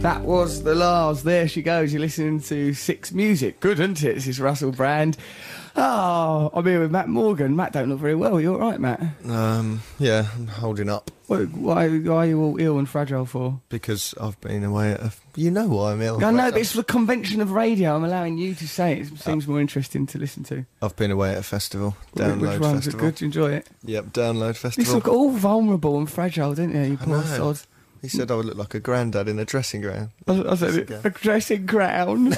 That was the Lars. There she goes. You're listening to Six Music. Good, isn't it? This is Russell Brand. Oh, I'm here with Matt Morgan. Matt don't look very well. You all right, Matt? Um, yeah, I'm holding up What, why, why are you all ill and fragile for? because I've been away. At a, you know why I'm ill. I know, but it's the convention of radio. I'm allowing you to say it. It seems more interesting to listen to. I've been away at a festival. Which- Which Download one's it festival. good? You enjoy it? Yep, download You festival. look all vulnerable and fragile, didn't you? You I poor know. sod. He said I would look like a granddad in a dressing gown. I, I said, Yes, a dressing crown.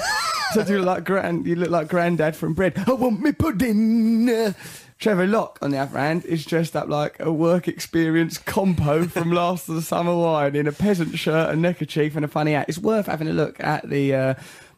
so you look like grand, you look like granddad from Bread. I want me pudding. Uh, Trevor Locke, on the other hand, is dressed up like a work experience compo from Last of the Summer Wine in a peasant shirt, a neckerchief, and a funny hat. It's worth having a look at the. Uh,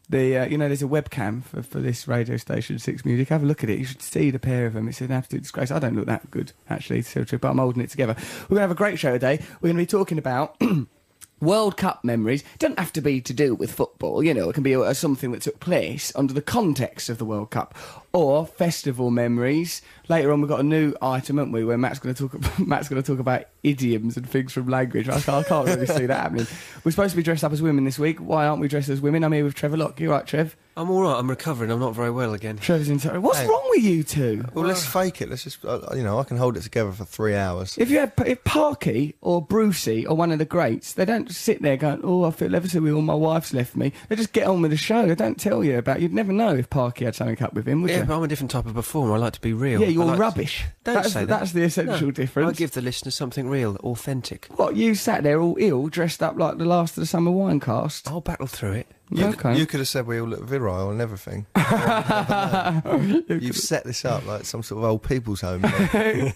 the uh, you know there's a webcam for, for this radio station Six Music. Have a look at it. You should see the pair of them. It's an absolute disgrace. I don't look that good actually, so true, but I'm holding it together. We're gonna have a great show today. We're gonna be talking about World Cup memories don't have to be to do with football, you know, it can be uh, something that took place under the context of the World Cup or festival memories. Later on, we've got a new item, haven't we, where Matt's going to talk, Matt's going to talk about idioms and things from language. I can't, I can't really see that happening. We're supposed to be dressed up as women this week. Why aren't we dressed as women? I'm here with Trevor Locke. You all right, Trev? I'm all right. I'm recovering. I'm not very well again. Trevor's in. Sorry. What's Hey. wrong with you two? Well, let's fake it. Let's just, uh, you know, I can hold it together for three hours. If you had if Parky or Brucey or one of the greats, they don't sit there going, "Oh, I feel ever so ill. My wife's left me." They just get on with the show. They don't tell you about. You'd never know if Parky had something up with him, would Yeah, you? but I'm a different type of performer. I like to be real. Yeah, you're I like to- rubbish. Don't that's, say that. That's the essential No, I difference. give the listener something real, authentic. What you sat there all ill, dressed up like the last of the summer wine cast. I'll battle through it. You, okay. you could have said we all look virile and everything. You've set this up like some sort of old people's home. mate.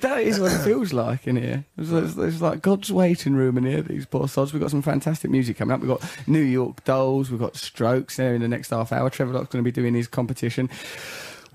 that is what it feels like in here. There's, there's, there's like God's waiting room in here, these poor sods. We've got some fantastic music coming up. We've got New York Dolls, we've got Strokes there in the next half hour. Trevor Locke's going to be doing his competition.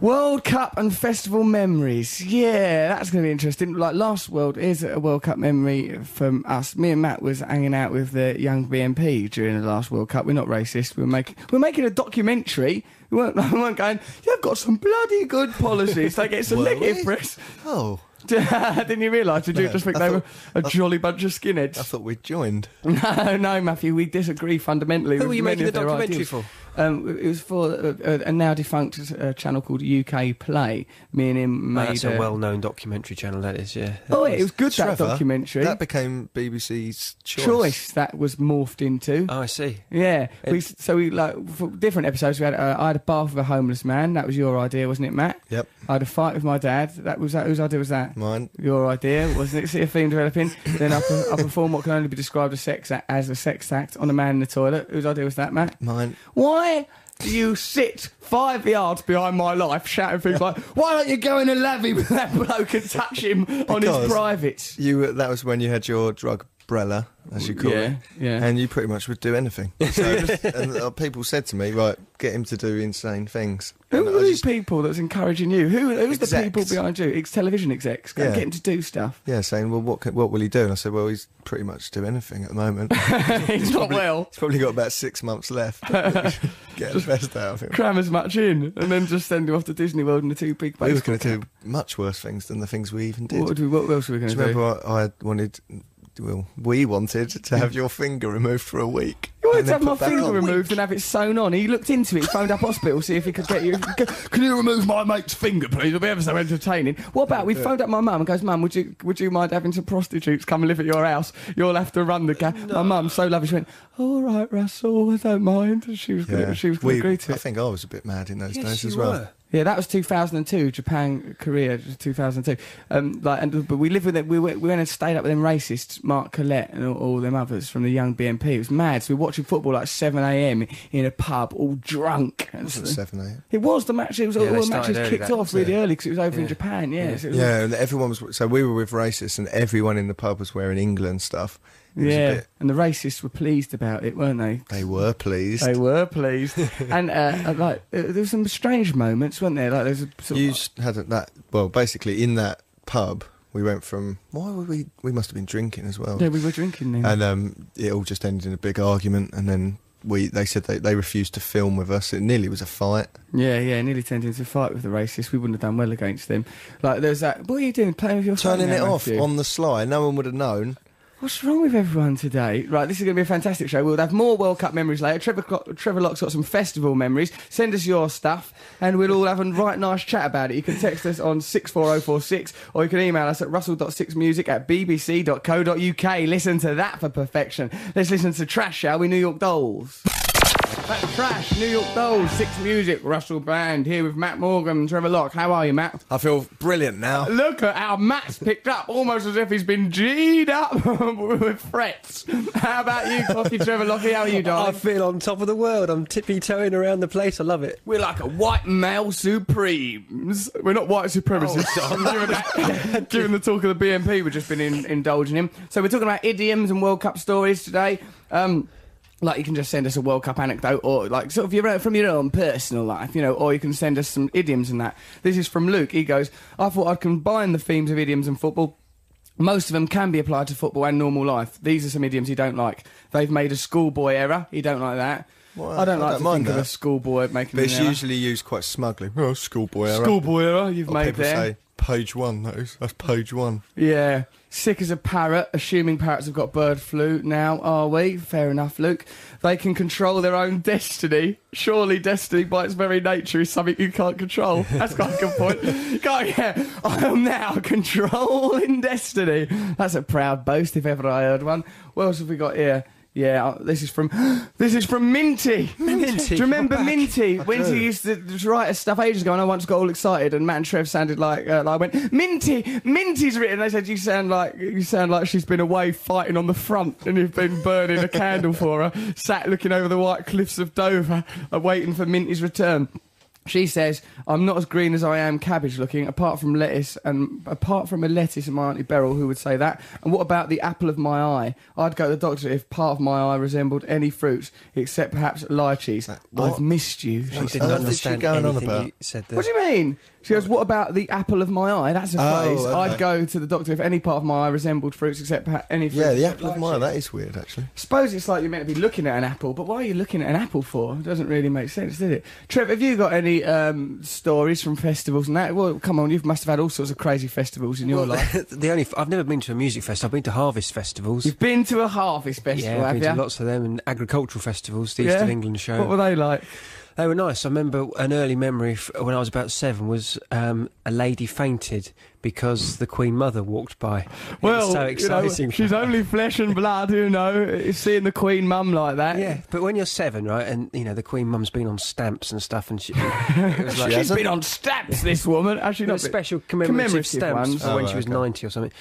World Cup and festival memories. Yeah, that's going to be interesting. Like last World is a World Cup memory from us. Me and Matt was hanging out with the young BNP during the last World Cup. We're not racist. We're making we're making a documentary. We weren't, we weren't going. You've got some bloody good policies. They get some Were negative we? press. oh, Didn't you realise? Did you No, just think I they thought- were a jolly bunch of skinheads? I thought we'd joined. no, no, Matthew, we disagree fundamentally. Who with were you many making of the their documentary ideas. for? Um, it was for a, a now defunct uh, channel called UK Play. Me and him Ah, made uh, That's a well-known documentary channel. That is, yeah. Oh, it was good that Trevor, documentary. That became BBC's choice. choice. that was morphed into. Oh, I see. yeah, we, It's- so we like for different episodes. We had uh, I had a bath with a homeless man. That was your idea, wasn't it, Matt? Yep, I had a fight with my dad. That was that. Whose idea was that? mine. your idea, wasn't it? See a theme developing. Then I, per- I perform what can only be described as sex act, as a sex act on a man in the toilet. Whose idea was that, Matt? Mine. Why do you sit five yards behind my life shouting things like, why don't you go in and love him with that bloke and touch him on Because- his privates? You were- that was when you had your drug brella, as you call yeah, it. yeah. And you pretty much would do anything. So just- and uh, people said to me, right, get him to do insane things. who And I are these just- people that's encouraging you? Who, who's the Execs. people behind you? Ex television execs. Go and Yeah. get them to do stuff. yeah, saying, well, what can, what will he do? And I said, well, he's pretty much do anything at the moment. he's it's not well. probably got about six months left. get the best out of him. Cram as much in and then just send him off to Disney World in the two big He bags. was going to do much worse things than the things we even did. What, would we, what else were we do going to you do? remember I, I wanted, well, we wanted to have your finger removed for a week. You wanted and to then have my put back finger on. removed and have it sewn on. He looked into it, phoned up hospital, see if he could get you. Can you remove my mate's finger, please? It'll be ever so entertaining. What about we phoned up my mum and goes, Mum, would you would you mind having some prostitutes come and live at your house? You'll have to run the gap. My mum, so lovely, she went, All right, Russell, I don't mind. And she was gonna, Yeah. she was going we, to agree to I it. think I was a bit mad in those days as well. Yeah, that was 2002, Japan, Korea, 2002. Um, like, and, but we lived with them. We, went- we went and stayed up with them racists, Mark Collette and all, all them others from the young BNP. It was mad. So we were watching football like 7 a.m. in a pub, all drunk. And It so- was seven, eight. it was the match. It was Yeah, all they the matches started early kicked that, off really yeah. early because it was over in Yeah. Japan. Yeah, so it was- Yeah, and everyone was. So we were with racists, and everyone in the pub was wearing England stuff. It was a yeah. bit- And the racists were pleased about it, weren't they? they were pleased. They were pleased. and uh, uh, like, uh, there were some strange moments, weren't there? Like, there's a sort you of, s- had a- that. Well, basically, in that pub, we went from. Why were we? We must have been drinking as well. yeah, we were drinking then. And um, it all just ended in a big argument, and then we. They said they, they refused to film with us. It nearly was a fight. Yeah, yeah, nearly turned into a fight with the racists. We wouldn't have done well against them. Like, there's that. What are you doing? Playing with your phone Turning it now, off Matthew?" on the sly, no one would have known. What's wrong with everyone today? Right, this is going to be a fantastic show. We'll have more World Cup memories later. Trevor, Clo- Trevor Locke's got some festival memories. Send us your stuff, and we'll all have a right nice chat about it. You can text us on 64046, or you can email us at russell.6music at bbc.co.uk. Listen to that for perfection. Let's listen to Trash, shall we? New York Dolls. That's Trash, New York Dolls, Six Music, Russell Brand, here with Matt Morgan and Trevor Locke. How are you, Matt? I feel brilliant now. Look at how Matt's picked up, almost as if he's been G'd up with frets. How about you, Cocky Trevor Lockie? How are you, I darling? feel on top of the world. I'm tippy toeing around the place. I love it. We're like a white male supremes. Oh, We're not white supremacists. given, that- given the talk of the BNP, we've just been in, indulging in. So we're talking about idioms and World Cup stories today. Um, like you can just send us a World Cup anecdote, or like sort of your own, from your own personal life, you know, or you can send us some idioms and that. This is from Luke. He goes, "I thought I'd combine the themes of idioms and football." Most of them can be applied to football and normal life. These are some idioms you don't like. They've made a schoolboy error. You don't like that. Well, I don't I like don't to mind think of that. a schoolboy making an But it's error. usually used quite smugly. Oh, schoolboy error. Schoolboy error you've Or made people there. say page one. That is, that's page one. Yeah. Sick as a parrot, assuming parrots have got bird flu now, are we? Fair enough, Luke. They can control their own destiny. Surely destiny by its very nature is something you can't control. That's quite a good point. Go, yeah. I am now controlling destiny. That's a proud boast if ever I heard one. What else have we got here? Yeah, uh, this is from this is from Minty. Minty, Do you remember come back. Minty? Minty used to just write us stuff ages ago, and I once got all excited, and Matt and Trev sounded like, uh, like I went Minty, Minty's written. They said you sound like you sound like she's been away fighting on the front, and you've been burning a candle for her, sat looking over the white cliffs of Dover, uh, waiting for Minty's return. She says, "I'm not as green as I am cabbage looking, apart from lettuce and apart from a lettuce and my auntie Beryl, who would say that. And what about the apple of my eye? I'd go to the doctor if part of my eye resembled any fruits, except perhaps lychees. what? I've missed Oh, you." She What She on didn't earth is she understand going on anything about? you said there. what do you mean? She goes, "What about the apple of my eye? That's a Oh, phrase. okay. I'd go to the doctor if any part of my eye resembled fruits, except perhaps any fruits. Yeah, the except apple of my. lychees." That is weird, actually. Suppose it's like you're meant to be looking at an apple, but what are you looking at an apple for? It doesn't really make sense, did it? Trev, have you got any um, stories from festivals and that? Well, come on, you must have had all sorts of crazy festivals in your Well, life. the only f- I've never been to a music fest. I've been to harvest festivals. You've been to a harvest festival, yeah, I've been have to you? lots of them and agricultural festivals. The East Yeah? of England show. What were they like? They were nice. I remember an early memory f- when I was about seven was um, a lady fainted because the Queen Mother walked by. It was Well, so exciting. You know, she's only flesh and blood, you know. It's seeing the Queen Mum like that. Uh, yeah, but when you're seven, right, and you know the Queen Mum's been on stamps and stuff, and she, it was like She's been on stamps, this woman. Actually, there were not been- special commemorative, commemorative stamps ones. for when Oh, she was okay. 90 or something.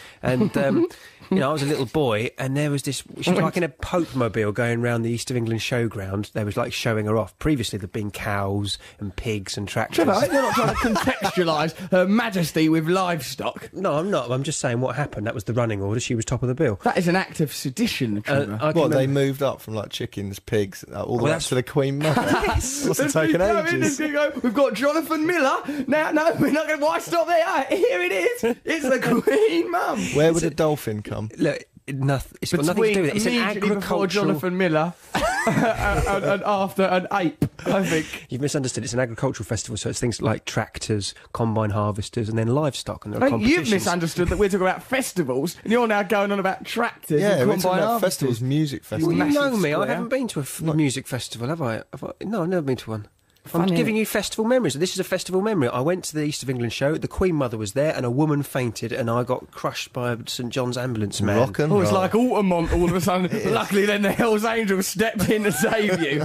And, um, you know, I was a little boy, and there was this, she was like in a Pope mobile going round the East of England showground. They was like showing her off. Previously, there'd been cows and pigs and tractors. Trevor, I hope you're not trying to contextualise Her Majesty with livestock. no, I'm not. I'm just saying what happened. That was the running order. She was top of the bill. That is an act of sedition, Uh, Trevor. I can Well, they remember- moved up from like chickens, pigs, uh, all the Well, way up that's- to the Queen Mother. yes. Must have Let's taken keep going, let's ages. keep going. We've got Jonathan Miller. Now, no, we're not going. to Why stop there? Here it is. It's the Queen Mum. Where would a dolphin come? Look, it- noth- it's got nothing to do with it. It's an immediately before agricultural. Jonathan Miller and, and- and after an ape, I think. You've misunderstood. It's an agricultural festival, so it's things like tractors, combine harvesters, and then livestock. And there are I think you've competitions. misunderstood that we're talking about festivals, and you're now going on about tractors. Yeah, and we're talking combine about harvesters. festivals, music Well, festivals. you massive know me. I square. haven't been to a f- music festival, have I? have I? No, I've never been to one. Fun, I'm isn't giving it? you festival memories. This is a festival memory. I went to the East of England show. The Queen Mother was there, and a woman fainted, and I got crushed by a St John's ambulance man. Rock and Oh, it's roll. like Altamont all of a sudden. Luckily, then the Hells Angels stepped in to save you.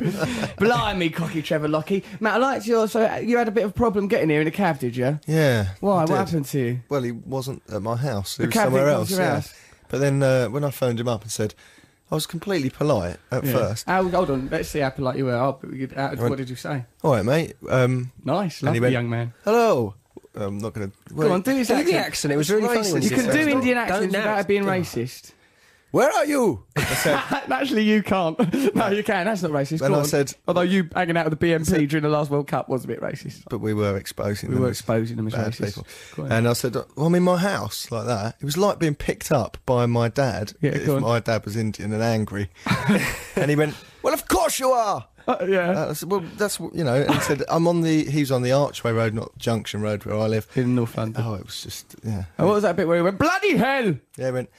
Blimey, cocky Trevor Lockie. Matt, I liked your. So you had a bit of a problem getting here in a cab, did you? Yeah. I Why? What did. happened to you? Well, he wasn't at my house. He The was cat somewhere didn't else. come to your yeah. house? But then uh, when I phoned him up and said, I was completely polite at first. How, Oh, hold on, let's see how polite you were. I'll, you- how- what did you say? All right, mate. Um, Nice, And lovely he went- young man. hello. I'm not going to. Go on, do his Do accent. the accent. It was It's really funny. when racist. You he can did do that. Indian Don't accents now. without it being racist. Where are you? I said, Actually, you can't. No, you can. That's not racist. When Go I on. said- although you hanging out with the BMP during the last World Cup was a bit racist. but we were exposing We them were as exposing them as bad racist. people. Go on. And I said, well, I'm in my house, like that. It was like being picked up by my dad. Yeah, if go on. my dad was Indian and angry. and he went, well, of course you are. Uh, yeah, Uh, I said, well, that's, what- you know, and he said, I'm on the, he's on the Archway Road, not Junction Road where I live. in North London. Oh, it was just, yeah. And what was that bit where he went? Bloody hell! Yeah, he went,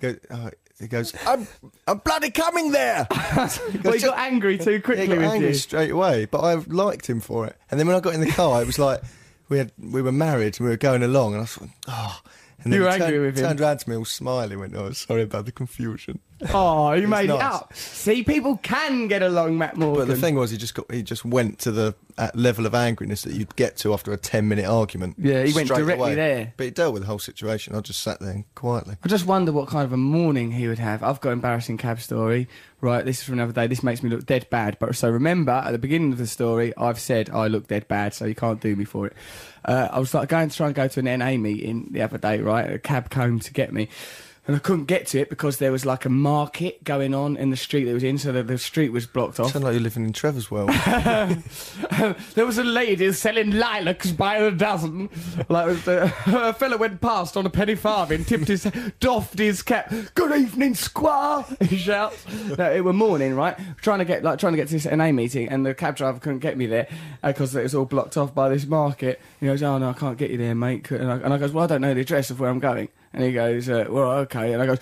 go, oh, He goes, I'm, I'm bloody coming there. He goes, Well, he "Just- got angry too Yeah, quickly he got with angry you. straight away, but I liked him for it. And then when I got in the car, it was like we had we were married and we were going along, and I thought, oh. And You he were angry turned, with him. Turned around to me all smiling, went, "Oh, sorry about the confusion." Oh, you It's made it nice. up. See, people can get along, Matt But Morgan. the thing was, he just got he just went to the uh, level of angriness that you'd get to after a ten minute argument. Yeah, he went straight directly away. there. But he dealt with the whole situation. I just sat there and quietly. I just wonder what kind of a morning he would have. I've got embarrassing cab story. Right, this is from another day. This makes me look dead bad. But so remember, at the beginning of the story, I've said I look dead bad, so you can't do me for it. Uh, I was like going to try and go to an NA meeting the other day. Right, a cab came to get me. And I couldn't get to it because there was like a market going on in the street that it was in, so the, the street was blocked off. Sound like you're living in Trevor's world. there was a lady selling lilacs by the dozen. Like uh, a fella went past on a penny farthing, tipped his, doffed his cap. Good evening, squire. He shouts. No, it were morning, right? Trying to get like trying to get to this NA meeting, and the cab driver couldn't get me there because it was all blocked off by this market. He goes, "Oh no, I can't get you there, mate." And I, and I goes, "Well, I don't know the address of where I'm going." And he goes, uh, "Well, okay." And I goes.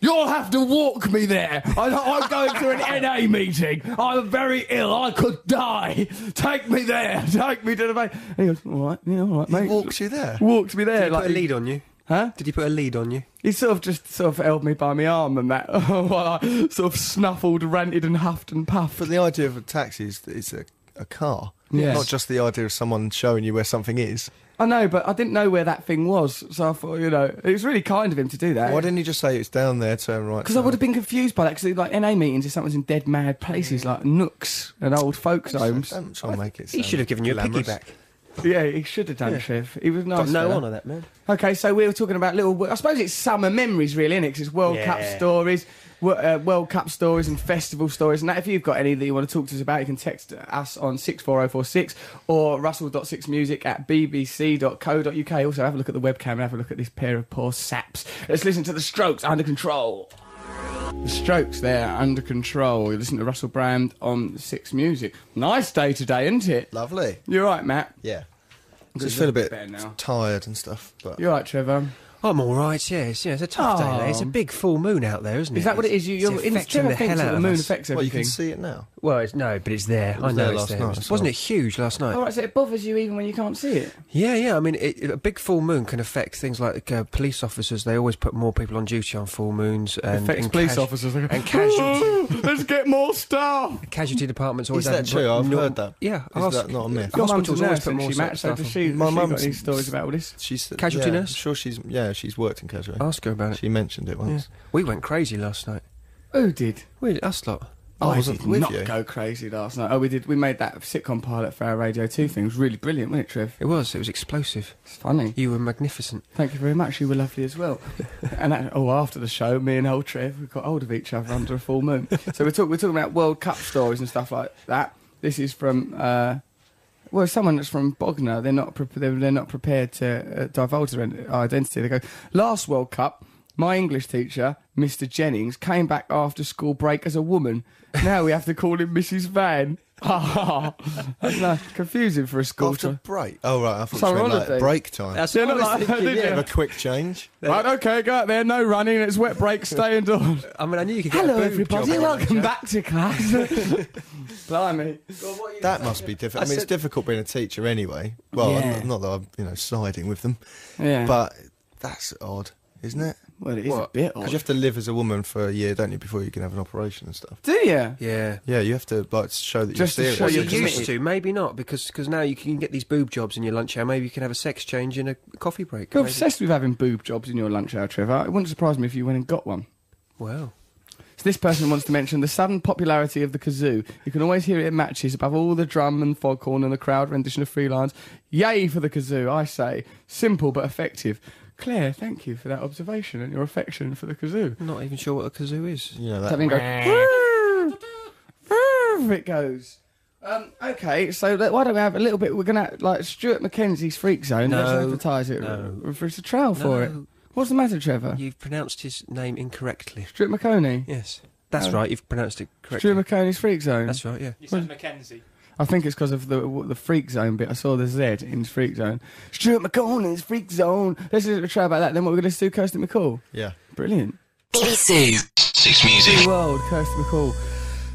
You'll have to walk me there. I, I'm going to an NA meeting. I'm very ill. I could die. Take me there. Take me to the bank. And he goes, all right, yeah, all right, he mate. walks you there. Walks me there. Did he like, put a lead on you? Huh? Did he put a lead on you? He sort of just sort of held me by my arm and that while I sort of snuffled, ranted and huffed and puffed. But the idea of a taxi is that it's a, a car, Yes. not just the idea of someone showing you where something is. I know, but I didn't know where that thing was. So I thought, you know, it was really kind of him to do that. Why didn't you just say it's down there, turn right? Because I would have been confused by that. Because like NA meetings, if someone's in dead mad places like nooks and old folks' homes. Don't try and make it. He should have given you glamorous. a piggyback. Yeah, he should have done, Trev. He was nice. Got no fella. honour, that man. Okay, so we were talking about little. I suppose it's summer memories, really, is It's World Yeah. Cup stories, wo- uh, World Cup stories, and festival stories. And that, if you've got any that you want to talk to us about, you can text us on six four zero four six or russell.sixmusic at bbc.co.uk. Also, have a look at the webcam and have a look at this pair of poor saps. Let's listen to the Strokes under control. The Strokes there under control. You listen to Russell Brand on Six Music. Nice day today, isn't it? Lovely. You're right, Matt. Yeah. Good, Just feel a that's bit better now. tired and stuff, but You're right, Trevor. I'm all right. Yeah, it's, yeah, it's a tough day. Oh. Today. It's a big full moon out there, isn't it? Is that what it is? You, It's you're in affecting Trevor the thinks hell that out the of moon us. affects well, you everything. can see it now. Well, it's no, but it's there. I was know there it's last there. night, Wasn't I saw. it huge last night? All right, so it bothers you even when you can't see it. Yeah, yeah. I mean, it, it- a big full moon can affect things like uh, police officers. They always put more people on duty on full moons. And, and casu- and casualty. Let's get more staff. Casualty departments always Is that have- true? I've nor- heard that. Is Yeah, hos- that not a myth? Your mum's a Hospitals always nurse, put isn't more she, sort Matt? of So stuff does on. she, my My mum's got mum's- any stories about all this? She's Casualty yeah, nurse? I'm sure she's yeah, she's worked in Oh, casualty. Ask her about it. She mentioned it Yeah. once. We went crazy last night. Who did? We us lot. I I, wasn't did with not you. go crazy last night. Oh, we did. We made that sitcom pilot for our Radio 2 thing. It was really brilliant, wasn't it, Trev? It was. It was explosive. It's funny. You were magnificent. Thank you very much. You were lovely as well. and that, oh, after the show, me and old Trev, we got hold of each other under a full moon. so we're, talk, we're talking about World Cup stories and stuff like that. This is from, uh, well, someone that's from Bognor. They're not, prep they're, they're not prepared to uh, divulge their in- identity. They go, last World Cup, my English teacher, Mr. Jennings, came back after school break as a woman. Now we have to call him Mrs. Van. That's nice. confusing for a school. After to- break. Oh right, I thought Summer you meant like holiday. break time. Yeah, not like- did you? Have a quick change. Right, okay, go out there. No running. It's wet break. Stay indoors. I mean, I knew you could get Hello, a boob everybody. job. Welcome back to class. Blimey. That must be difficult. I, mean, it's difficult being a teacher anyway. Well, Yeah. I'm- not that I'm, you know, siding with them, Yeah. but that's odd, isn't it? well, it is what? a bit Because odd. you have to live as a woman for a year, don't you, before you can have an operation and stuff. Do you? Yeah. Yeah, you have to like show that Just to you're serious. show Well, you're you committed. used to, maybe not, because cause now you can get these boob jobs in your lunch hour. Maybe you can have a sex change in a coffee break. You're maybe. obsessed with having boob jobs in your lunch hour, Trevor. It wouldn't surprise me if you went and got one. Wow. So this person wants to mention the sudden popularity of the kazoo. You can always hear it at matches above all the drum and foghorn and the crowd rendition of Free Lines. Yay for the kazoo, I say. Simple but effective. Claire, thank you for that observation and your affection for the kazoo. I'm not even sure what a kazoo is. You know that. Something goes. "Woo! Woo!" it goes. Um, okay, so let- why don't we have a little bit? We're gonna like Stuart McKenzie's Freak Zone. Let's No. advertise it. No. r- r- It's a trial for it. No. What's the matter, Trevor? You've pronounced his name incorrectly. Stuart McConey. Yes. That's Oh. right. You've pronounced it correctly. Stuart McConey's Freak Zone. That's right, yeah. You said Mackenzie. I think it's because of the w- the Freak Zone bit. I saw the Z in Freak Zone. Stuart McConey's Freak Zone. Let's do a trial about that. Then what we're gonna do, Kirsty McCall. Yeah. Brilliant. BBC. Six Music. World, Kirsty McCall.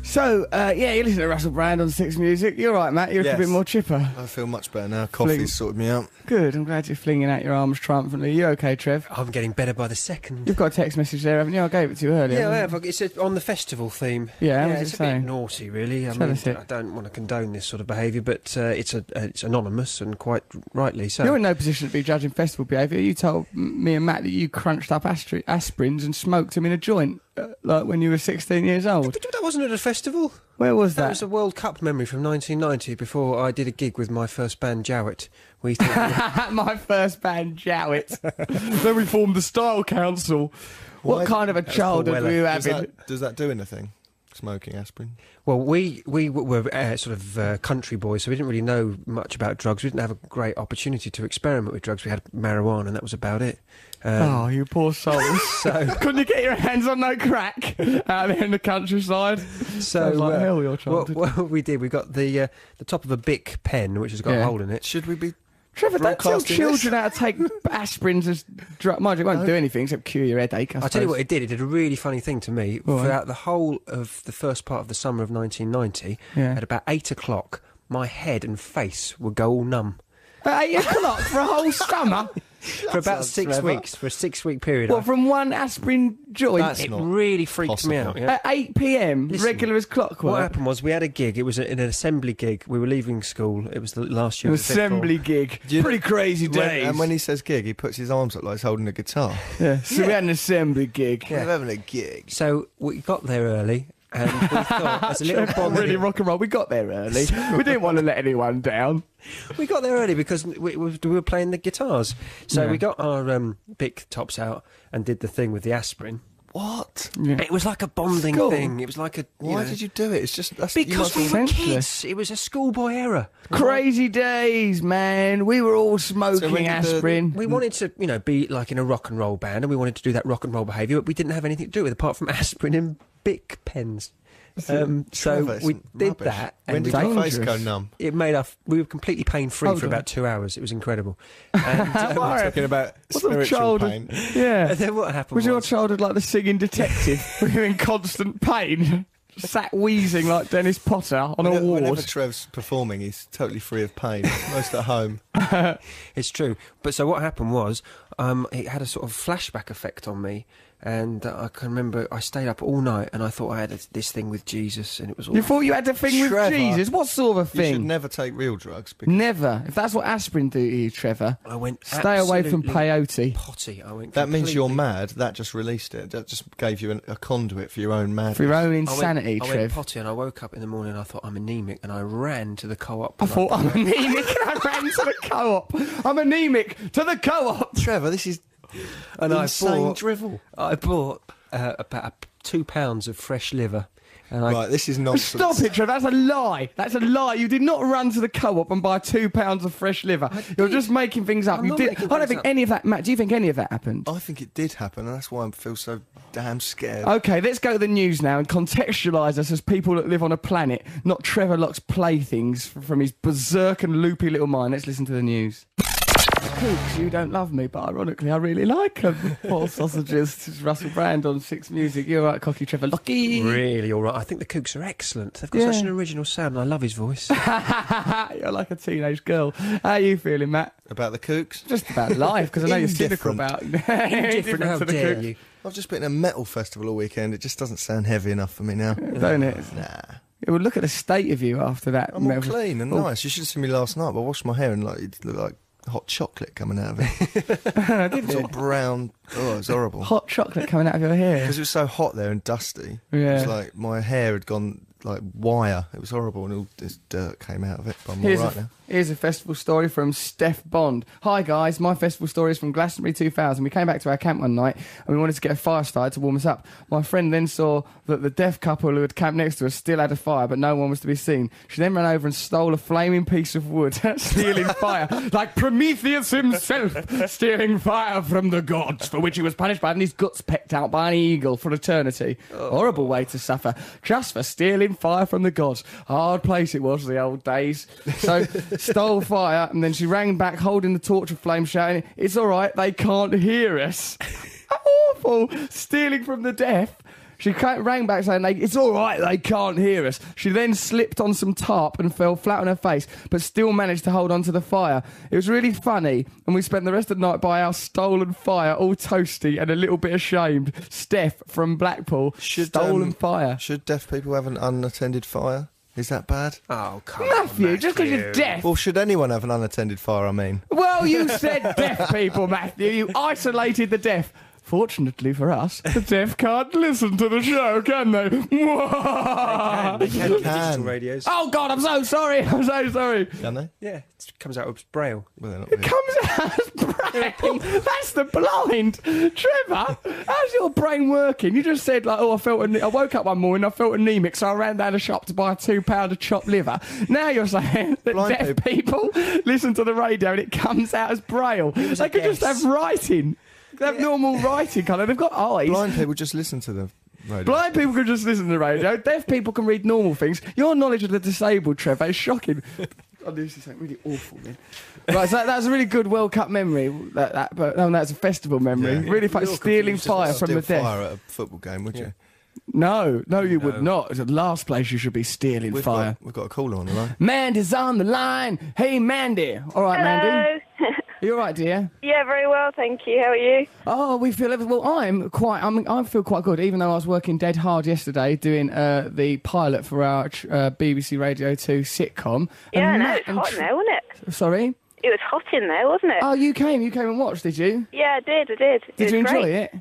So, uh, yeah, you listen to Russell Brand on Six Music. You're right, Matt. You're Yes. a bit more chipper. I feel much better now. Coffee's Fling. sorted me out. Good. I'm glad you're flinging out your arms triumphantly. You okay, Trev? I'm getting better by the second. You've got a text message there, haven't you? I gave it to you earlier. Yeah, I have. It's uh, on the festival theme. Yeah, what does it's it a say? bit naughty, really. I, Tell mean, us it. I don't want to condone this sort of behaviour, but uh, it's a uh, it's anonymous and quite rightly so. You're in no position to be judging festival behaviour. You told m- me and Matt that you crunched up astri- aspirins and smoked them in a joint, uh, like when you were 16 years old. But that wasn't at a festival. Where was That that? was a World Cup memory from 1990 before I did a gig with my first band, Jowett. We thought, My first band, Jowett. then we formed the Style Council. What Why- kind of a childhood Weller. were you Does having? that, does that do anything? Smoking aspirin. well, we, we w- were uh, sort of uh, country boys, so we didn't really know much about drugs. We didn't have a great opportunity to experiment with drugs. We had marijuana, and that was about it. Um, oh, you poor souls. Couldn't you get your hands on no crack out there in the countryside? So Sounds like uh, hell, your what, childhood. what we did, we got the uh, the top of a Bic pen, which has got Yeah. a hole in it. Should we be? Trevor, don't tell Broadcasting this. children how to take aspirins as drugs. Mind you, it won't do anything except cure your headache. I I'll tell you suppose. what it did. It did a really funny thing to me. All right. Throughout the whole of the first part of the summer of 1990, Yeah. at about eight o'clock, my head and face would go all numb At Uh, eight o'clock for a whole summer. for about six clever. weeks. For a six-week period, What I- from one aspirin joint That's it not really freaked possible. me out. yeah. at eight p.m. Listen, regular as What clockwork. happened was we had a gig. It was a, an assembly gig. We were leaving school. It was the last year. An of the fifth form. assembly gig. Do you- Pretty crazy When- days. and when he says gig, he puts his arms up like he's holding a guitar. yeah. So we had an assembly gig. We're having a gig. So we got there early, and we thought, as a little I'm bond, really rock and roll. We got there early. we didn't want to let anyone down. We got there early because we, we we were playing the guitars. So Yeah. we got our um, big tops out and did the thing with the aspirin. What? Yeah. It was like a bonding School. thing. It was like a. Why did you do it? It's just that's you must Because we be- were senseless. kids. It was a schoolboy era. Crazy days, man. We were all smoking when did the- aspirin. We wanted to, you know, be like in a rock and roll band, and we wanted to do that rock and roll behaviour, but we didn't have anything to do with it apart from aspirin and Bic pens. Um, so Trevor, it's we did rubbish. that, When and did your face go dangerous. numb? it made us. We were completely pain free Hold for on. about two hours. It was incredible. And, um, Why? Talking about What a spiritual childhood. pain. Yeah. and then what happened Was your was- childhood like the singing detective? Were you in constant pain? Sat wheezing like Dennis Potter on a Whenever- Whenever ward. Trev's performing, he's totally free of pain. Most at home. It's true. But so what happened was, um, it had a sort of flashback effect on me, and uh, I can remember I stayed up all night and I thought I had this- this thing with Jesus, and it was all. You thought you had the thing with Trevor, Jesus? What sort of a You thing? should never take real drugs. Because Never. If that's what aspirin do to you, Trevor, I went. stay away from absolutely peyote. Potty. I went. that means you're completely- mad. That just released it. That just gave you an, a conduit for your own madness. For your own I went- insanity, I went, Trev. potty, and I woke up in the morning. and I thought I'm anemic, and I ran to the co-op. I and thought, I'm anemic and I ran to the co op. I'm anemic to the co op. Trevor, this is and I insane bought. drivel. I bought uh, about a- two pounds of fresh liver, and I Right, this is nonsense. Stop it, Trev. That's a lie. That's a lie. You did not run to the co op and buy two pounds of fresh liver. You're just making things up. I'm you not did. making I don't things think up. Oh, any of that, Matt. Do you think any of that happened? I think it did happen, and that's why I feel so damn scared. Okay, let's go to the news now and contextualise us as people that live on a planet, not Trevor Locke's playthings f- from his berserk and loopy little mind. Let's listen to the news. Cooks, you don't love me, but ironically, I really like them. Poor sausages. This is Russell Brand on Six Music. You're right, cocky Trevor Lockie. really all right. I think the Kooks are excellent. They've got Yeah. such an original sound. and I love his voice. you're like a teenage girl. How are you feeling, Matt? About the kooks? Just about life, because I know you're cynical about Different, indifferent how to the dare Cooks, you? I've just been at a metal festival all weekend. It just doesn't sound heavy enough for me now. Don't it? Nah. Yeah, well, look at the state of you after that. I'm all Melvin. clean and nice. You should have seen me last night. I washed my hair and like it looked like hot chocolate coming out of it. it was all brown. Oh, it was horrible. Hot chocolate coming out of your hair. Because it was so hot there and dusty. It Yeah. was like my hair had gone like wire. It was horrible and all this dirt came out of it. But I'm all Here's, right a, now. here's a festival story from Steph Bond. Hi guys, my festival story is from Glastonbury 2000. We came back to our camp one night and we wanted to get a fire started to warm us up. My friend then saw that the deaf couple who had camped next to us still had a fire, but no one was to be seen. She then ran over and stole a flaming piece of wood, stealing fire like Prometheus himself, stealing fire from the gods, for which he was punished by having his guts pecked out by an eagle for eternity. Horrible way to suffer, just for stealing fire from the gods. Hard place it was the old days. So stole fire, and then she rang back, holding the torch of flame, shouting, "It's all right, they can't hear us." awful. Stealing from the deaf. She ca- rang back saying, they, It's all right, they can't hear us. She then slipped on some tarp and fell flat on her face, but still managed to hold on to the fire. It was really funny, and we spent the rest of the night by our stolen fire, all toasty and a little bit ashamed. Steph from Blackpool, Should, stolen um, fire. Should deaf people have an unattended fire? Is that bad? Oh, come Matthew, on, just because you're Matthew. deaf. Well, should anyone have an unattended fire? I mean, Well, you said deaf people, Matthew. You isolated the deaf. Fortunately for us, the deaf can't listen to the show, can they? They can do Can. digital radios. Oh God, I'm so sorry. I'm so sorry. can they? Yeah, it comes out with braille. Well, they're not really. Comes out as braille. That's the blind, Trevor. How's your brain working? You just said like, oh, I felt. ane- I woke up one morning, I felt anemic, so I ran down the shop to buy a two pound of chopped liver. Now you're saying that Blind deaf people. listen to the radio and it comes out as braille. was They a could just guess. have writing. They have normal writing colour. They've got eyes. Blind people just listen to the radio. Blind people can just listen to the radio. Deaf people can read normal things. Your knowledge of the disabled, Trevor, is shocking. Oh, this is something really awful, man. Right, so that was a really good World Cup memory. That, that, but no, that's a festival memory. Yeah. Really, fun. You're stealing confused as well. fire from Steal the deaf. fire at a football game, would you? No, no, you would not. It's the last place you should be stealing We've fire. Got, we've got a caller on the line. Mandy's on the line. Hey, Mandy. All right, Mandy. Hello. Are you all right, dear? yeah, very well, thank you. How are you? Oh, we feel every- well. I'm quite. I'm. I feel quite good, even though I was working dead hard yesterday doing uh, the pilot for our uh, BBC Radio Two sitcom. Yeah, And I know Matt it's and hot Tr- now, wasn't it? Sorry. It was hot in there, wasn't it? Oh, you came. You came and watched, did you? yeah, I did. I did. It Did was you enjoy great. it?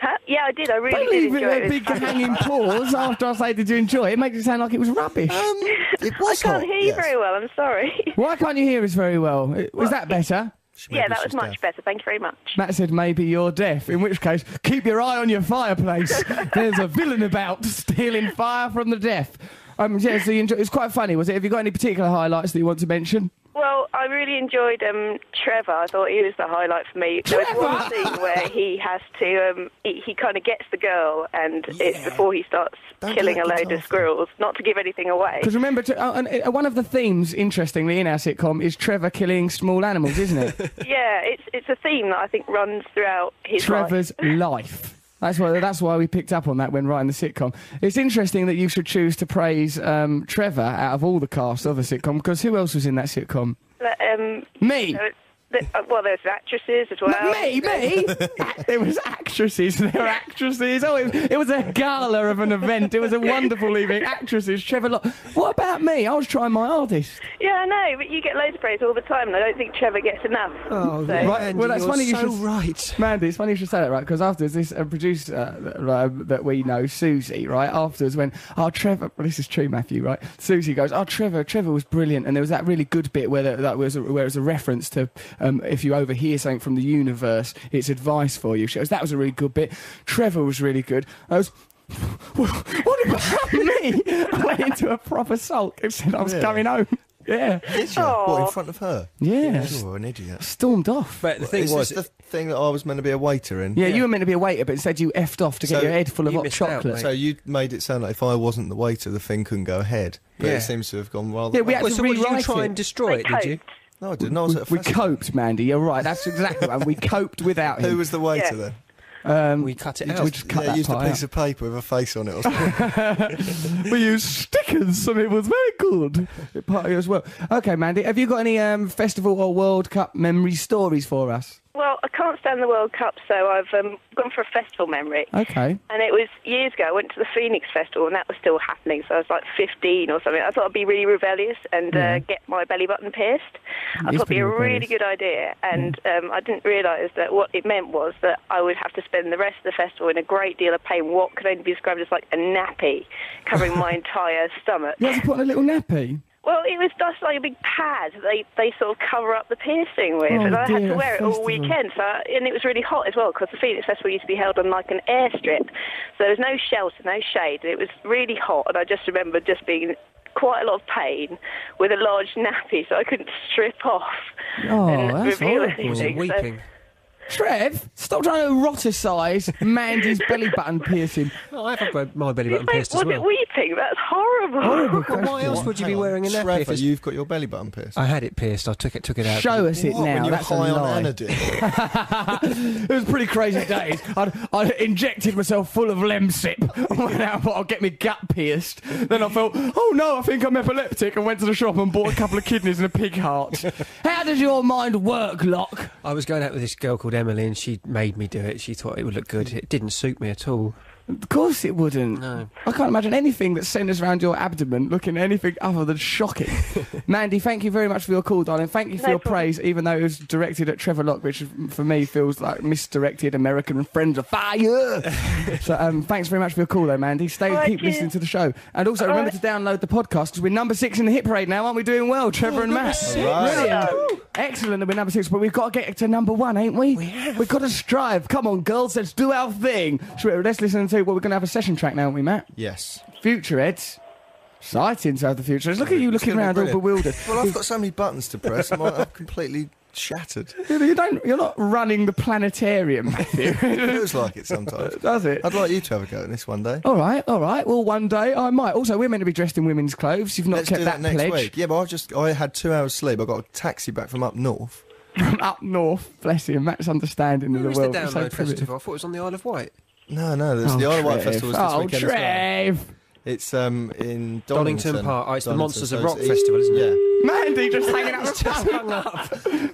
Huh? Yeah, I did. I really They did leave it enjoy with it. a It was big fun. hanging pause after I say, "Did you enjoy it?" It makes it sound like it was rubbish. Uh, Um, it was I can't hot, hear you yes. very well. I'm sorry. Why can't you hear us very well? Was that better? She- yeah, maybe that was she's much deaf. better. Thank you very much. Matt said, maybe you're deaf, in which case, keep your eye on your fireplace. There's a villain about stealing fire from the deaf. Um, yeah, so you enjoy- it's quite funny, was it? Have you got any particular highlights that you want to mention? Well, I really enjoyed um, Trevor. I thought he was the highlight for me. There was one scene where he has to, um, he, he kind of gets the girl, and it's before he starts Don't killing let a the load girl- of squirrels, not to give anything away. Because remember, to, uh, and, uh, one of the themes, interestingly, in our sitcom is Trevor killing small animals, isn't it? Yeah, it's it's a theme that I think runs throughout his life. Trevor's life. That's why, that's why we picked up on that when writing the sitcom. It's interesting that you should choose to praise um, Trevor out of all the cast of the sitcom, because who else was in that sitcom? But, um, Me! there was- there- uh, well, there's actresses as well. Not me, me. there was actresses. There were actresses. Oh, it, it was a gala of an event. It was a wonderful evening. Actresses. Trevor Lock. What about me? I was trying my hardest. Yeah, I know, but you get loads of praise all the time, and I don't think Trevor gets enough. Oh, So- Right, Andy, well, that's you're funny you so should- right. Mandy, it's funny you should say that, right? Because afterwards, this uh, producer uh, uh, that we know, Susie, right? Afterwards, when oh Trevor, well, this is true, Matthew, right? Susie goes, oh Trevor, Trevor was brilliant, and there was that really good bit where there, that was a, where it was a reference to um, if you overhear something from the universe, it's advice for you. She goes, that was a really good bit. Trevor was really good. I was. Well, what about me? I went into a proper sulk and said I was Really? coming home. Yeah. Did you? Aw. What, in front of her? Yeah. You're an idiot. Stormed off. But the thing Is was, this the thing that I was meant to be a waiter in? Yeah, you were meant to be a waiter, but instead you effed off to get So your head full of you hot missed out, chocolate. mate. So you made it sound like if I wasn't the waiter, the thing couldn't go ahead. But Yeah. it seems to have gone rather. Yeah, we well. had well, to so what, did you rewrite try it. and destroy it, did you? Coat. No, I didn't. I was at a We festival. coped, Mandy. You're right. That's exactly right. We coped without him. Who was the waiter Yeah. then? we cut it we out. just cut yeah, that used a part piece out. of paper with a face on it or something. We used stickers, and it was very good. It Party as well. Okay, Mandy. Have you got any um, festival or World Cup memory stories for us? Well, I can't stand the World Cup, so I've um, gone for a festival memory. Okay. And it was years ago. I went to the Phoenix Festival, and that was still happening. So I was like 15 or something. I thought I'd be really rebellious and Yeah. uh, get my belly button pierced. I is thought it'd be pretty a rebellious. really good idea. And um, I didn't realise that what it meant was that I would have to spend the rest of the festival in a great deal of pain. What could only be described as like a nappy covering my entire stomach. You had to put on a little nappy. Well, it was just like a big pad that they, they sort of cover up the piercing with, Oh, and I had dear, to wear it all festival. weekend. So, and it was really hot as well because the Phoenix Festival used to be held on like an airstrip, so there was no shelter, no shade, and it was really hot. And I just remember just being in quite a lot of pain with a large nappy, so I couldn't strip off Oh, and that's reveal horrible. Was it anything. So- weeping? Trev, stop trying to eroticize Mandy's belly button piercing. Well, I have got my belly His button face pierced as wasn't well. weeping. That's horrible. Horrible Well, why question. else would you be Hang on. wearing a nappy? Trevor, if it's- you've got your belly button pierced. I had it pierced. I took it took it out. Show us it What, now. When you're That's high a on lie. anodine. it was pretty crazy days. I'd, I'd injected myself full of Lemsip. I went out, thought I'd get my gut pierced. Then I felt, oh no, I think I'm epileptic, and went to the shop and bought a couple of kidneys and a pig heart. How does your mind work, Locke? I was going out with this girl called Emily, and she made me do it. She thought it would look good. It didn't suit me at all. Of course it wouldn't. No. I can't imagine anything that centres around your abdomen looking anything other than shocking. Mandy, thank you very much for your call, darling. Thank you for No your problem. praise, even though it was directed at Trevor Locke, which for me feels like misdirected American friends of fire. so um, thanks very much for your call, though, Mandy. Stay Alright, keep cheers. listening to the show. And also Alright. remember to download the podcast because we're number six in the hit parade now, aren't we doing well, Trevor and Matt? Right. Brilliant. Excellent that we're number six, but we've got to get to number one, ain't we? We have. We've got to strive. Come on, girls, let's do our thing. Shall we- let's listen to what we're going to have a session track now, aren't we, Matt? Yes. Future Eds. Exciting to have the future. Eds. Look at you looking gonna be around all brilliant. bewildered. Well, I've got so many buttons to press. I'm, I'm completely shattered. You don't, you're not running the planetarium, Matthew. Feels like it sometimes. Does it? I'd like you to have a go at this one day. All right, all right. Well, one day I might. Also, we're meant to be dressed in women's clothes. You've not Let's kept do that, that, next pledge week. Yeah, but I just I had two hours sleep. I got a taxi back from up north. from up north. Bless you. Matt's understanding Where of is the the world. is download so primitive. festival? I thought it was on the Isle of Wight. No, no, there's the Isle of Wight Trev. Festival is this Oh, weekend. as well. Trev! It's um in Donington, Donington Park. Oh, it's the Donington, Monsters of so it's Rock east- Festival, isn't it? Yeah. Mandy just hanging out.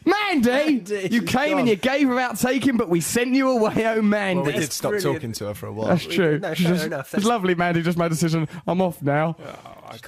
Mandy, you came and you gave her out taking, but we sent you away, oh Mandy. Well, we did stop talking to her for a while. That's true. no, She fair just- enough. It's That's- lovely, Mandy just made a decision. I'm off now.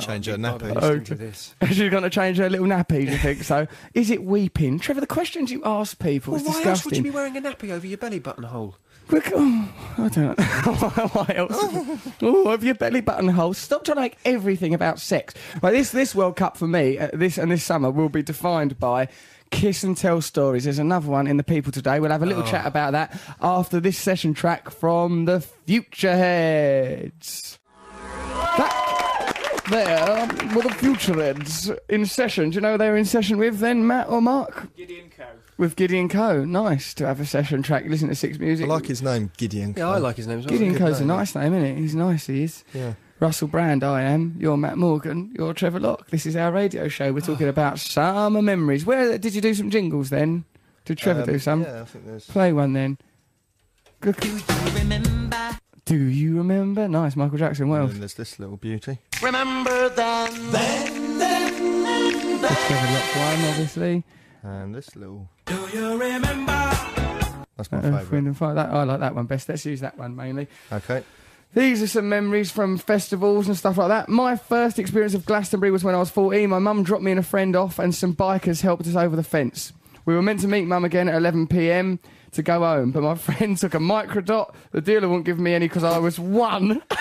Change her nappy. Listening Okay. to this. She's going to change her little nappy, do you think so? Is it weeping? Trevor, the questions you ask people Well, is why else would you be disgusting. wearing a nappy over your belly button hole? Look, oh, I don't know. why else? oh, have your belly button hole. Stop trying to make everything about sex. Right, this, this World Cup for me, uh, this and this summer, will be defined by kiss and tell stories. There's another one in the people today. We'll have a little Oh. chat about that after this session track from the Future Heads. That there were the Future Heads in session. Do you know who they were in session with then, Matt or Mark? Gideon Co. With Gideon Co. Nice to have a session track. Listen to Six I Music. like his name, Gideon. Yeah, I like his name as well. Gideon good Co's a name. nice name, isn't it? He's nice, he is. Yeah. Russell Brand, I am. You're Matt Morgan. You're Trevor Locke. This is our radio show. We're talking about summer memories. Where did you do some jingles then? Did Trevor Um, do some? Yeah, I think there's. Play one then. Good. Do you remember? Do you remember? Nice, Michael Jackson. What And else? then there's this little beauty. Trevor Locke one, obviously. And this little. Do you remember? That's my Earth, Wind favourite. and Fire. That, I like that one best. Let's use that one mainly. Okay. These are some memories from festivals and stuff like that. My first experience of Glastonbury was when I was 14. My mum dropped me and a friend off, and some bikers helped us over the fence. We were meant to meet mum again at 11 pm to go home, but my friend took a microdot. The dealer wouldn't give me any because I was one.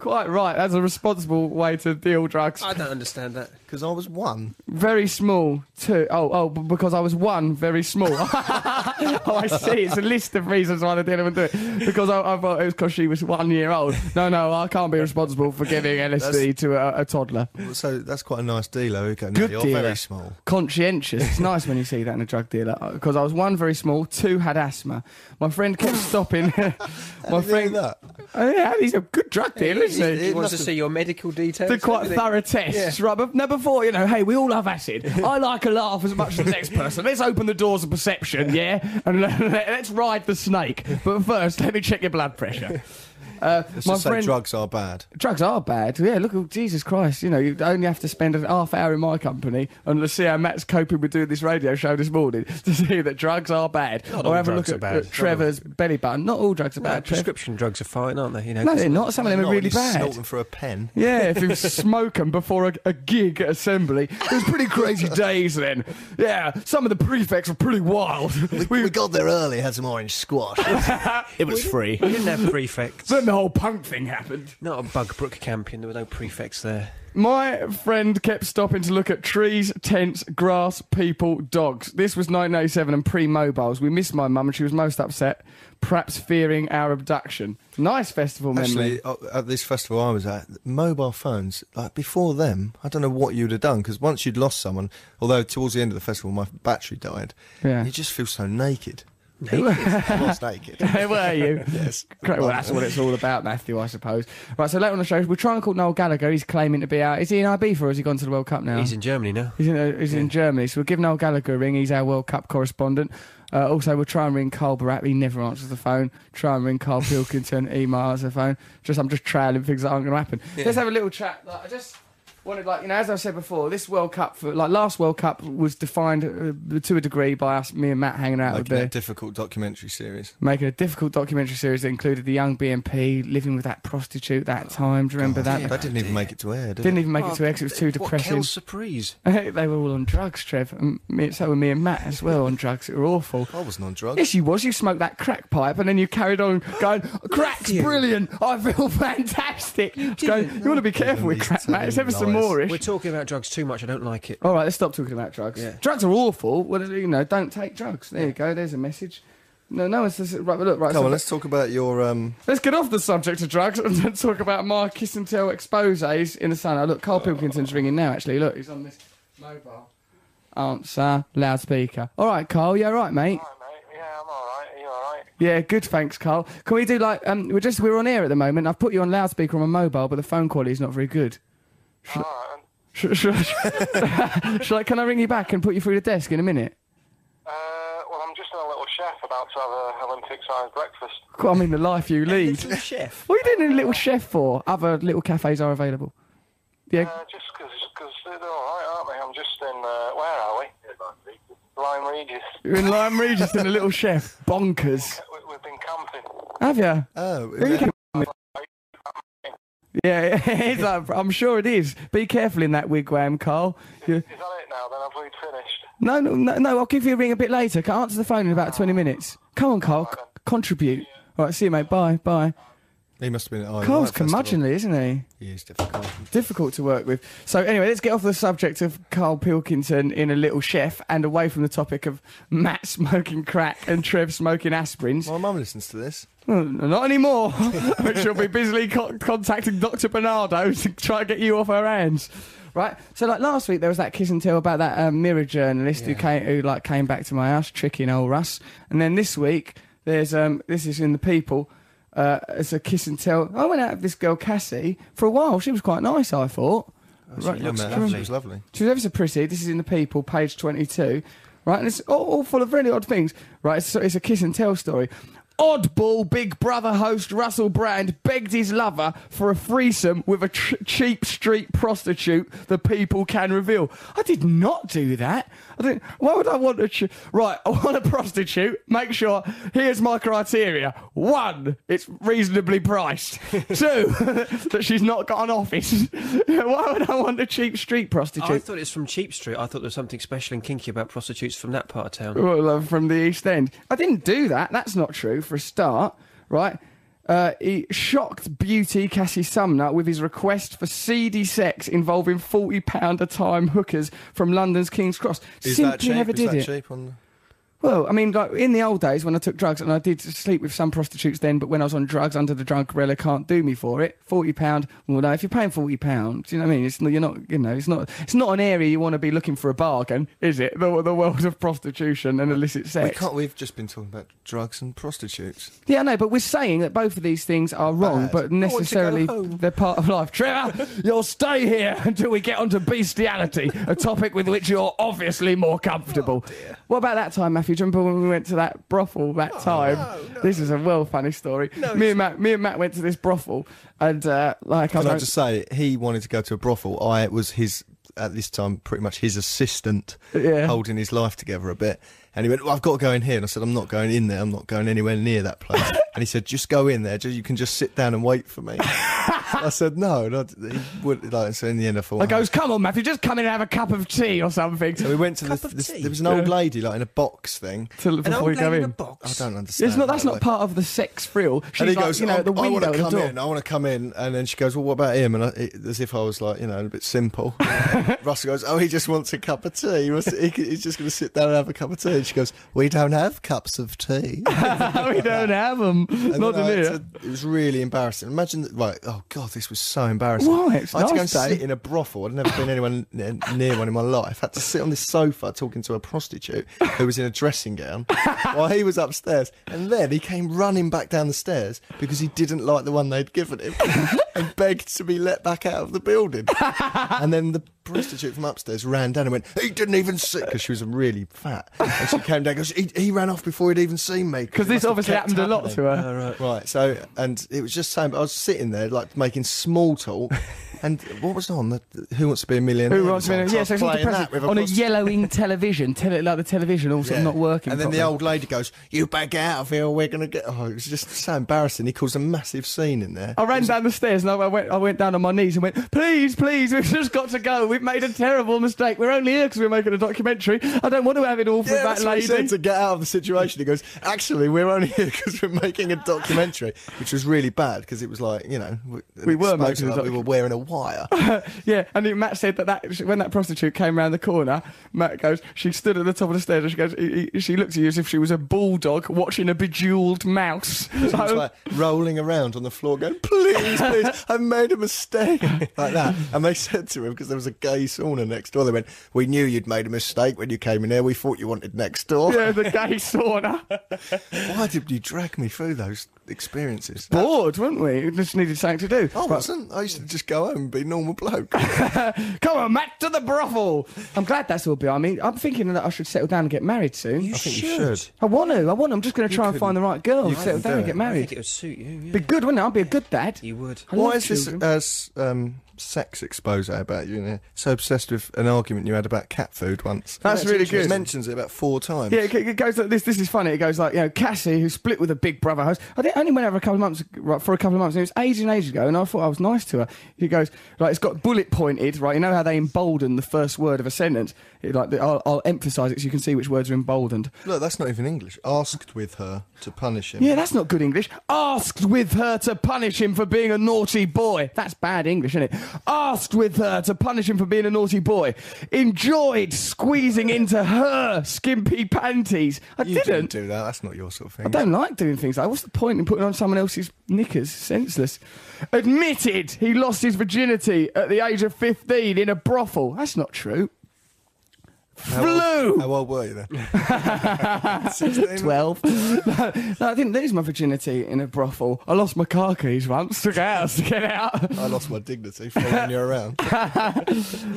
Quite right. That's a responsible way to deal drugs. I don't understand that. Because I was one. Very small, two. Oh, oh, b- because I was one, very small. oh, I see. It's a list of reasons why they didn't even do it. Because I, I thought it was because she was one year old. No, no, I can't be responsible for giving LSD to a, a toddler. So that's quite a nice dealer. Okay, no, Good you're dealer. very small. Conscientious. It's nice when you see that in a drug dealer. Because I was one, very small, two, had asthma. My friend kept stopping. My Did you hear friend. that? Oh, yeah, he's a good drug dealer, He, isn't he? wants to see your medical details. Did quite everything. thorough tests, right? But no, before, you know, hey, we all love acid. I like a laugh as much as the next person. Let's open the doors of perception, yeah? And let, us ride the snake. But first, let me check your blood pressure. Uh, Let's my just friend, say drugs are bad. drugs are bad. Yeah, look, oh, Jesus Christ, you know, you only have to spend an half hour in my company and let's see how Matt's coping with doing this radio show this morning to see that drugs are bad. Not or all have a drugs look are at, bad. at Trevor's belly button. Not all drugs are No, bad. Trev. prescription drugs are fine, aren't they? You know, No, they're not. Some of them are Not when really you snort bad. them for a pen. Yeah, if he was smoking before a, a gig at assembly. It was pretty crazy days then. Yeah, some of the prefects were pretty wild. We, we got there early, had some orange squash. it was free. You didn't have prefects. But the whole punk thing happened. Not a Bugbrook campion. There were no prefects there. My friend kept stopping to look at trees, tents, grass, people, dogs. This was 1987 and pre mobiles. We missed my mum and she was most upset, perhaps fearing our abduction. Nice festival memory. Actually, uh, at this festival I was at, mobile phones, like before them, I don't know what you'd have done because once you'd lost someone, although towards the end of the festival my battery died, Yeah. you just feel so naked. Naked. I was naked. Where were you? Yes. Great. Well, that's what it's all about, Matthew, I suppose. Right, so later on the show, we're trying to call Noel Gallagher. He's claiming to be out. Is he in Ibiza or has he gone to the World Cup now? He's in Germany now. He's in, uh, he's in Germany, so we'll give Noel Gallagher a ring. He's our World Cup correspondent. Uh, also, we'll try and ring Carl Barat. He never answers the phone. Try and ring Carl Pilkington. He might answer the phone. Just I'm just trailing things that aren't going to happen. Let's have a little chat. Like, I just wanted, like you know, as I said before, this World Cup, for, like last World Cup, was defined uh, to a degree by us, me and Matt, hanging out Like with the that difficult documentary series. making a difficult documentary series that included the young BNP living with that prostitute Oh, that time. Do you remember that? That didn't even make it to air, did Didn't it? even make it to X. It was too depressing. What surprise? they were all on drugs, Trev. And me, so were me and Matt as well on drugs. It were awful. I wasn't on drugs. Yes, you was. You smoked that crack pipe, and then you carried on going, "Oh, "Crack's brilliant. I feel fantastic." You, going, you want to be careful with He's crack, Matt. It's ever telling some lies. moreish. We're talking about drugs too much. I don't like it. All right, let's stop talking about drugs. Drugs are awful. Well, you know, don't take drugs. There you go. There's a message. No, no, it's just, right. but Look, right. Come so- on, let's talk about your. Um, Let's get off the subject of drugs and talk about my kiss and tell exposes in the sun. Oh, look, Carl Pilkington's ringing now, actually. Look, he's on this mobile. Answer, loudspeaker. All right, Carl, you all right, mate? Yeah, I'm alright. Are you alright? Yeah, good, thanks, Carl. Can we do like, um, we're just, we're on air at the moment. I've put you on loudspeaker on my mobile, but the phone quality's not very good. Alright. Should, should, should, I, can I ring you back and put you through the desk in a minute? Uh, well, I'm just in a little chef about to have a Olympic-sized breakfast. God, I mean, the life you lead. chef. What are you doing in a little chef for? Other little cafes are available. Yeah, Uh, just because they're alright, aren't they? I'm just in, uh, where are we? Lyme Regis. You're in Lyme Regis in a little chef. Bonkers. We- We've been camping. Have you? oh, you yeah. Yeah, it's like, I'm sure it is. Be careful in that wigwam, Carl. You- Is that it now then? Have we finished? No, no, no, no, I'll give you a ring a bit later. Can answer the phone in about 20 minutes. Come on, Carl. c- contribute. All right, see you, mate. Bye, bye. he must have been at Isle of Carl's Wight Oh, Festival. curmudgeonly, isn't he? He is difficult. Difficult to work with. So, anyway, let's get off the subject of Carl Pilkington in A Little Chef and away from the topic of Matt smoking crack and Trev smoking aspirins. My mum listens to this. Uh, Not anymore. but she'll be busily co- contacting Dr. Bernardo to try and get you off her hands. Right. So like last week there was that kiss and tell about that um, mirror journalist who came who like came back to my house tricking old Russ. And then this week there's um this is in the people. Uh, it's a kiss and tell. I went out with this girl Cassie for a while. She was quite nice, I thought. right, Yeah, man, lovely. She was lovely. she was ever so pretty. This is in the People, page 22. Right, and it's all, all full of really odd things. Right, it's, it's a kiss and tell story. Oddball Big Brother host Russell Brand begged his lover for a threesome with a tr- cheap street prostitute the people can reveal. I did not do that. I think, why would I want a. Ch- right, I want a prostitute. Make sure. Here's my criteria. One, it's reasonably priced. Two, that she's not got an office. why would I want a cheap street prostitute? I thought it's from Cheap Street. I thought there was something special and kinky about prostitutes from that part of town. Well, uh, from the East End. I didn't do that. That's not true for a start, right? Uh, he shocked beauty Cassie Sumner with his request for seedy sex involving forty pound a time hookers from London's King's Cross. Is Simply that cheap? never Is did that it. cheap on... Well, I mean, like in the old days when I took drugs, and I did sleep with some prostitutes then, but when I was on drugs under the drug umbrella, can't do me for it. Forty pound. Well, no, if you're paying forty pound, you know what I mean? It's you're not, you know, it's not, it's not an area you want to be looking for a bargain, is it? The, the world of prostitution and illicit We sex. can't. We've just been talking about drugs and prostitutes. Yeah, I know, but we're saying that both of these things are wrong, Bad. but I want to go necessarily home. they're part of life. Trevor, you'll stay here until we get onto bestiality, a topic with which you're obviously more Oh, comfortable. What about that time, Matthew? Do you remember when we went to that brothel Oh, that time? This is a well funny story. me and Matt, me and Matt went to this brothel, and uh, like I Can I don't- just say, he wanted to go to a brothel. I was his, at this time, pretty much his assistant, Yeah. holding his life together a bit. And he went, well, I've got to go in here. And I said, I'm not going in there. I'm not going anywhere near that place. And he said, "Just go in there. ju- You can just sit down and wait for me." I said, "No." no he would, like, so in the end, I thought. I goes, come on, Matthew, just come in and have a cup of tea or something. so we went to this, of this. tea? There was an old lady like in a box thing. Till- An before old we go lady in a in. I box. don't understand. It's not. That's that, not like- part of the sex thrill. She's and he like, goes, you know, "I- at the I want window, to at the come door. in. I want to come in." And then she goes, "Well, what about him?" And I, it, as if I was like, you know, a bit simple. Russell goes, "Oh, he just wants a cup of tea. He must- he c- he's just going to sit down and have a cup of tea." And she goes, "We don't have cups of tea." we don't have them. And Not then in I had here. to- it was really embarrassing. Imagine that, like, oh god, this was so embarrassing. Why? It's I had to go and nice, though. sit in a brothel. I'd never been anyone n- near one in my life. had to sit on this sofa talking to a prostitute who was in a dressing gown while he was upstairs. And then he came running back down the stairs because he didn't like the one they'd given him and begged to be let back out of the building. and then the prostitute from upstairs ran down and went, "He didn't even see," because she was really fat. And she came down, and goes, "He, he ran off before he'd even seen me." Because this obviously happened a lot to her. Right. So, and it was just saying, I was sitting there like making small talk, and what was on? The, Who wants to be a millionaire? Who wants was on. me to- So I Yeah, was so it's not playing that depressing. with On a prost- yellowing television, tell it like the television also Yeah. not working. And then the properly. old lady goes, "You back out of here. We're gonna get." Oh, it was just so embarrassing. He caused a massive scene in there. I ran down the stairs and I went, I went down on my knees and went, please, please, we've just got to go. We've made a terrible mistake. We're only here because we're making a documentary. I don't want to have it all for Yeah, that that's what he said lady. to get out of the situation. He goes, "Actually, we're only here because we're making a documentary," which was really bad because it was like you know we, We were making a exposure, like we documentary. were wearing a wire. yeah, and then Matt said that, that when that prostitute came round the corner, Matt goes, she stood at the top of the stairs and she goes, he, he- she looked at you as if she was a bulldog watching a bejeweled mouse. She was like rolling around on the floor going, please, please, I've made a mistake. Like that. And they said to him, because there was a gay sauna next door, they went, we knew you'd made a mistake when you came in here. We thought you wanted next door. yeah, the gay sauna. Why did you drag me through those experiences? Bored, weren't we? We just needed something to do. I wasn't. I used to just go home and be a normal bloke. Come on, Matt, to the brothel. I'm glad that's all behind me. I'm thinking that I should settle down and get married soon. You think should. you should. I want to. I want to. I'm just going to try and find the right girl, you settle couldn't down do and get it. I think married. it would suit you. Yeah. Be good, wouldn't it? I'd be a good dad. You would. I Why love is this children. uh, s- um, sex expose about you? Now? So obsessed with an argument you had about cat food once. That's really interesting. good. Mentions it about four times. Yeah, it it goes like this. This is funny. It goes like, you know, Cassie, who split with a big brother host. I think I only went over a couple of months, right, for a couple of months. And it was ages and ages ago, and I thought I was nice to her. She goes, like, it's got bullet pointed, right? You know how they embolden the first word of a sentence? It, like, I'll, I'll emphasise it so you can see which words are emboldened. Look, that's not even English. Asked with her to punish him. Yeah, that's not good English. Asked with her to punish him for being a naughty boy. That's bad English, isn't it? Asked with her to punish him for being a naughty boy. Enjoyed squeezing into her skimpy panties. I You didn't. do that. That's not your sort of thing. I don't like doing things like what's the point in putting on someone else's knickers? Senseless. Admitted he lost his virginity at the age of 15 in a brothel. That's not true. How Flew. Old, how old were you then? 16? 12. no, no, I didn't lose my virginity in a brothel. I lost my car keys once, took it out to get out. I lost my dignity following you around.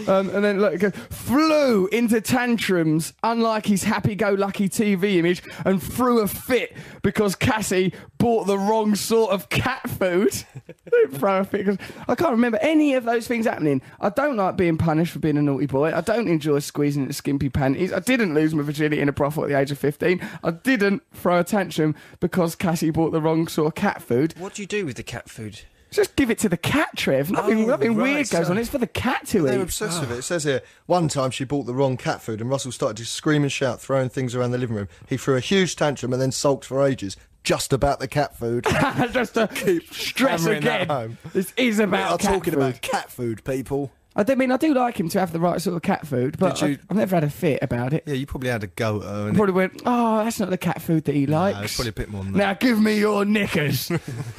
Um, and then, look, it goes, flew into tantrums, unlike his happy go lucky TV image, and threw a fit because Cassie bought the wrong sort of cat food. Don't throw a fit 'cause I can't remember any of those things happening. I don't like being punished for being a naughty boy. I don't enjoy squeezing into skimpy panties. I didn't lose my virginity in a brothel at the age of 15. I didn't throw a tantrum because Cassie bought the wrong sort of cat food. What do you do with the cat food? Just give it to the cat, Trev. Nothing, Oh, nothing right, weird goes so- on. It's for the cat to They're eat. obsessed with it. It says here one time she bought the wrong cat food and Russell started to scream and shout, throwing things around the living room. He threw a huge tantrum and then sulked for ages just about the cat food. just to stress hammering that again. home. This is we about are cat talking food. about cat food, people. I do mean I do like him to have the right sort of cat food, but Did you- I, have never had a fit about it. Yeah, you probably had a go at her. And Probably went, oh, that's not the cat food that he likes. it's probably a bit more than that. Now give me your knickers.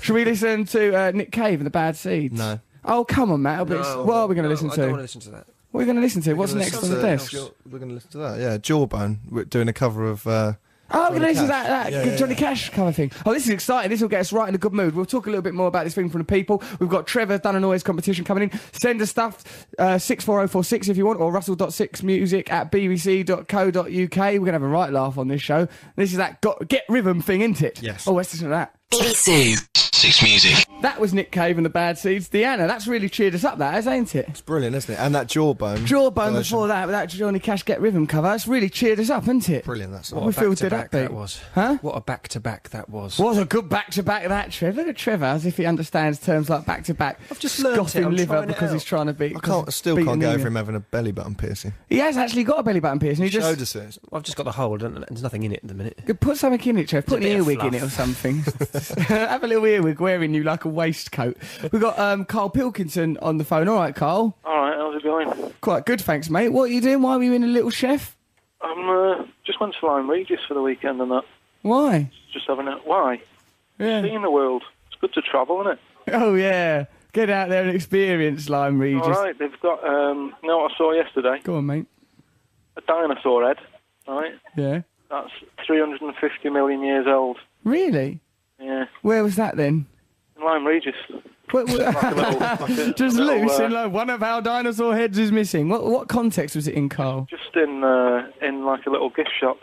Should we listen to uh, Nick Cave and the Bad Seeds? No. Oh come on, Matt. what are we going to listen I to? don't want to listen to that. What are we going to listen to? What's We're gonna next on listen the to- desk? We're going to listen to that. Yeah, Jawbone. We're doing a cover of. Uh, Oh, we're going to Johnny listen to Cash. that, that Yeah, good yeah, Johnny yeah. Cash kind of thing. Oh, this is exciting. This will get us right in a good mood. We'll talk a little bit more about this thing from the people. We've got Trevor done a noise competition coming in. Send us stuff, uh, 64046 if you want, or russell.6music at bbc.co.uk. We're going to have a right laugh on this show. This is that got, get rhythm thing, isn't it? Yes. Oh, let's listen to that. BBC. Six Music. That was Nick Cave and the Bad Seeds. Deanna, that's really cheered us up, that has, ain't it? It's brilliant, isn't it? And that jawbone. Jawbone version. before that, with that Johnny Cash Get Rhythm cover, that's really cheered us up, hasn't it? Brilliant, that's We feel dead back upbeat. that was. Huh? What a back to back that was. What a good back to back that, Trevor. Look at Trevor, as if he understands terms like back to back. I've just learnt it, I'm liver trying it because out. he's trying to beat. I 'cause can't, I he's still beaten can't get England. over him having a belly button piercing. He has actually got a belly button piercing. He just Showed us it. I've just got the hole, and there's nothing in it at the minute. Could Put something in it, Trev. Put an bit of earwig in it or something. Have a little earwig wearing you like a waistcoat. We've got um, Carl Pilkington on the phone. All right, Carl. All right, how's it going? Quite good, thanks, mate. What are you doing? Why were you in a little chef? I'm uh, just went to Lyme Regis for the weekend and that. Why? Just having a why? Yeah. Seeing the world. It's good to travel, isn't it? Oh, yeah. Get out there and experience Lyme Regis. All right, they've got. Um, you know what I saw yesterday? Go on, mate. A dinosaur head. Right, Yeah. that's 350 million years old. Really? Yeah, Where was that then? in Lyme Regis. What, what- Like a little- like a just little, loose uh, in like one of our dinosaur heads is missing. What what context was it in, Carl? Just in uh, in like a little gift shop.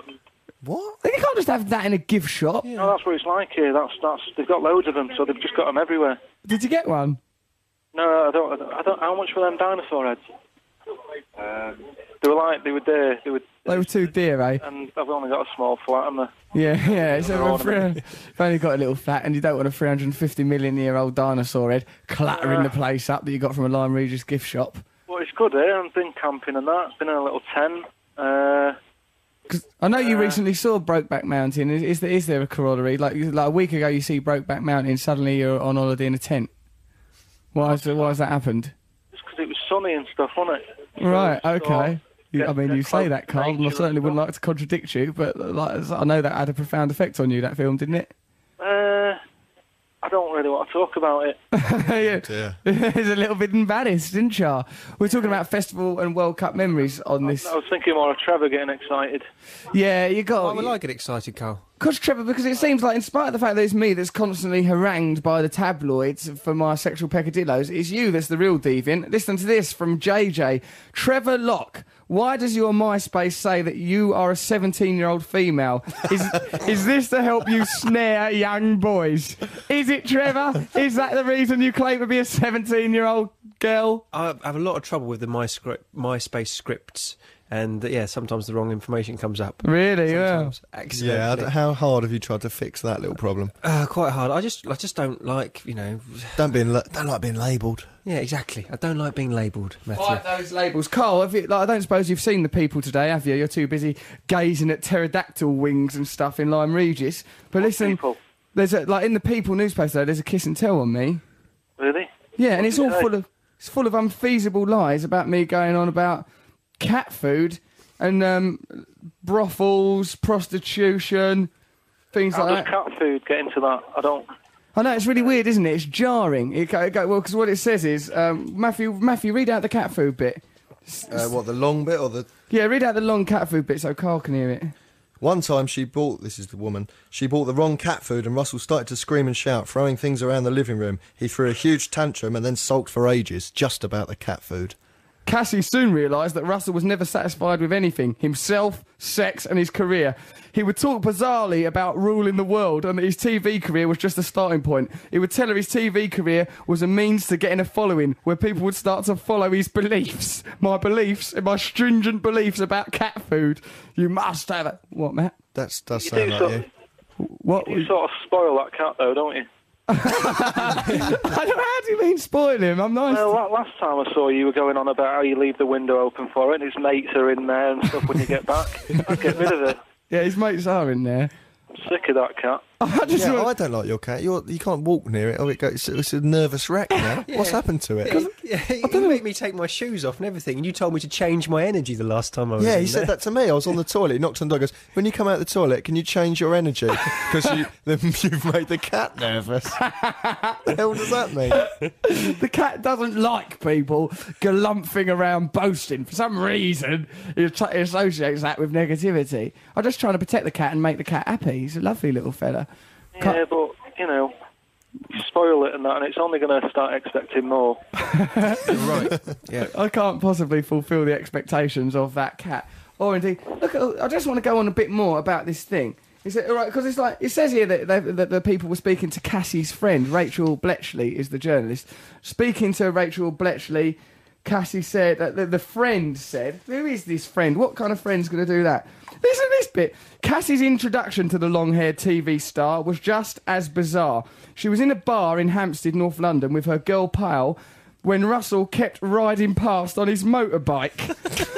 What? You can't just have that in a gift shop. No, that's what it's like here. That's that's they've got loads of them, so they've just got them everywhere. Did you get one? No, I don't. I don't. How much were them dinosaur heads? they were like they were there. They were, They were too dear, eh? and I've only got a small flat. And Yeah, yeah. So They're if you've only got a little flat and you don't want a 350 million year old dinosaur head clattering Uh. the place up that you got from a Lyme Regis gift shop. well, it's good here. I've been camping and that. Been in a little tent. Uh, 'Cause I know you recently saw Brokeback Mountain. Is, is there is there a corollary? Like like a week ago, you see Brokeback Mountain. Suddenly, you're on holiday in a tent. Why has why has that happened? just 'cause it was sunny and stuff, wasn't it? So Right. it's sort Okay. of You, get- I mean, get you say close that, to Carl, and I nature and certainly wouldn't stuff. like to contradict you, but like, I know that had a profound effect on you. That film, didn't it? Uh, I don't really want to talk about it. yeah. Yeah. He's a little bit embarrassed, isn't ya? We're talking about festival and World Cup memories on this. I Oh, was thinking more of Trevor getting excited. Yeah, you Why would I got. get excited, Carl? Because Trevor, because it seems like, in spite of the fact that it's me that's constantly harangued by the tabloids for my sexual peccadillos, it's you that's the real deviant. Listen to this from JJ. Trevor Locke, why does your MySpace say that you are a 17 year old female? Is, is this to help you snare young boys? Is it, Trevor? Is that the reason you claim to be a 17 year old girl? I have a lot of trouble with the My script, MySpace scripts, and uh, yeah, sometimes the wrong information comes up. Really? Yeah. Sometimes accidentally. Yeah. I d- How hard have you tried to fix that little problem? Uh, quite hard. I just, I just don't like, you know. Don't be la- don't like being labelled. Yeah, exactly. I don't like being labelled, Matthew. Like those labels, Carl. Have you, like, I don't suppose you've seen the people today, have you? You're too busy gazing at pterodactyl wings and stuff in Lyme Regis. But listen, people? there's a like in the People newspaper though. There's a kiss and tell on me. Really? Yeah, and it's did all you say? full of it's full of unfeasible lies about me going on about cat food and um, brothels, prostitution, things How like does that. cat food get into that? I don't. I know it's really weird, isn't it? It's jarring. It, go- it, go- well, because what it says is um, Matthew, Matthew, read out the cat food bit. Uh, what the long bit or the Yeah, read out the long cat food bit so Carl can hear it. One time she bought, this is the woman, she bought the wrong cat food and Russell started to scream and shout, throwing things around the living room. He threw a huge tantrum and then sulked for ages just about the cat food. Cassie soon realised that Russell was never satisfied with anything himself, sex, and his career. He would talk bizarrely about ruling the world and that his TV career was just a starting point. He would tell her his TV career was a means to getting a following where people would start to follow his beliefs. My beliefs and my stringent beliefs about cat food. You must have it. What, Matt? That's does You sound do, like sort you. of, What? you sort of spoil that cat though, don't you? I don't, how do you mean spoil him? I'm nice. Well, la- last time I saw you, you were going on about how you leave the window open for it, and his mates are in there and stuff when you get back. I'd get rid of it. yeah, his mates are in there. I'm sick of that cat. I just Yeah, want- I don't like your cat. You're, you can't walk near it. Or it goes, it's, it's a nervous wreck now. What's happened to it? Yeah, you make me take my shoes off and everything. And you told me to change my energy the last time I was. Yeah, in he said there. that to me. I was on the toilet. He knocked on the door. Goes, when you come out the toilet, can you change your energy? Because you, then you've made the cat nervous. the hell does that mean? The cat doesn't like people galumphing around boasting. For some reason, he att- he associates that with negativity. I'm just trying to protect the cat and make the cat happy. He's a lovely little fella. Cut- Yeah, but you know, you spoil it and that, and it's only going to start expecting more. I can't possibly fulfil the expectations of that cat. Or indeed, look, I just want to go on a bit more about this thing. Is it all right? Because it's like it says here that, that, that the people were speaking to Cassie's friend Rachel Bletchley is the journalist speaking to Rachel Bletchley. Cassie said that the, the friend said, "Who is this friend? What kind of friend's going to do that?" Listen to this bit. Cassie's introduction to the long-haired TV star was just as bizarre. She was in a bar in Hampstead, North London, with her girl pal when Russell kept riding past on his motorbike.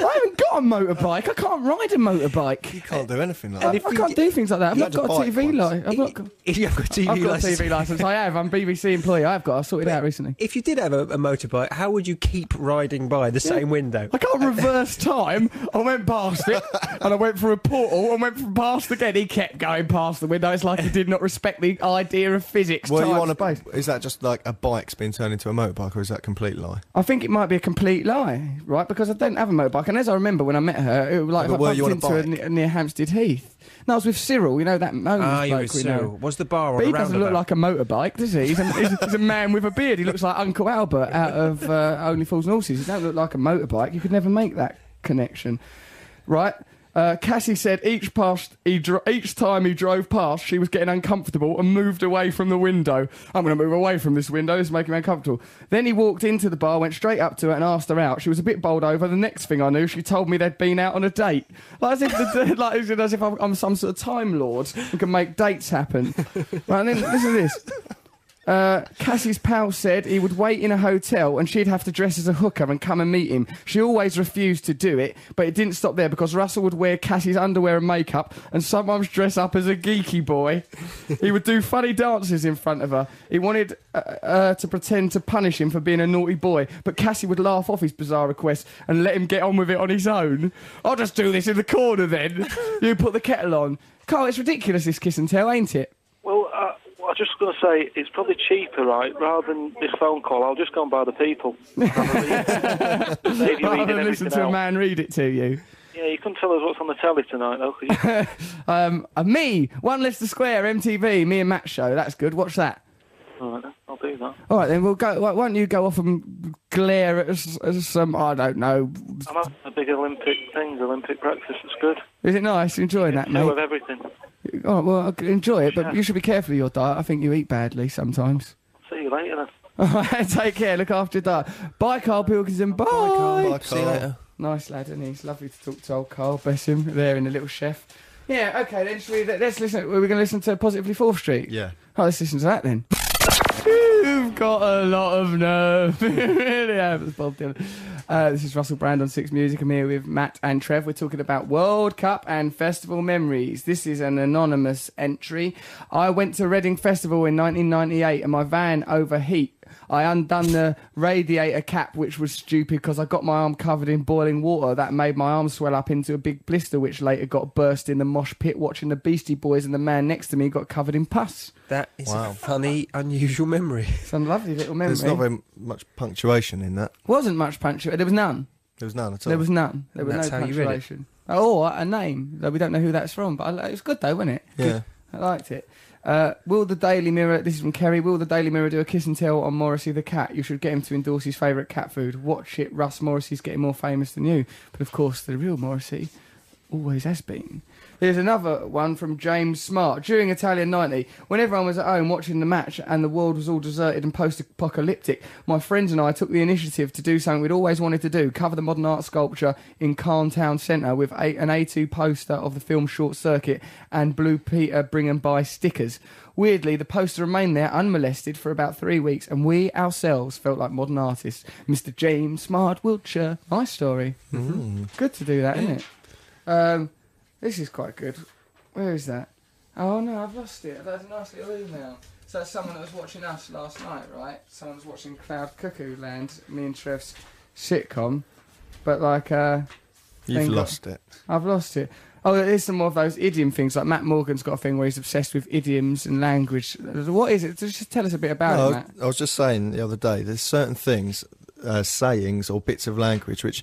I haven't got a motorbike. I can't ride a motorbike. You can't do anything like I that. can't do things like that. I've You not had a got a bike TV once. license. I've not got. If you have got a TV I've got a license. TV license. I have. I'm BBC employee. I've got. I sorted it out recently. If you did have a, a motorbike, how would you keep riding by the same window? I can't reverse time. I went past it and I went through a portal and went from past again. He kept going past the window. It's like he did not respect the idea of physics. Were time, you on a space. Is that just like a bike's been turned into a motorbike, or is that a complete lie? I think it might be a complete lie, right? Because I don't have a motorbike. And as I remember when I met her, it was like but I were you bumped on a into her bike? ne- near Hampstead Heath. No, I was with Cyril. You know that moment. Ah, you bloke were we so. know. Was the bar on But a he doesn't look roundabout? like a motorbike, does he? He's a, he's, a- he's a man with a beard. He looks like Uncle Albert out of uh, Only Fools and Horses. He don't look like a motorbike. You could never make that connection, right? Uh, Cassie said each past he dro- each time he drove past, she was getting uncomfortable and moved away from the window. I'm going to move away from this window. This is making me uncomfortable. Then he walked into the bar, went straight up to her, and asked her out. She was a bit bowled over. The next thing I knew, she told me they'd been out on a date. Like as if, the, like as if- as if I'm, I'm some sort of time lord who can make dates happen. Right, and then listen to this. Uh, Cassie's pal said he would wait in a hotel and she'd have to dress as a hooker and come and meet him. She always refused to do it, but it didn't stop there because Russell would wear Cassie's underwear and makeup and sometimes dress up as a geeky boy. he would do funny dances in front of her. He wanted uh, uh, to pretend to punish him for being a naughty boy, but Cassie would laugh off his bizarre request and let him get on with it on his own. I'll just do this in the corner then. you put the kettle on. Carl, it's ridiculous this kiss and tell, ain't it? Well, uh, well, I was just going to say it's probably cheaper, right? Rather than this phone call, I'll just go and buy the people. Have a read. Save you Rather than reading listen everything to a out. man read it to you. Yeah, you couldn't tell us what's on the telly tonight, though. Could you? Um, uh, me, One Leicester Square, MTV, me and Matt show. That's good. Watch that. All right, then, I'll do that. All right, then we'll go. Why why don't you go off and glare at us- at some? I don't know. I'm having a big Olympic thing, Olympic breakfast. It's good. Is it nice? Enjoying that, Two of mate. everything. All right, well, I'll enjoy it, but you should be careful of your diet. I think you eat badly sometimes. See you later then. All right, take care. Look after your diet. Bye, Carl Pilkinson. Bye. Bye, See you uh, Carl. later. Nice lad, and he's lovely to talk to. Old Carl, bless him. There in the little chef. Yeah. Okay. Then should we, let's listen. We're going to listen to Positively Fourth Street. Yeah. Oh, let's listen to that then. You've got a lot of nerve. You really have. It's Bob Dylan. Uh, this is Russell Brand on Six Music. I'm here with Matt and Trev. We're talking about World Cup and festival memories. This is an anonymous entry. I went to Reading Festival in 1998 and my van overheat. I undone the radiator cap, which was stupid because I got my arm covered in boiling water. That made my arm swell up into a big blister, which later got burst in the mosh pit watching the Beastie Boys, and the man next to me got covered in pus. That is Wow. a funny, unusual memory. Some lovely little memory. There's not very much punctuation in that. Wasn't much punctuation. There was none. There was none at all. There was none. There And was no that's how you read it. punctuation. Or a name. Though we don't know who that's from, but I, li- it was good though, wasn't it? Yeah. I liked it. Uh, will the Daily Mirror? This is from Kerry. Will the Daily Mirror do a kiss and tell on Morrissey the cat? You should get him to endorse his favourite cat food. Watch it. Russ Morrissey's getting more famous than you, but of course the real Morrissey always has been. There's another one from James Smart. During Italian 90, when everyone was at home watching the match and the world was all deserted and post apocalyptic, my friends and I took the initiative to do something we'd always wanted to do cover the modern art sculpture in Carn Town Centre with a, an A2 poster of the film Short Circuit and Blue Peter Bring 'em By stickers. Weirdly, the poster remained there unmolested for about three weeks, and we ourselves felt like modern artists. Mr. James Smart, Wiltshire. My story. Good to do that, isn't it? Um, this is quite good. Where is that? Oh no, I've lost it. That's a nice little email. So that's someone that was watching us last night, right? Someone was watching Cloud Cuckoo Land, me and Trev's sitcom. But like, uh, You've Thank God. lost it. I've lost it. Oh, there's some more of those idiom things. Like Matt Morgan's got a thing where he's obsessed with idioms and language. What is it? Just tell us a bit about it, No, I, Matt. was, I was just saying the other day, there's certain things, uh, sayings or bits of language which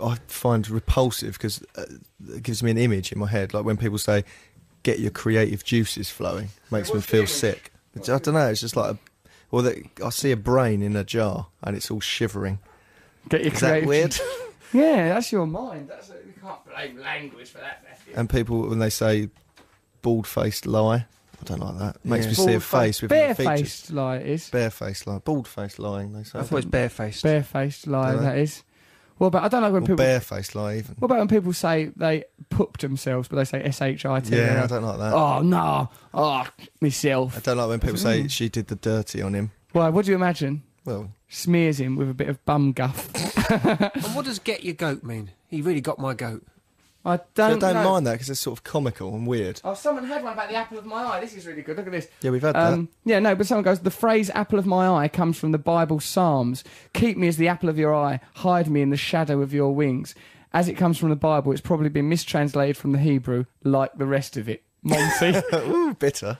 I find repulsive because uh, it gives me an image in my head. Like when people say, "Get your creative juices flowing," makes me what's the feel image? sick. It's, I don't know. It's just like, a, or that I see a brain in a jar and it's all shivering. Get your Is that creative- weird? Yeah, that's your mind. That's you can't blame language for that. Matthew. and people when they say bald faced lie. I don't like that. Makes Yeah. me see a Bald fa- face with no features. barefaced lie it is. Bare faced lie. Bald faced lying, they say. I thought it's barefaced. Barefaced lie Dunno. that is. What about I don't like when Or people. bare faced lie, even. What about when people say they pooped themselves, but they say S H I T? Yeah, I don't like that. Oh no! Oh myself. I don't like when people Mm. say she did the dirty on him. Why? What do you imagine? Well, Smears him with a bit of bum guff. and what does get your goat mean? He really got my goat. I I don't. don't know. mind that because it's sort of comical and weird. Oh, someone had one about the apple of my eye. This is really good. Look at this. Yeah, we've had Um, yeah, no, but someone goes, the phrase apple of my eye comes from the Bible Psalms. Keep me as the apple of your eye, hide me in the shadow of your wings. As it comes from the Bible, it's probably been mistranslated from the Hebrew, like the rest of it. Monty. that. Ooh, bitter.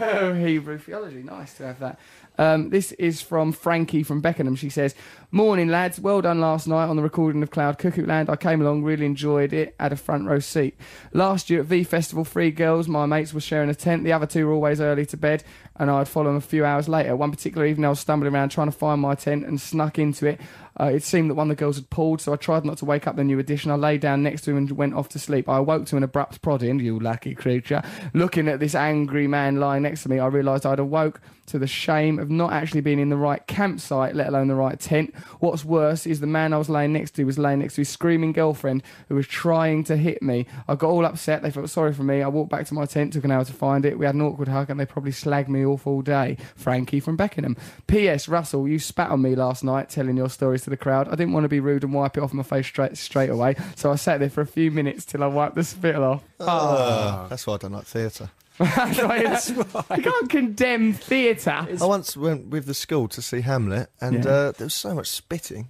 Oh, Hebrew theology. Nice to have that. Um, this is from Frankie from Beckenham. She says, Morning, lads. Well done last night on the recording of Cloud Cuckoo Land. I came along, really enjoyed it, had a front row seat. Last year at V Festival, three girls, my mates, were sharing a tent. The other two were always early to bed, and I'd follow them a few hours later. One particular evening, I was stumbling around trying to find my tent and snuck into it. Uh, it seemed that one of the girls had pulled, so I tried not to wake up the new addition. I lay down next to him and went off to sleep. I awoke to an abrupt prodding, you lucky creature. Looking at this angry man lying next to me, I realised I'd awoke to the shame of not actually being in the right campsite, let alone the right tent. What's worse is the man I was laying next to was laying next to his screaming girlfriend who was trying to hit me. I got all upset. They felt sorry for me. I walked back to my tent, took an hour to find it. We had an awkward hug and they probably slagged me off all day. Frankie from Beckenham. P.S. Russell, you spat on me last night telling your stories to the crowd. I didn't want to be rude and wipe it off my face straight, straight away, so I sat there for a few minutes till I wiped the spittle off. Ah, that's why I don't like theatre. That's right. You can't condemn theatre. I once went with the school to see Hamlet, and Yeah. uh, there was so much spitting.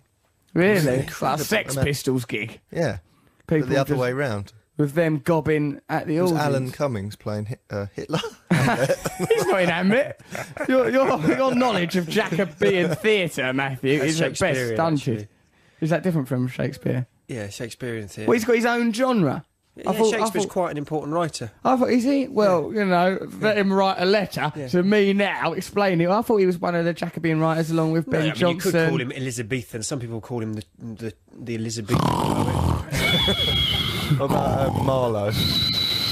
Really? It's Like a incredible, Sex isn't it? Pistols gig. Yeah, People but the other just- way round. With them gobbing at the It was audience. Alan Cummings playing Hit- uh, Hitler. He's not in Hamlet. Your, your, your knowledge of Jacobean theatre, Matthew, That's is at best Shakespearean, stunted. actually. Is that different from Shakespeare? Yeah, Shakespearean theatre. Well, he's got his own genre. yeah, I thought- I Shakespeare's thought- quite an important writer. I thought, is he? Well, you know, let him write a letter to me now, explain it. I thought he was one of the Jacobean writers along with No, Ben I mean, you Johnson. could call him Elizabethan. Some people call him the the, the Elizabethan poet. what about Oh. uh, Marlowe?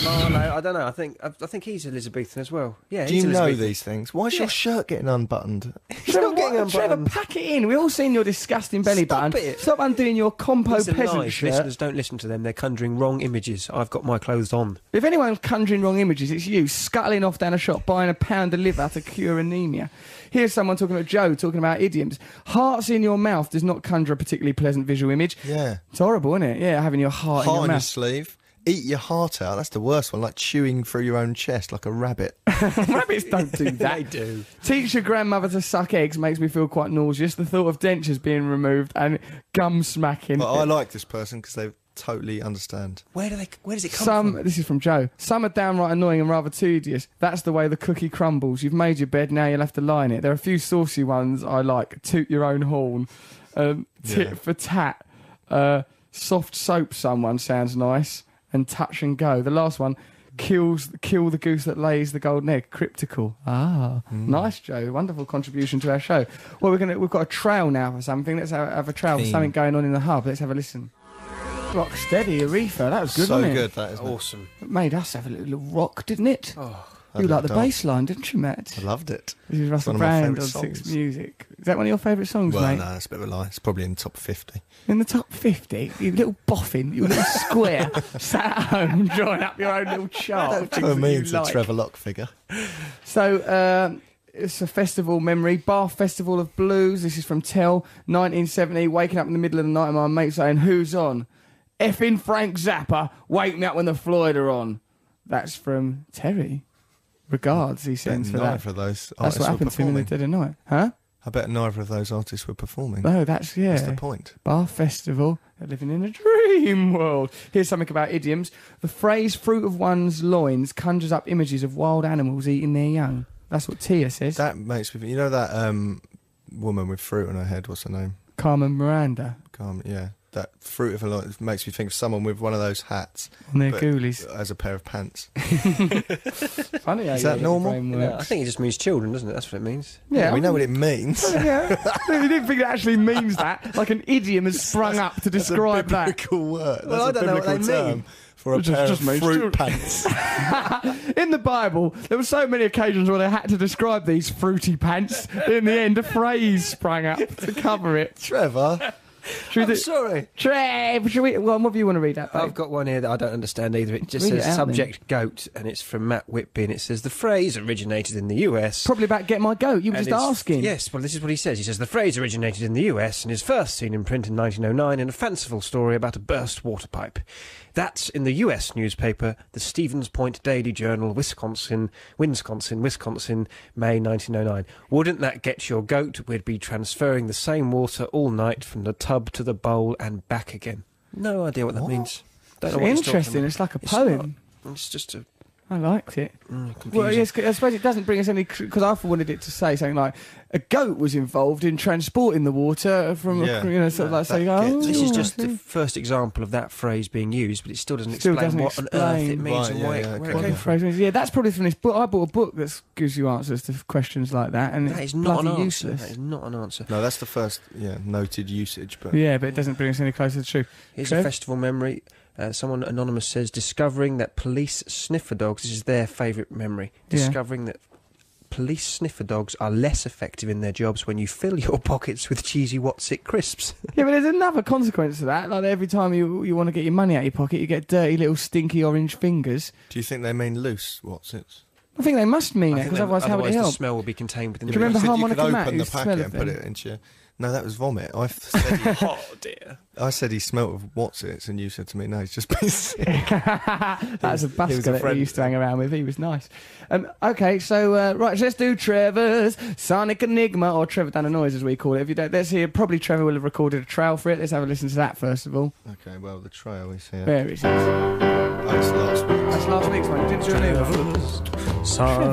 Marlowe, I don't know. I think I, I think he's Elizabethan as well. Yeah, Do he's you know Elizabethan. these things? Why's your Yeah. shirt getting unbuttoned? He's Trevor, what, Trevor, pack it in. We've all seen your disgusting belly Stop button. it. Stop undoing your compo These are peasant lies. shirt. Listeners, don't listen to them. They're conjuring wrong images. I've got my clothes on. If anyone's conjuring wrong images, it's you scuttling off down a shop buying a pound of liver to cure anemia. Here's someone talking about Joe talking about idioms. Hearts in your mouth does not conjure a particularly pleasant visual image. Yeah. It's horrible, isn't it? Yeah, having your heart, Heart in your on your mouth. sleeve. Eat your heart out. That's the worst one. Like chewing through your own chest like a rabbit. Rabbits don't do that. They do. Teach your grandmother to suck eggs makes me feel quite nauseous. The thought of dentures being removed and gum smacking. but I like this person because they totally understand. Where do they? Where does it come Some, from? this is from Joe. Some are downright annoying and rather tedious. That's the way the cookie crumbles. You've made your bed, now you'll have to lie in it. There are a few saucy ones I like. Toot your own horn. Um, tit Yeah. for tat. Uh, soft soap, someone sounds nice. And touch and go. The last one kills kill the goose that lays the golden egg. Cryptical. Ah, Hmm. nice, Joe. Wonderful contribution to our show. Well, we're gonna we've got a trail now for something. Let's have, have a trail for something going on in the hub. Let's have a listen. Rock steady, Aretha. That was good, so wasn't it? good that is. Awesome. Awesome. It made us have a little rock, didn't it? you did like the not. bass line, didn't you, Matt? I loved it. This is Russell one of my Brand on favourite Six songs. Music. Is that one of your favourite songs, Well, mate? no, that's a bit of a lie. It's probably in the top 50. In the top 50, you little boffin, you little square, sat at home drawing up your own little chart. of things Oh, that me you into the like. Trevor Locke figure. So um, it's a festival memory, Bath Festival of Blues. This is from Tell, 1970. Waking up in the middle of the night, and my mate saying, "Who's on?" Effing Frank Zappa. Wake me up when the Floyd are on. That's from Terry. Regards, he Bet sends for that. neither of those That's artists what were happened to him in the performing. dead of night, huh? I bet neither of those artists were performing. No, that's yeah. That's the point. Bar Festival, they're living in a dream world. Here's something about idioms. The phrase fruit of one's loins conjures up images of wild animals eating their young. That's what Tia says. That makes me. think- You know that um, woman with fruit on her head. What's her name? Carmen Miranda Carmen. Yeah, that fruit of her life makes me think of someone with one of those hats on their But- ghoulies. as a pair of pants. Funny how Is your that little normal? brain Yeah, I works. think it just means children, doesn't it? That's what it means. Yeah, we know what it means. Yeah, you didn't think it actually means that. Like an idiom has sprung up to It's a describe that. biblical word. That's Well, a I don't know what biblical they term mean. for a Just- pair just of me. fruit pants. In the Bible, there were so many occasions where they had to describe these fruity pants. In the end, a phrase sprang up to cover it. Trevor, Should we do- Sorry. Trev, should we, well, what do you want to read out? babe? Oh. I've got one here that I don't understand either. It just Read it says out, then. subject goat, and it's from Matt Whitby, and it says the phrase originated in the US. Probably about get my goat. You were and just it's- asking. Yes, well, this is what he says. He says the phrase originated in the US and is first seen in print in 1909 in a fanciful story about a burst water pipe. That's in the US newspaper, the Stevens Point Daily Journal, Wisconsin, Wisconsin, Wisconsin, May 1909. Wouldn't that get your goat? We'd be transferring the same water all night from the tub to the bowl and back again. No idea what that means. Don't It's know what he's talking interesting. about. It's like a It's poem. not- It's just a I liked it. mm, confusing. Well, yes, 'cause I suppose it doesn't bring us any because I wanted it to say something like a goat was involved in transporting the water from Yeah. a, you know sort of like that saying oh, gets- This is I just the see." first example of that phrase being used, but it still doesn't Still explain doesn't what on earth it explain. means Right, and yeah, where, yeah, where okay. it What came the from. phrase means. Yeah, that's probably from this book. I bought a book that gives you answers to questions like that, and That it's is not an bloody answer. useless. That is not an answer. no, that's the first yeah noted usage, but Yeah, but it doesn't bring us any closer to the truth. Here's Trev? a festival memory. Uh, someone anonymous says discovering that police sniffer dogs. This is their favourite memory. Yeah. Discovering that police sniffer dogs are less effective in their jobs when you fill your pockets with cheesy What's It crisps. Yeah, but there's another consequence to that. Like every time you you want to get your money out of your pocket, you get dirty little stinky orange fingers. do you think they mean loose Watsits? I think they must mean it think because they- otherwise, how would it the help? smell will be contained within. Do the you remember said harmonica you could Matt open who the packet smelled and put them? it into your... No, that was vomit. I said he, oh dear. I said he smelt of Watsits, and you said to me, "No, he's just been sick." That's a was- he was a busker that we friend. used to hang around with. He was nice. Um, okay, so uh, right, so let's do Trevor's Sonic Enigma or Trevor Dunn Noise as we call it. If you don't, let's hear. Probably Trevor will have recorded a trail for it. Let's have a listen to that first of all. okay, well the trail is here. There it is. That's Oh, it's the last one. last week's one. Didn't do a new one. It's quite good,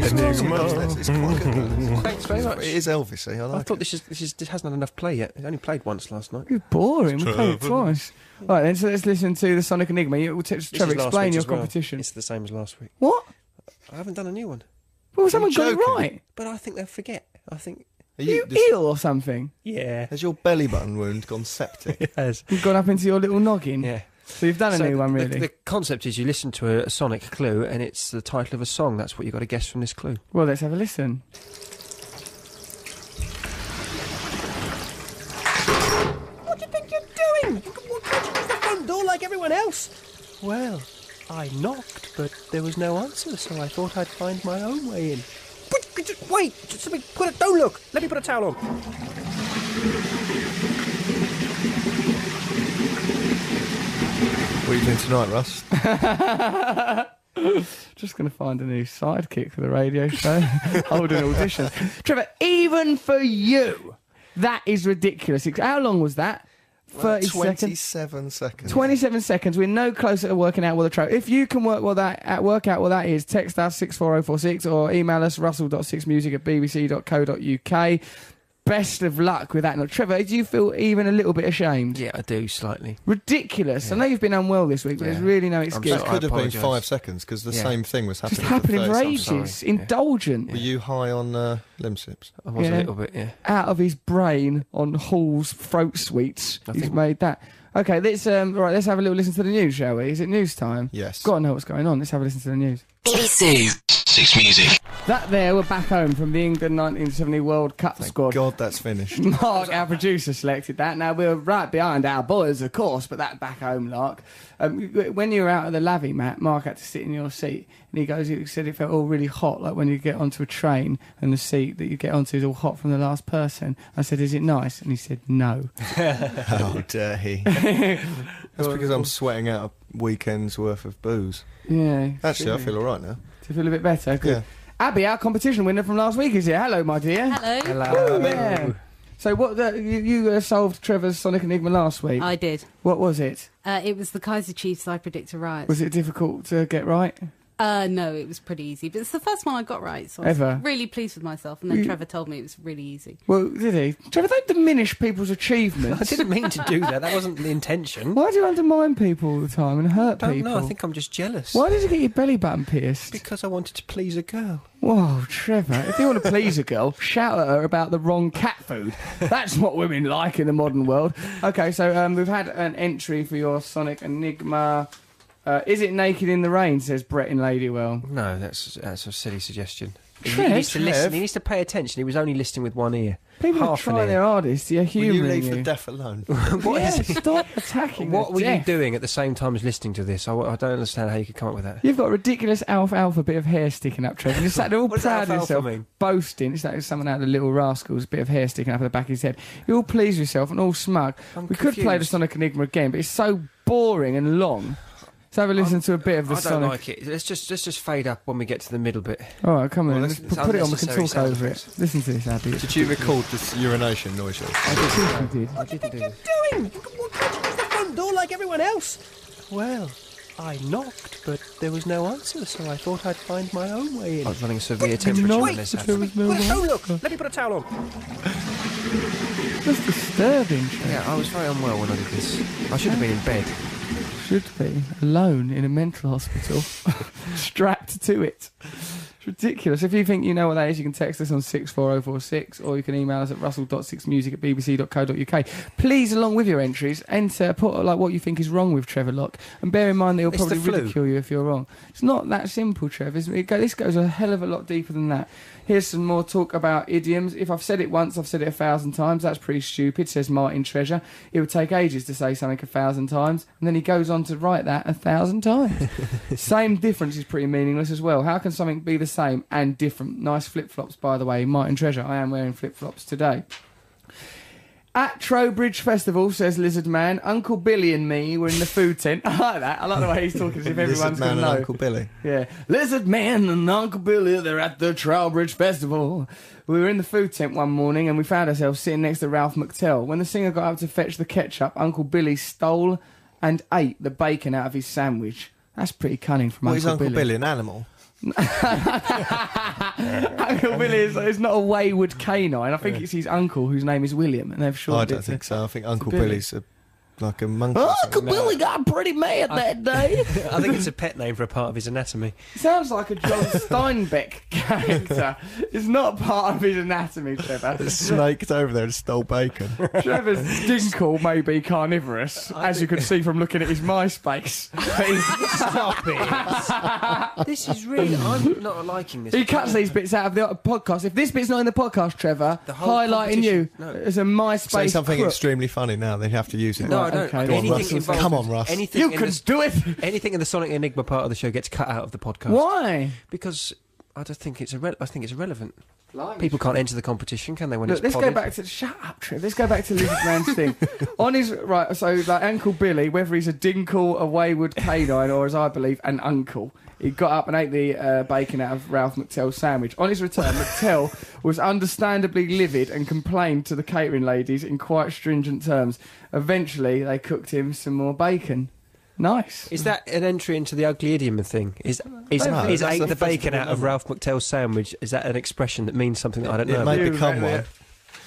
it's quite good, though. Thanks very much. It is Elvisy. I I like thought it. this is this is this hasn't had enough play yet. It only played once last night. You're boring. We played it twice. All right, then. So let's listen to the Sonic Enigma. You, well, t- This Trevor, is last explain week's your as well. competition. It's the same as last week. What? I haven't done a new one, Well, someone got it joking. right. but I think they'll forget. I think. Are You this- ill or something? Yeah. Has your belly button wound gone septic? Yes. You've gone up into your little noggin. Yeah. So you've done a So new one, the- really. The, concept is you listen to a, a sonic clue and it's the title of a song. That's what you got to guess from this clue. Well, let's have a listen. What do you think you're doing? You can walk out through the front door like everyone else. Well, I knocked, but there was no answer, so I thought I'd find my own way in. But, but just wait, just let me put it. Don't look. Let me put a towel on. what are you doing tonight, Russ? Just going to find a new sidekick for the radio show. Hold an audition. Trevor, even for you, that is ridiculous. Ex- How long was that? 30 seconds. Twenty-seven seconds. 27 seconds. We're no closer to working out what the trail. If you can work what that at work out what that is, text us 64046 or email us russell.6music at bbc.co.uk. Best of luck with that. Now, Trevor, do you feel even a little bit ashamed? Yeah, I do slightly. Ridiculous. I know you've been unwell this week, but there's Yeah. really no That excuse. sorry. I could have been apologise. five seconds because the Yeah. same thing was happening. Just for happening for 30 sorry. ages. Yeah. Indulgent. Were you high on uh, limb sips? I was Yeah. a little bit, yeah. Out of his brain on Hall's throat sweets. I He's think- made that. Okay, let's um right, let's have a little listen to the news, shall we? Is it news time? Yes. Gotta know what's going on. Let's have a listen to the news. BBC Six Music. That there, we're back home from the England 1970 World Cup Thank squad. God that's finished. Mark, our producer, selected that. Now we were right behind our boys, of course, but that back home, Lark. Um, w- when you were out at the lavvy, Matt, Mark had to sit in your seat, and he goes, he said it felt all really hot, like when you get onto a train and the seat that you get onto is all hot from the last person. I said, is it nice? And he said, no. How dirty. that's because I'm sweating out a weekend's worth of booze. Yeah. Actually, I feel all right now. to feel a bit better. Good. Yeah. Abby, our competition winner from last week, is here. Hello, my dear. Hello. Hello. Yeah. So what the, you, you uh, solved Trevor's Sonic Enigma last week? I did. What was it? Uh, it was the Kaiser Chiefs I predict a riot. Was it difficult to get right? Uh, no, it was pretty easy. But it's the first one I got right, so I was Ever. really pleased with myself. And then Trevor told me it was really easy. Well, did he? Trevor, don't diminish people's I achievements. didn't mean to do that. That wasn't the intention. Why do you undermine people all the time and hurt I don't people? know. I think I'm just jealous. Why did you get your belly button pierced? Because I wanted to please a girl. Whoa, Trevor, if you want to please a girl, shout at her about the wrong cat food. That's what women like in the modern world. Okay, so um, we've had an entry for your Sonic Enigma. Uh, is it naked in the rain? Says Brett in Ladywell. No, that's that's a silly suggestion. Trev, he needs to listen. Trev. He needs to pay attention. He was only listening with one ear. People Half are an trying ear. their hardest. You're Will you human. leave the deaf alone? what is it? Stop attacking. What the were you deaf. doing at the same time as listening to this? I, I don't understand how you could come up with that. You've got a ridiculous alpha alpha bit of hair sticking up, Trevor. You're sat there all What does proud of alfalfa yourself, mean? boasting. It's like someone out of the Little Rascals, bit of hair sticking up at the back of his head. You're all pleased with yourself and all smug. I'm we could play the confused. Sonic Enigma again, but it's so boring and long. Let's have a listen to a bit of the I don't Sonic. like it. Let's just let's just fade up when we get to the middle bit. All right, come on. Well, then. listen, Let's it's put it on. We can unnecessary talk sound over it. effects. Listen to this, Abby. It's Did you record this urination noise? I did. What do you think you're doing? You can can't you use the front door like everyone else? Well, I knocked, but there was no answer, so I thought I'd find my own way in. I was running a severe temperature when this happened. Wait, put a towel look. Let me put a towel on. That's disturbing. Trevor. Yeah, I was very unwell when I did this. I should have been in bed. Should be alone in a mental hospital, strapped to it. It's ridiculous. If you think you know what that is, you can text us on 64046 or you can email us at russell.6music at bbc.co.uk. Please, along with your entries, enter put uh, like what you think is wrong with Trevor Locke and bear in mind that he'll It's probably the flu. ridicule you if you're wrong. It's not that simple, Trevor. Isn't it? It go- This goes a hell of a lot deeper than that. Here's some more talk about idioms. If I've said it once, I've said it a thousand times. That's pretty stupid, says Martin Treasure. It would take ages to say something a thousand times, and then he goes on to write that a thousand times. same difference is pretty meaningless as well. How can something be the same and different? Nice flip flops, by the way, Martin Treasure. I am wearing flip flops today. At Trowbridge Festival, says Lizard Man, Uncle Billy and me were in the food tent. I like that. I like the way he's talking as if everyone's man going to and know. Uncle Billy. Yeah, Lizard Man and Uncle Billy, they're at the Trowbridge Festival. We were in the food tent one morning and we found ourselves sitting next to Ralph McTell. When the singer got up to fetch the ketchup, Uncle Billy stole and ate the bacon out of his sandwich. That's pretty cunning from What Uncle, is Uncle Billy. Billy? An animal? Uncle Billy is, is not a wayward canine. I think it's his uncle whose name is William, and they've Oh, I shortened don't it to think so. I think Uncle Billy. Billy's a, like a monkey. Ah, or something. Billy got pretty mad that day. I think it's a pet name for a part of his anatomy. Sounds like a John Steinbeck character. It's not part of his anatomy, Trevor. Snaked over there and stole bacon. Trevor's dinkle may be carnivorous, as you can see from looking at his MySpace. But he's- Stop it! this is really. I'm not liking this. he cuts these bits out of the podcast. If this bit's not in the podcast, Trevor, The whole highlighting you competition- no. as a MySpace. Say something crook. extremely funny now. They have to use it. No, I Right, don't. okay. Go on, Anything Russell. involved. Come on, Russ. Anything You in can the, do it. anything in the Sonic Enigma part of the show gets cut out of the podcast. Why? Because I don't think it's irre- I think it's irrelevant. People can't enter the competition, can they? When Look, it's let's podded? go back to shut up, Trev. Let's go back to Lizard Man's thing. On his right, so like Uncle Billy, whether he's a dinkle, a wayward canine, or as I believe, an uncle, he got up and ate the uh, bacon out of Ralph McTell's sandwich. On his return, McTell was understandably livid and complained to the catering ladies in quite stringent terms. Eventually, they cooked him some more bacon. Nice. Is that an entry into the ugly idiom thing? Is is, No, is that's ate the the bacon festival out of number. Ralph McTell's sandwich? Is that an expression that means something that I don't It know? may You become right one. there.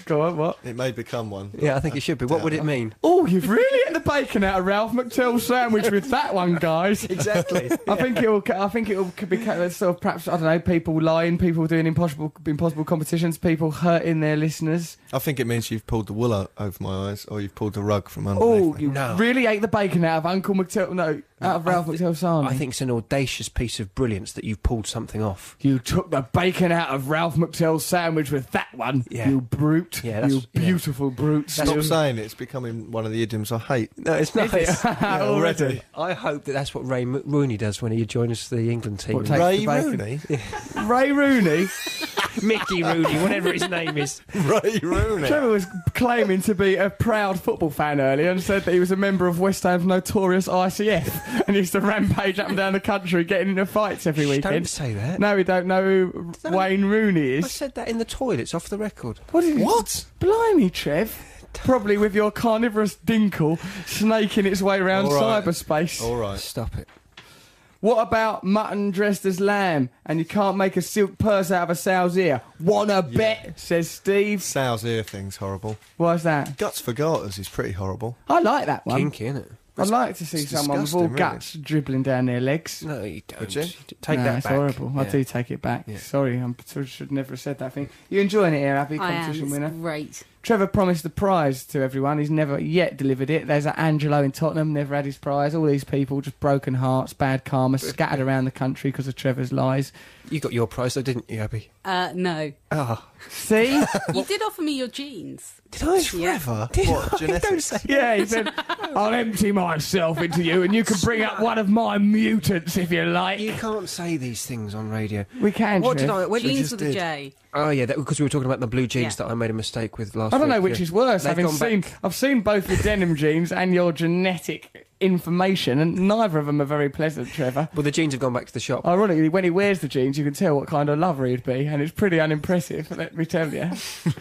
Go on, what? It may become one. yeah, I think it should be. What would it mean? Oh, you've really ate the bacon out of Ralph McTell's sandwich with that one, guys. Exactly. I think it will. I think it will could be kind of sort of perhaps I don't know. People lying, people doing impossible impossible competitions, people hurting their listeners. I think it means you've pulled the wool o- over my eyes, or you've pulled the rug from underneath Oh, me. you No. really ate the bacon out of Uncle McTell. No, out of Ralph McTell's army. I think it's an audacious piece of brilliance that you've pulled something off. you took the bacon out of Ralph McTell's sandwich with that one. Yeah. You brute. Yeah, that's- you yeah. beautiful brute. Stop saying it. It's becoming one of the idioms I hate. No, it's not. already. I hope that that's what Ray Mo- Rooney does when he joins the England team. What, take- Takes the Ray bacon. Rooney. Ray Rooney. Mickey Rooney, whatever his name is. Ray Rooney. Trevor was claiming to be a proud football fan earlier and said that he was a member of West Ham's notorious ICF and used to rampage up and down the country getting into fights every weekend. Don't say that. No, we don't know who Don't- Wayne Rooney I is. said that in the toilets, off the record. What? Is What? Blimey, Trev. Probably with your carnivorous dinkle snaking its way around All right. cyberspace. All right. Stop it. What about mutton dressed as lamb? And you can't make a silk purse out of a sow's ear. Wanna bet? Says Steve. Sow's ear thing's horrible. Why's that? Guts for garters is pretty horrible. I like that one. Kinky, isn't it? I'd like to see it's someone with all disgusting, really. guts dribbling down their legs. No, you don't. you? Take No, that it's back. horrible. I Yeah. do take it back. Sorry, I should never have said that thing. You enjoying it here, Happy I am. competition It's winner? great. Trevor promised the prize to everyone. He's never yet delivered it. There's that Angelo in Tottenham, never had his prize. All these people, just broken hearts, bad karma, scattered around the country because of Trevor's lies. You got your prize though, didn't you, Abby? Uh, no. See? You did offer me your jeans. Did I? Yeah. Ever? What, genetics? yeah, he said, I'll empty myself into you and you can bring up one of my mutants if you You like. can't say these things on radio. We can, What did Trev. I? When jeans just with did. a J. Oh yeah, that because we were talking about the blue jeans Yeah. that I made a mistake with last. I don't week, know which yeah. is worse. They've Having gone seen, back- I've seen both your denim jeans and your genetic information, and neither of them are very pleasant, Trevor. Well, the jeans have gone back to the shop. Ironically, when he wears the jeans, you can tell what kind of lover he'd be, and it's pretty unimpressive, let me tell you.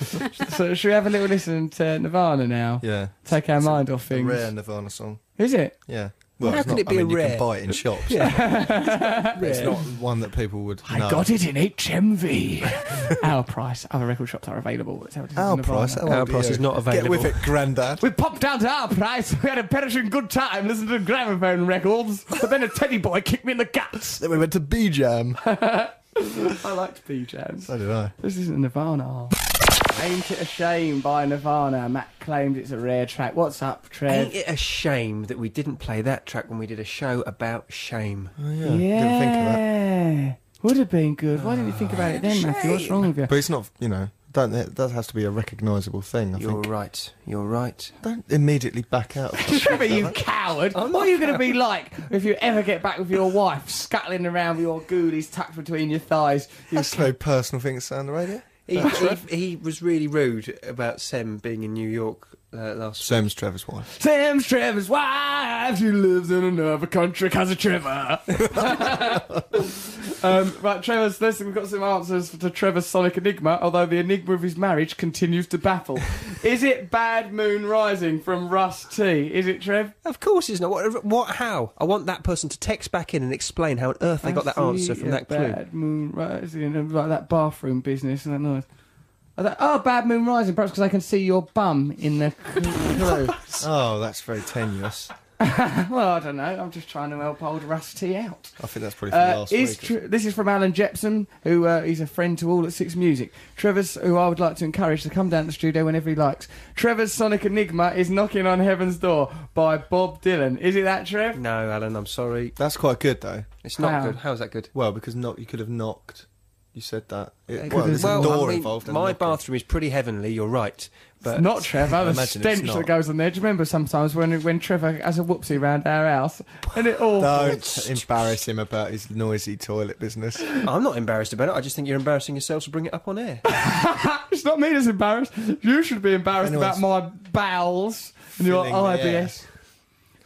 so, should we have a little listen to Nirvana now? Yeah. Take our mind off A things. rare Nirvana song. Is it? Yeah. Well, How it's could not, it be I mean, a You rare? can buy it in shops. But It's not one that people would know. I got it in HMV. our price. Other record shops are available. Let's have a listen to Our Nirvana. price. how Our old are price you? is not Get with available. it, Grandad. We popped down to our price. We had a perishing good time listening to gramophone records, but then a teddy boy kicked me in the guts. Then we went to B Jam. I liked B-Jams. so did I. This isn't Nirvana. Ain't It a Shame by Nirvana. Matt claims it's a rare track. What's up, Ain't Trev? it a shame that we didn't play that track when we did a show about shame? Oh, yeah. Yeah. Didn't think of that. Would have been good. Why didn't you think about it then, Matthew? What's wrong with you? But it's not, you know, don't, it does have to be a recognisable thing, I You're think. right. You're right. Don't immediately back out. of it. Trevor, you coward! What are you going to be like if you ever get back with your wife, scuttling around with your goodies tucked between your thighs? You That's no personal thing to say on the radio. He, he, he was really rude about Sem being in New York uh, last week. Sam's Trevor's wife. Sam's Trevor's wife. She lives in another country because of Trevor. um, right, Trevor's. Listen, we've got some answers to Trevor's Sonic Enigma, although the enigma of his marriage continues to baffle. Is it Bad Moon Rising from Russ T? Is it, Trev? Of course, it's not. What, what? How? I want that person to text back in and explain how on earth they got that I see answer from a that clue. Bad Moon Rising, and like that bathroom business and that noise. I thought, Oh, Bad Moon Rising, perhaps because I can see your bum in the clue. Oh, that's very tenuous. well, I don't know. I'm just trying to help old Russ T out. I think that's probably from Uh, last is week. tr- this is from Alan Jepson, who uh, he's a friend to all at Six Music. Trevor's, who I would like to encourage to come down to the studio whenever he likes. Trevor's Sonic Enigma is knocking on heaven's door by Bob Dylan. Is it that, Trev? No, Alan, I'm sorry. That's quite good, though. It's not How? good. How is that good? Well, because knock, you could have knocked. You said that. It, could well, have- there's a I door mean, involved. and my knocking. bathroom is pretty heavenly. You're right, but Not Trevor. The imagine it's stench that not. goes on there. Do you remember sometimes when when Trevor has a whoopsie round our house and it all. Don't embarrass him about his noisy toilet business. I'm not embarrassed about it. I just think you're embarrassing yourselves to bring it up on air. It's not me that's embarrassed. You should be embarrassed Anyone's about my bowels and your Filling the air. IBS.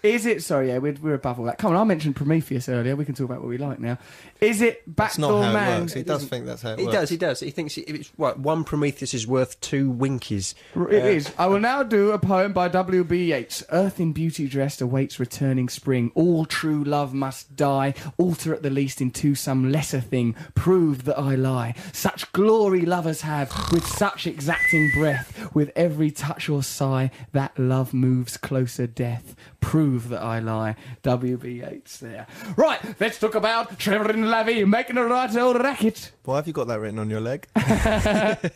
Is it? Sorry, yeah, we're, we're above all that. Come on, I mentioned Prometheus earlier. We can talk about what we like now. Is it That's not Backdoor how Man? it works. He does think that's how it he works. does. He does. He thinks he, it's right. One Prometheus is worth two Winkies. Uh, R- It is. I will now do a poem by W.B. Yeats. Earth in beauty dressed awaits returning spring. All true love must die, alter at the least into some lesser thing. Prove that I lie. Such glory lovers have, with such exacting breath, with every touch or sigh, that love moves closer death. Prove that I lie. W.B. Yeats there. Right, let's talk about Trevor and Lavie making a right old racket. Why have you got that written on your leg?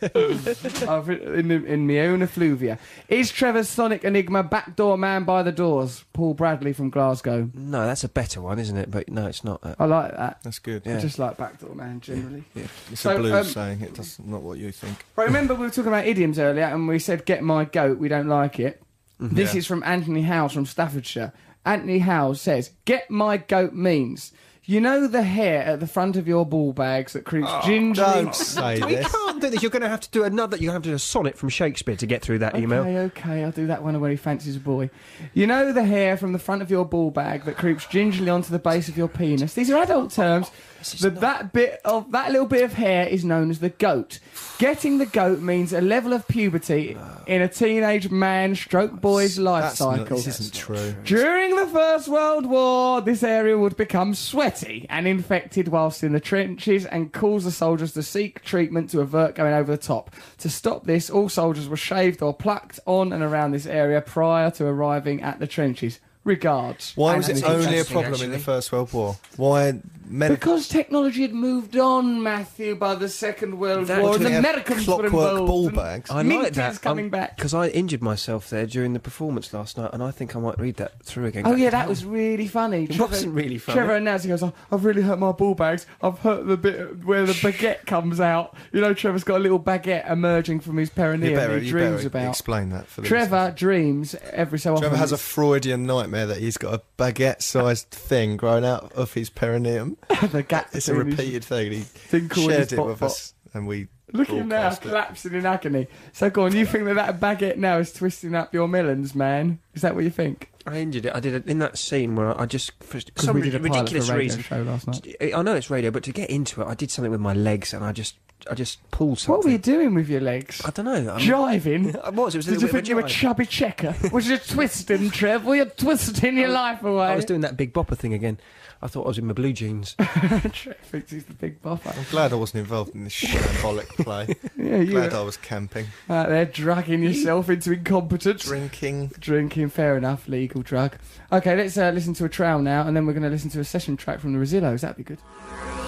I've writ- in, in my own effluvia. Is Trevor's Sonic Enigma Backdoor Man by the Doors? Paul Bradley from Glasgow. No, that's a better one, isn't it? But no, it's not. Uh, I like that. That's good. I just like Backdoor Man generally. It's So, a blues um, saying. It does not what you think. Right, remember we were talking about idioms earlier and we said, get my goat, we don't like it. This Mm-hmm. Yeah. is from Anthony Howes from Staffordshire. Anthony Howes says, get my goat means, you know the hair at the front of your ball bags that creeps gingerly... Oh, Don't say we this. can't do this. You're going to have to do another. You're going to have to do a sonnet from Shakespeare to get through that email. Okay, okay, I'll do that one where he fancies a boy. You know the hair from the front of your ball bag that creeps gingerly onto the base of your penis. These are adult terms. that that bit of that little bit of hair is known as the goat. Getting the goat means a level of puberty in a teenage man stroke boy's life That's not- cycle. this isn't true. During the First World War, this area would become sweaty and infected whilst in the trenches and cause the soldiers to seek treatment to avert going over the top. To stop this, all soldiers were shaved or plucked on and around this area prior to arriving at the trenches. Regards. Why was it Anthony. only a interesting, problem in the actually. First World War? Why men? Because technology had moved on, Matthew, by the Second World That- War, Well, and they the had Americans were clockwork involved. ball and bags. I Mint like is that coming back. because I injured myself there during the performance last night, and I think I might read that through again. Oh yeah, that was really funny. It wasn't really funny. Trevor announced, he goes, "Oh, "I've really hurt my ball bags. I've hurt the bit where the baguette comes out. You know, Trevor's got a little baguette emerging from his perineum. You better, he you dreams better about. explain that for the listeners. Trevor dreams every so often. Trevor has a Freudian nightmare that he's got a baguette-sized thing growing out of his perineum. the gap It's a between his- repeated thing. and Thing He called his shared it bot- with bot. us, and we Look at him now, broadcast it. collapsing in agony. So go on, you think that that baguette now is twisting up your melons, man? Is that what you think? I injured it. I did it in that scene where I, I just for Because some we did a pilot for a ridiculous radio reason. show last night. I know it's radio, but to get into it, I did something with my legs, and I just I just pulled something. What were you doing with your legs? I don't know. I'm- Driving. I was. It was a Did you little think bit you of were a jive. chubby checker? Was you twisting, Trevor? You're twisting your life away. I was doing that big bopper thing again. I thought I was in my blue jeans. Trevor thinks he's the big buffer. I'm glad I wasn't involved in this shambolic play. Yeah, you glad I were was camping, out there dragging yourself into incompetence. drinking. Drinking, fair enough, legal drug. Okay, let's uh, listen to a trial now, and then we're going to listen to a session track from the Rosillos. That'd be good.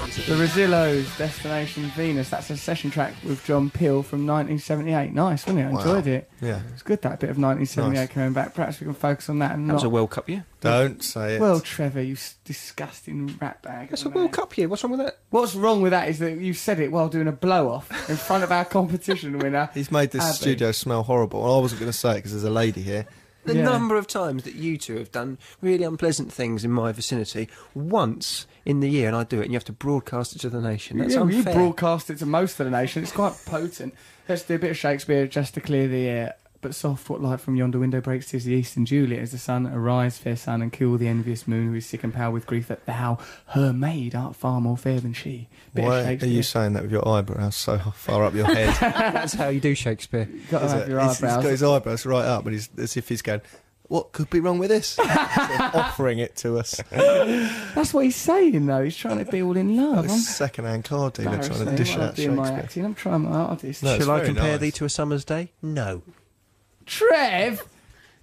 The Rosillos, Destination Venus. That's a session track with John Peel from 1978. Nice, wasn't it? I enjoyed it. Yeah. It's good that bit of 1978 Nice. coming back. Perhaps we can focus on that and That was not a World Cup year. Don't say it. Well, Trevor, you s- disgusting ratbag. That's a World Cup year. What's wrong with that? What's wrong with that is that you said it while doing a blow off in front of our competition winner. He's made this Abby. studio smell horrible. I wasn't going to say it because there's a lady here. The Yeah. number of times that you two have done really unpleasant things in my vicinity once in the year, and I do it, and you have to broadcast it to the nation. That's yeah, well, you unfair. broadcast it to most of the nation. It's quite potent. Let's do a bit of Shakespeare just to clear the air. But soft, what light from yonder window breaks tis the east, and Juliet is the sun. Arise, fair sun, and kill the envious moon who is sick and pale with grief that thou, her maid, art far more fair than she. Bit of Why are Shakespeare. you saying that with your eyebrows so far up your head? That's how you do Shakespeare. Got to Is have it? your He's- he's eyebrows. got his eyebrows right up, and he's as if he's going, "What could be wrong with this?" Sort of offering it to us. That's what he's saying, though. He's trying to be all in love. I'm second-hand car dealer trying to Embarrassing. dish What out I do in my Shakespeare. acting. I'm trying my hardest. No. That's Shall I very compare nice. thee to a summer's day? No. Trev,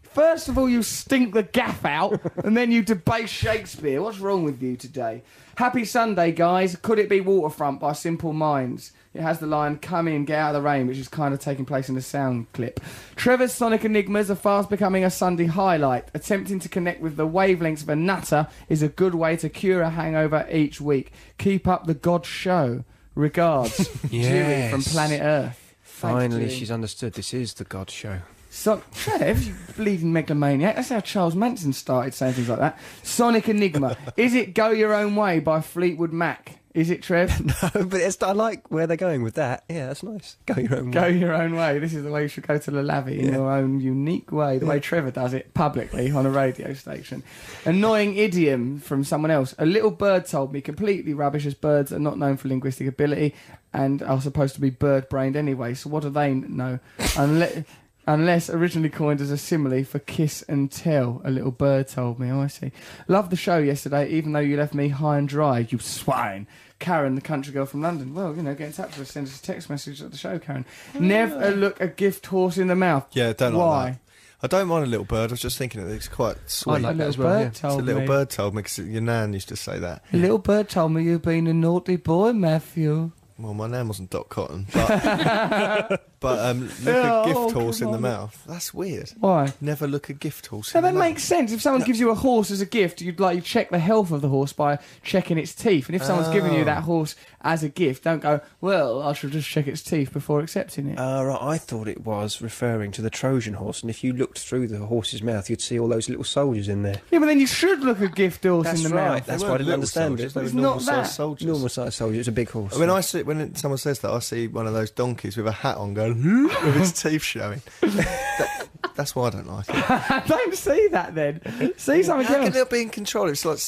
first of all, you stink the gaff out, and then you debase Shakespeare. What's wrong with you today? Happy Sunday, guys. Could it be Waterfront by Simple Minds? It has the line "Come in, get out of the rain," which is kind of taking place in the sound clip. Trevor's sonic enigmas are fast becoming a Sunday highlight. Attempting to connect with the wavelengths of a nutter is a good way to cure a hangover each week. Keep up the God show. Regards, Julie from Yes. Planet Earth. Thanks, Finally, Julie. she's understood. This is the God Show. So, Trev, you bleeding megalomaniac. That's how Charles Manson started saying things like that. Sonic Enigma. Is it Go Your Own Way by Fleetwood Mac? Is it, Trev? but it's, I like where they're going with that. Yeah, that's nice. Go your own Go your own way. This is the way you should go to the lavvy in your own unique way, the way Trevor does it publicly on a radio station. Annoying idiom from someone else. A little bird told me completely rubbish as birds are not known for linguistic ability and are supposed to be bird brained anyway, so what do they know? Unless. Unless originally coined as a simile for kiss and tell, a little bird told me. Oh, I see. Love the show yesterday, even though you left me high and dry, you swine. Karen, the country girl from London. Well, you know, get in touch with us. Send us a text message at the show, Karen. Never look a gift horse in the mouth. Yeah, don't like Why? that. I don't mind a little bird. I was just thinking that it's quite sweet. I like a that little as well, bird yeah. It's It's a told little me. bird told me because your nan used to say that. A little bird told me you've been a naughty boy, Matthew. Well, my nan wasn't Dot Cotton, but, but um, look Oh, a gift come horse in the on. mouth. That's weird. Why? Never look a gift horse. So in the that mouth. makes sense. If someone gives you a horse as a gift, you'd like you check the health of the horse by checking its teeth. And if someone's giving you Oh. that horse as a gift, don't go, well, I shall just check its teeth before accepting it. Uh, right, I thought it was referring to the Trojan horse, and if you looked through the horse's mouth, you'd see all those little soldiers in there. yeah, but then you should look a gift horse That's in the right. mouth. They That's weren't why I didn't little understand soldiers, it. They were It's not normal that. sized soldiers. Normal sized soldier, it's a big horse. When I see when someone says that, I see one of those donkeys with a hat on going with its teeth showing. that, That's why I don't like it. Don't see that then. See something How can else. they be in control? It's like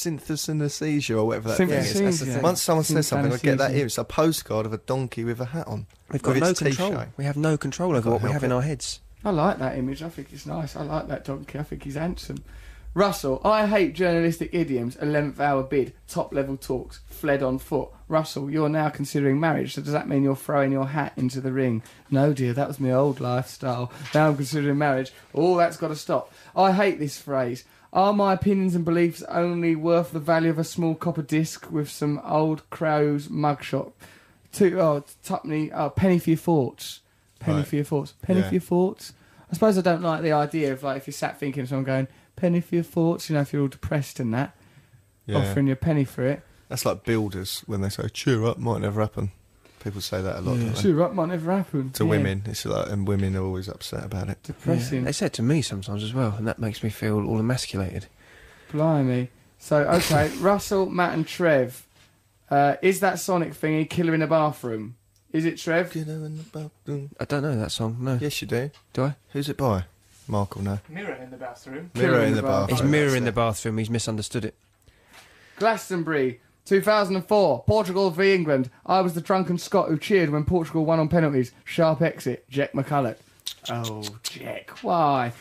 synthesynesthesia or whatever that thing is. Symphysenesia. That's the thing. Once someone says something, I get that Symphysenesia. here. It's a postcard of a donkey with a hat on. We've got With no its control. T-shirt. We have no control over Can't what we help have in it. our heads. I like that image. I think it's nice. I like that donkey. I think he's handsome. Russell, I hate journalistic idioms. 11th hour bid, top level talks, fled on foot. Russell, you're now considering marriage, so does that mean you're throwing your hat into the ring? No, dear, that was my old lifestyle. Now I'm considering marriage. All that's got to stop. I hate this phrase. Are my opinions and beliefs only worth the value of a small copper disc with some old crow's mugshot? Two, oh, tuppenny, oh, penny for your thoughts. Penny Right. for your thoughts. Penny Yeah. for your thoughts. I suppose I don't like the idea of like if you're sat thinking, someone going, penny for your thoughts. You know, if you're all depressed and that, Yeah. offering your penny for it. That's like builders when they say "cheer up," might never happen. People say that a lot don't they? Sure, that might never happen to Yeah. women. It's like, and women are always upset about it. Depressing, They say it to me sometimes as well, and that makes me feel all emasculated. blimey. So okay, Russell, Matt, and Trev. Uh, is that Sonic thingy killer in a bathroom? Is it Trev? You know, in the bathroom. I don't know that song. No, Yes, you do. do I? Who's it by? Mark will know. Mirror in the bathroom. Mirror in the bathroom. It's It's mirror in the bathroom. He's misunderstood it. Glastonbury, 2004, Portugal v England. I was the drunken Scot who cheered when Portugal won on penalties. Sharp exit, Jack McCulloch. Oh, Jack, why?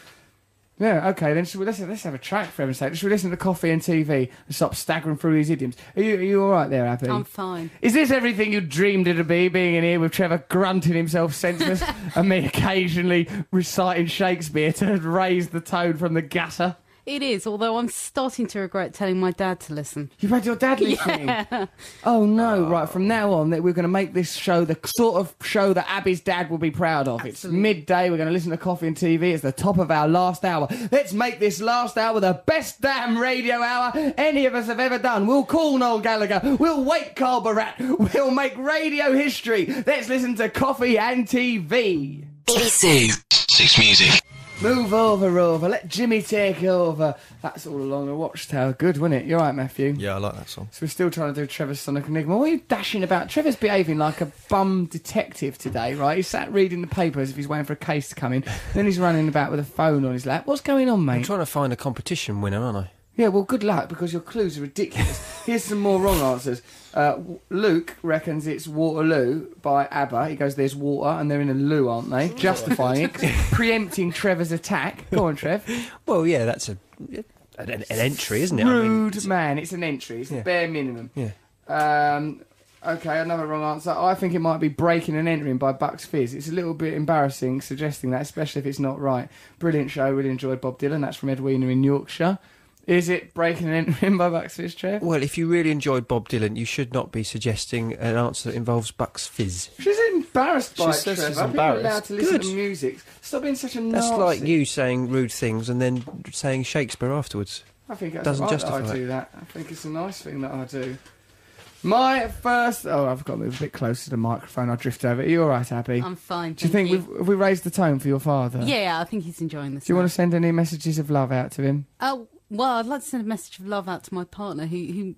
Yeah, okay, then should we listen, let's have a track for heaven's sake. Should we listen to Coffee and TV and stop staggering through these idioms? Are you, are you all right there, Abby? I'm fine. Is this everything you dreamed it'd be, being in here with Trevor grunting himself senseless and me occasionally reciting Shakespeare to raise the tone from the gutter? It is, although I'm starting to regret telling my dad to listen. You've had your dad listening. Oh no! Right from now on, that we're going to make this show the sort of show that Abby's dad will be proud of. Absolutely. It's midday. We're going to listen to coffee and TV. It's the top of our last hour. Let's make this last hour the best damn radio hour any of us have ever done. We'll call Noel Gallagher. We'll wake Carl Barat. We'll make radio history. Let's listen to coffee and TV. BBC Six Music. Move over, Rover. Let Jimmy take over. That's all along the watchtower. Good, wasn't it? You're right, Matthew. Yeah, I like that song. So we're still trying to do Trevor's Sonic Enigma. What are you dashing about? Trevor's behaving like a bum detective today, right? He's sat reading the papers if he's waiting for a case to come in. then he's running about with a phone on his lap. What's going on, I'm mate? trying to find a competition winner, aren't I? Yeah, well, good luck because your clues are ridiculous. Here's some more wrong answers. Uh, w- Luke reckons it's Waterloo by ABBA. He goes, there's water, and they're in a loo, aren't they? Justifying it, preempting Trevor's attack. Go on, Trev. Well, yeah, that's a an, an entry, isn't it? I mean, Rude man. It's an entry. It's Yeah. the bare minimum. yeah. Um, okay, another wrong answer. I think it might be Breaking and Entering by Bucks Fizz. It's a little bit embarrassing suggesting that, especially if it's not right. Brilliant show, really enjoyed Bob Dylan. That's from Edwina in Yorkshire. Is it Breaking and Entering by Bucks Fizz, Trev? Well, if you really enjoyed Bob Dylan, you should not be suggesting an answer that involves Bucks Fizz. She's embarrassed by She it, says Trev. she's I think you're allowed embarrassed. to listen Good. to music. Stop being such a That's narcissist. like you saying rude things and then saying Shakespeare afterwards. I think that's Doesn't right that justify I it. do that. I think it's a nice thing that I do. My first. Oh, I've got to move a bit closer to the microphone. I drift over. Are you all right, Abby? I'm fine. do you think thank we've have we raised the tone for your father? Yeah, yeah, I think he's enjoying this. Do you want now. to send any messages of love out to him? Oh, well, I'd like to send a message of love out to my partner who, who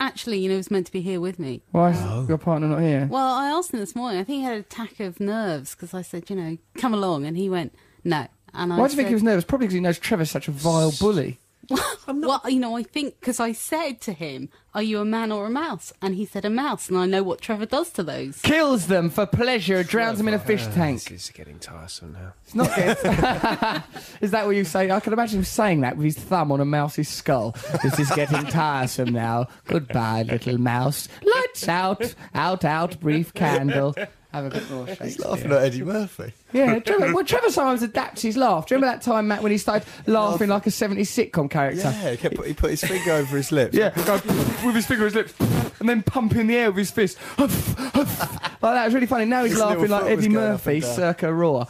actually, you know, was meant to be here with me. Why is your partner not here? Well, I asked him this morning. I think he had an attack of nerves because I said, you know, come along. And he went, no. And I Why do you think said- he was nervous? Probably because he knows Trevor's such a vile bully. Well, you know, I think because I said to him, "Are you a man or a mouse?" and he said, "A mouse," and I know what Trevor does to those. Kills them for pleasure, drowns them in a fish This tank. is getting tiresome now. It's not good. is that what you say? I can imagine him saying that with his thumb on a mouse's skull. This is getting tiresome now. Goodbye, little mouse. Lights out, out, out, brief candle. Have a bit more He's Shakespeare. laughing at Eddie Murphy. Yeah, Trevor, well, Trevor sometimes adapts his laugh. Do you remember that time, Matt, when he started laughing like a 70s sitcom character? Yeah, he, kept, he put his finger over his lips. Yeah, go with his finger on his lips and then pump in the air with his fist. like that. It was really funny. Now he's His little laughing like foot was Eddie going up Murphy, and down. circa raw.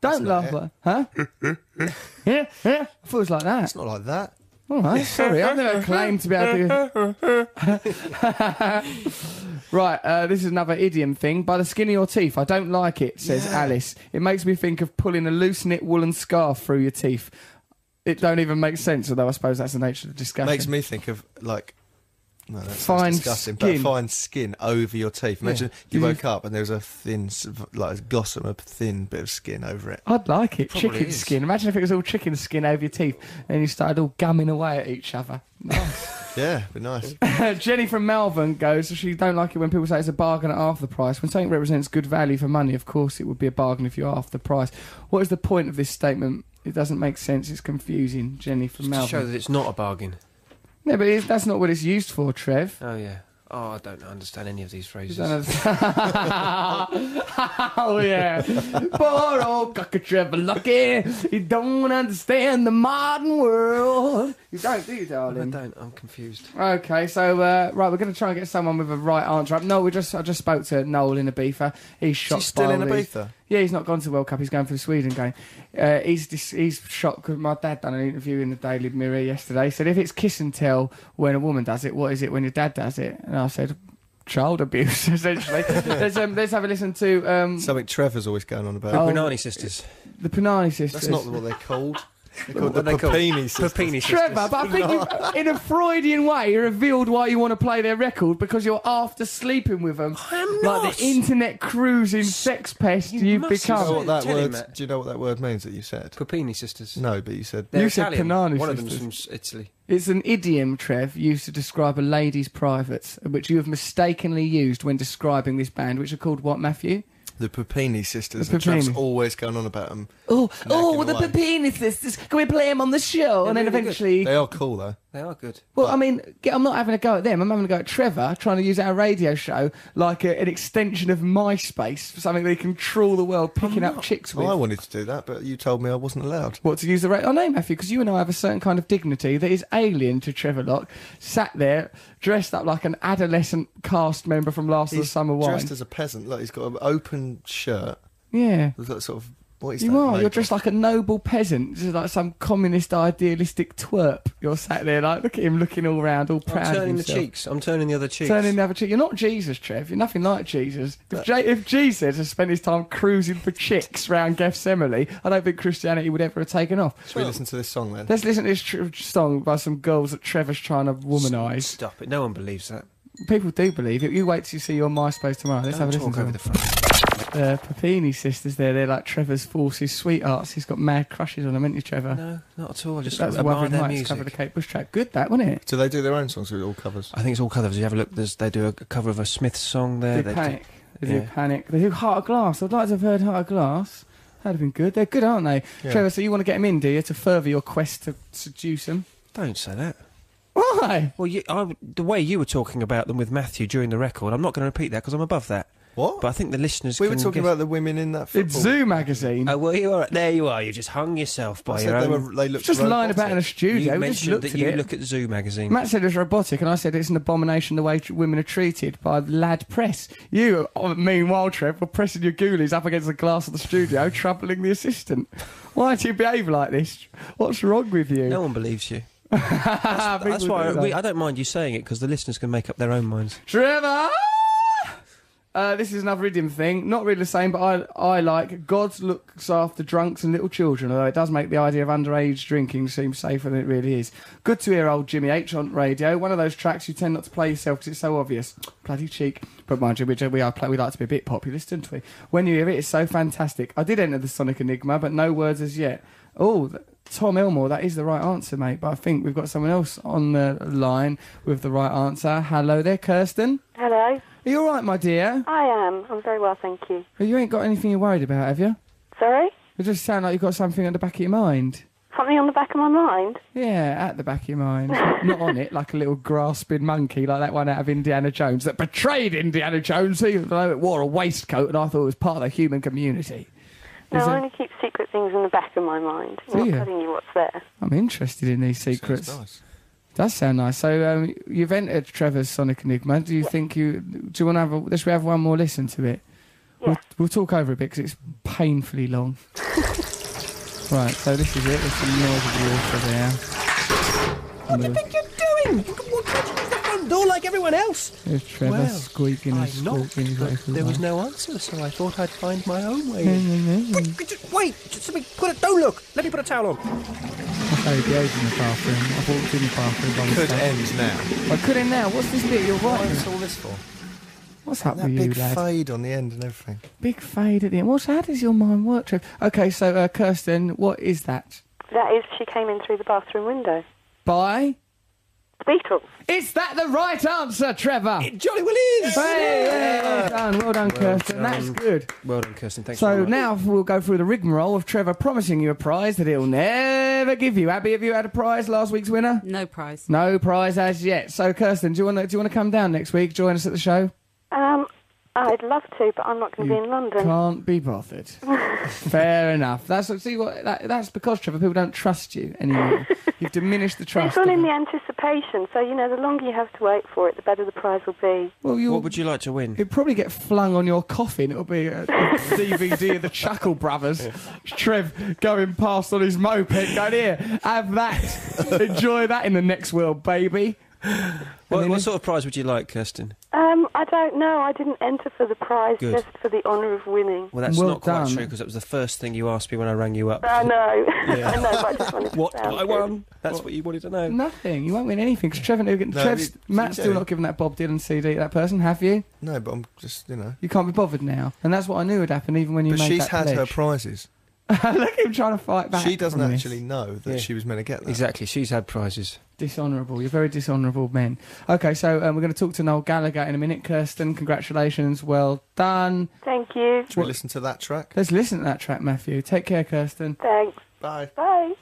Don't laugh, like, huh? I thought it was like that. It's not like that. All right, Oh, sorry, I've never claimed to be able to. right, uh, this is another idiom thing. By the skin of your teeth, I don't like it, says Alice. It makes me think of pulling a loose knit woolen scarf through your teeth. It don't even make sense, although I suppose that's the nature of the discussion. Makes me think of like No, that sounds Fine disgusting. But skin. Mm-hmm. fine skin over your teeth. Imagine you woke up and there was a thin, s- like gossamer thin bit of skin over it. I'd like it. Probably chicken is. skin. Imagine if it was all chicken skin over your teeth and you started all gumming away at each other. Nice. Yeah, but nice. Jenny from Malvern goes, she don't like it when people say it's a bargain at half the price. When something represents good value for money, of course it would be a bargain if you're half the price. What is the point of this statement? It doesn't make sense. It's confusing, Jenny from To show Malvern. that it's not a bargain. No, but it, that's not what it's used for, Trev. Oh, yeah. Oh, I don't understand any of these phrases. oh yeah, poor old Cucker Trevor Lucky. You don't understand the modern world. You don't, do you, I darling? don't. I'm confused. Okay, so uh, right, we're going to try and get someone with a right answer up. No, we just I just spoke to Noel in Ibiza. He's shocked. She's still by in all these- Ibiza. Yeah, he's not gone to the World Cup. He's going for the Sweden game. Uh, he's dis- he's shocked because my dad done an interview in the Daily Mirror yesterday. He said if it's kiss and tell when a woman does it, what is it when your dad does it? And I said child abuse essentially. let's um, let's have a listen to um, Something Trevor's always going on about. Oh, Brunani sisters. the Panani sisters. That's not what they're called. They're What called the are they called? Papini sisters. Papini sisters. Trevor, but I think you, in a Freudian way, you revealed why you want to play their record because you're after sleeping with them. I am Like not. the internet cruising sex pest You you've mustn't Do you know become. what that Tell him word? that. Do you know what that word means that you said? Papini sisters. No, but you said. They're You said Italian. Panani One of them's sisters. from S- Italy. It's an idiom, Trev, used to describe a lady's privates, which you have mistakenly used when describing this band, which are called what, Matthew? The Papini sisters. The and Trev's Papini. always going on about them. Oh, oh, the away. Pepini sisters. Can we play them on the show? and then really good. eventually. They are cool though. They are good. Well, I mean, get- I'm not having a go at them. I'm having a go at Trevor trying to use our radio show like a, an extension of MySpace for something they can trawl the world picking up chicks with. Well, I wanted to do that, but you told me I wasn't allowed. What to use the radio? Oh no, Matthew, because you and I have a certain kind of dignity that is alien to Trevor Locke. Sat there dressed up like an adolescent cast member from Last of the Summer Wine. dressed as a peasant. Look, he's got an open shirt. yeah. He's got sort of what is You that? are. made You're of? dressed like a noble peasant, just like some communist idealistic twerp. You're sat there like, look at him looking all round, all proud. I'm of turning the himself. cheeks. I'm turning the other cheeks. Turning the other cheek. You're not Jesus, Trev. You're nothing like Jesus. If, J- if Jesus had spent his time cruising for chicks round Gethsemane, I don't think Christianity would ever have taken off. Shall we listen to this song then? Let's listen to this tr- song by some girls that Trevor's trying to womanise. Stop it. No one believes that. People do believe it. You wait till you see your MySpace tomorrow. Let's Don't have a listen talk to over the phone. the uh, Papini sisters there. They're like Trevor's forces sweethearts. He's got mad crushes on them, isn't he, Trevor? No, not at all. I just That's admire Wuthering their Heights music. cover the Kate Bush track. Good that, wasn't it? Do they do their own songs or all covers? I think it's all covers. You have a look. There's, they do a cover of a Smith song They there. They do- panic. They do yeah. panic. They do Heart of Glass. I'd like to have heard Heart of Glass. That'd have been good. They're good, aren't they? Yeah. Trevor, so you want to get them in, do you, to further your quest to seduce them? Don't say that. Why? Well, you, I, the way you were talking about them with Matthew during the record, I'm not going to repeat that because I'm above that. What? But I think the listeners. we were can talking guess- about the women in that football. It's Zoo magazine. Oh well, you are. There you are. You just hung yourself I by said your they, own. were, they looked just lying about in a robotic. studio. you We just mentioned looked that at you it. look at Zoo magazine. Matt said it's robotic, and I said it's an abomination the way t- women are treated by the lad press. You, oh, meanwhile, Trev, were pressing your ghoulies up against the glass of the studio, troubling the assistant. Why do you behave like this? What's wrong with you? no one believes you. That's People why do that. we, I don't mind you saying it because the listeners can make up their own minds. Trevor! Uh, this is another idiom thing. Not really the same, but I, I like God looks after drunks and little children, although it does make the idea of underage drinking seem safer than it really is. Good to hear old Jimmy H on radio. One of those tracks you tend not to play yourself because it's so obvious. Bloody cheek. But mind you, we, do- we, are, play- we like to be a bit populist, don't we? When you hear it, it's so fantastic. I did enter the Sonic Enigma, but no words as yet. Oh, th- Tom Elmore, that is the right answer, mate. But I think we've got someone else on the line with the right answer. Hello there, Kirsten. Hello, Are you all right, my dear? I am. I'm very well, thank you. You ain't got anything you're worried about, have you? Sorry? You just sound like you've got something on the back of your mind. Something on the back of my mind? Yeah, at the back of your mind. Not on it, like a little grasping monkey, like that one out of Indiana Jones that betrayed Indiana Jones, even though it wore a waistcoat and I thought it was part of the human community. No, Is I it- only keep secret things in the back of my mind. I'm Do not you? telling you what's there. I'm interested in these Sounds secrets. nice. Does sound nice. So um, you've entered Trevor's Sonic Enigma. Do you think you do you want to have? A, let's we have one more listen to it. We'll, we'll talk over it because it's painfully long. right. So this is it. There's some noise of water there. What do you think you're doing? You can walk out the front door like everyone else. There's Trevor squeaking and squawking his way through there was the no answer, so I thought I'd find my own way. Wait, just let me put it. Don't look. Let me put a towel on. house. phobias in the bathroom. I've walked in the bathroom by Could myself. end now. I couldn't now. What's this bit you're right? What's all this for? What's up That with you, big lad? fade on the end and everything. big fade at the end. What's how does your mind work, Trev? Okay, so uh, Kirsten, what is that? That is, she came in through the bathroom window. By? The Beatles. Is that the right answer, Trevor? Jolly well is! Hey, hey, well done, well done, Kirsten. done. That's good. Well done, Kirsten. Thanks So very much. now we'll go through the rigmarole of Trevor promising you a prize that he'll never give you. Abby, have you had a prize last week's winner? No prize. No prize as yet. So Kirsten, do you want to do you want to come down next week? Join us at the show. Um, I'd love to, but I'm not going to be in London. Can't be bothered. Fair enough. That's see what that, that's because Trevor, people don't trust you anymore. You've diminished the trust. It's all of in them. the anticipation, so you know, the longer you have to wait for it, the better the prize will be. Well, you What would you like to win? It'd probably get flung on your coffin. It'll be a, a DVD of the Chuckle Brothers. Trev going past on his moped, going here, have that, enjoy that in the next world, baby. What, then what it- sort of prize would you like, Kirsten? Um, I don't know. I didn't enter for the prize, Good. just for the honour of winning. Well, that's Well not quite done. true because that was the first thing you asked me when I rang you up. I know. I know, but I just wanted to What sound I good. won? That's what you wanted to know. Nothing. You won't win anything because Trevor, never get- No, Trev's, we- Matt's we still do. not giving that Bob Dylan CD to that person, have you? No, but I'm just, you know. You can't be bothered now. And that's what I knew would happen even when you But made she's that had her pledge. prizes. Look at him trying to fight back. She doesn't from this. actually know that Yeah. she was meant to get that. Exactly. She's had prizes. Dishonourable. You're very dishonourable men. Okay, so um, we're going to talk to Noel Gallagher in a minute. Kirsten, congratulations. Well done. Thank you. Should we listen to that track? Let's listen to that track, Matthew. Take care, Kirsten. Thanks. Bye. Bye.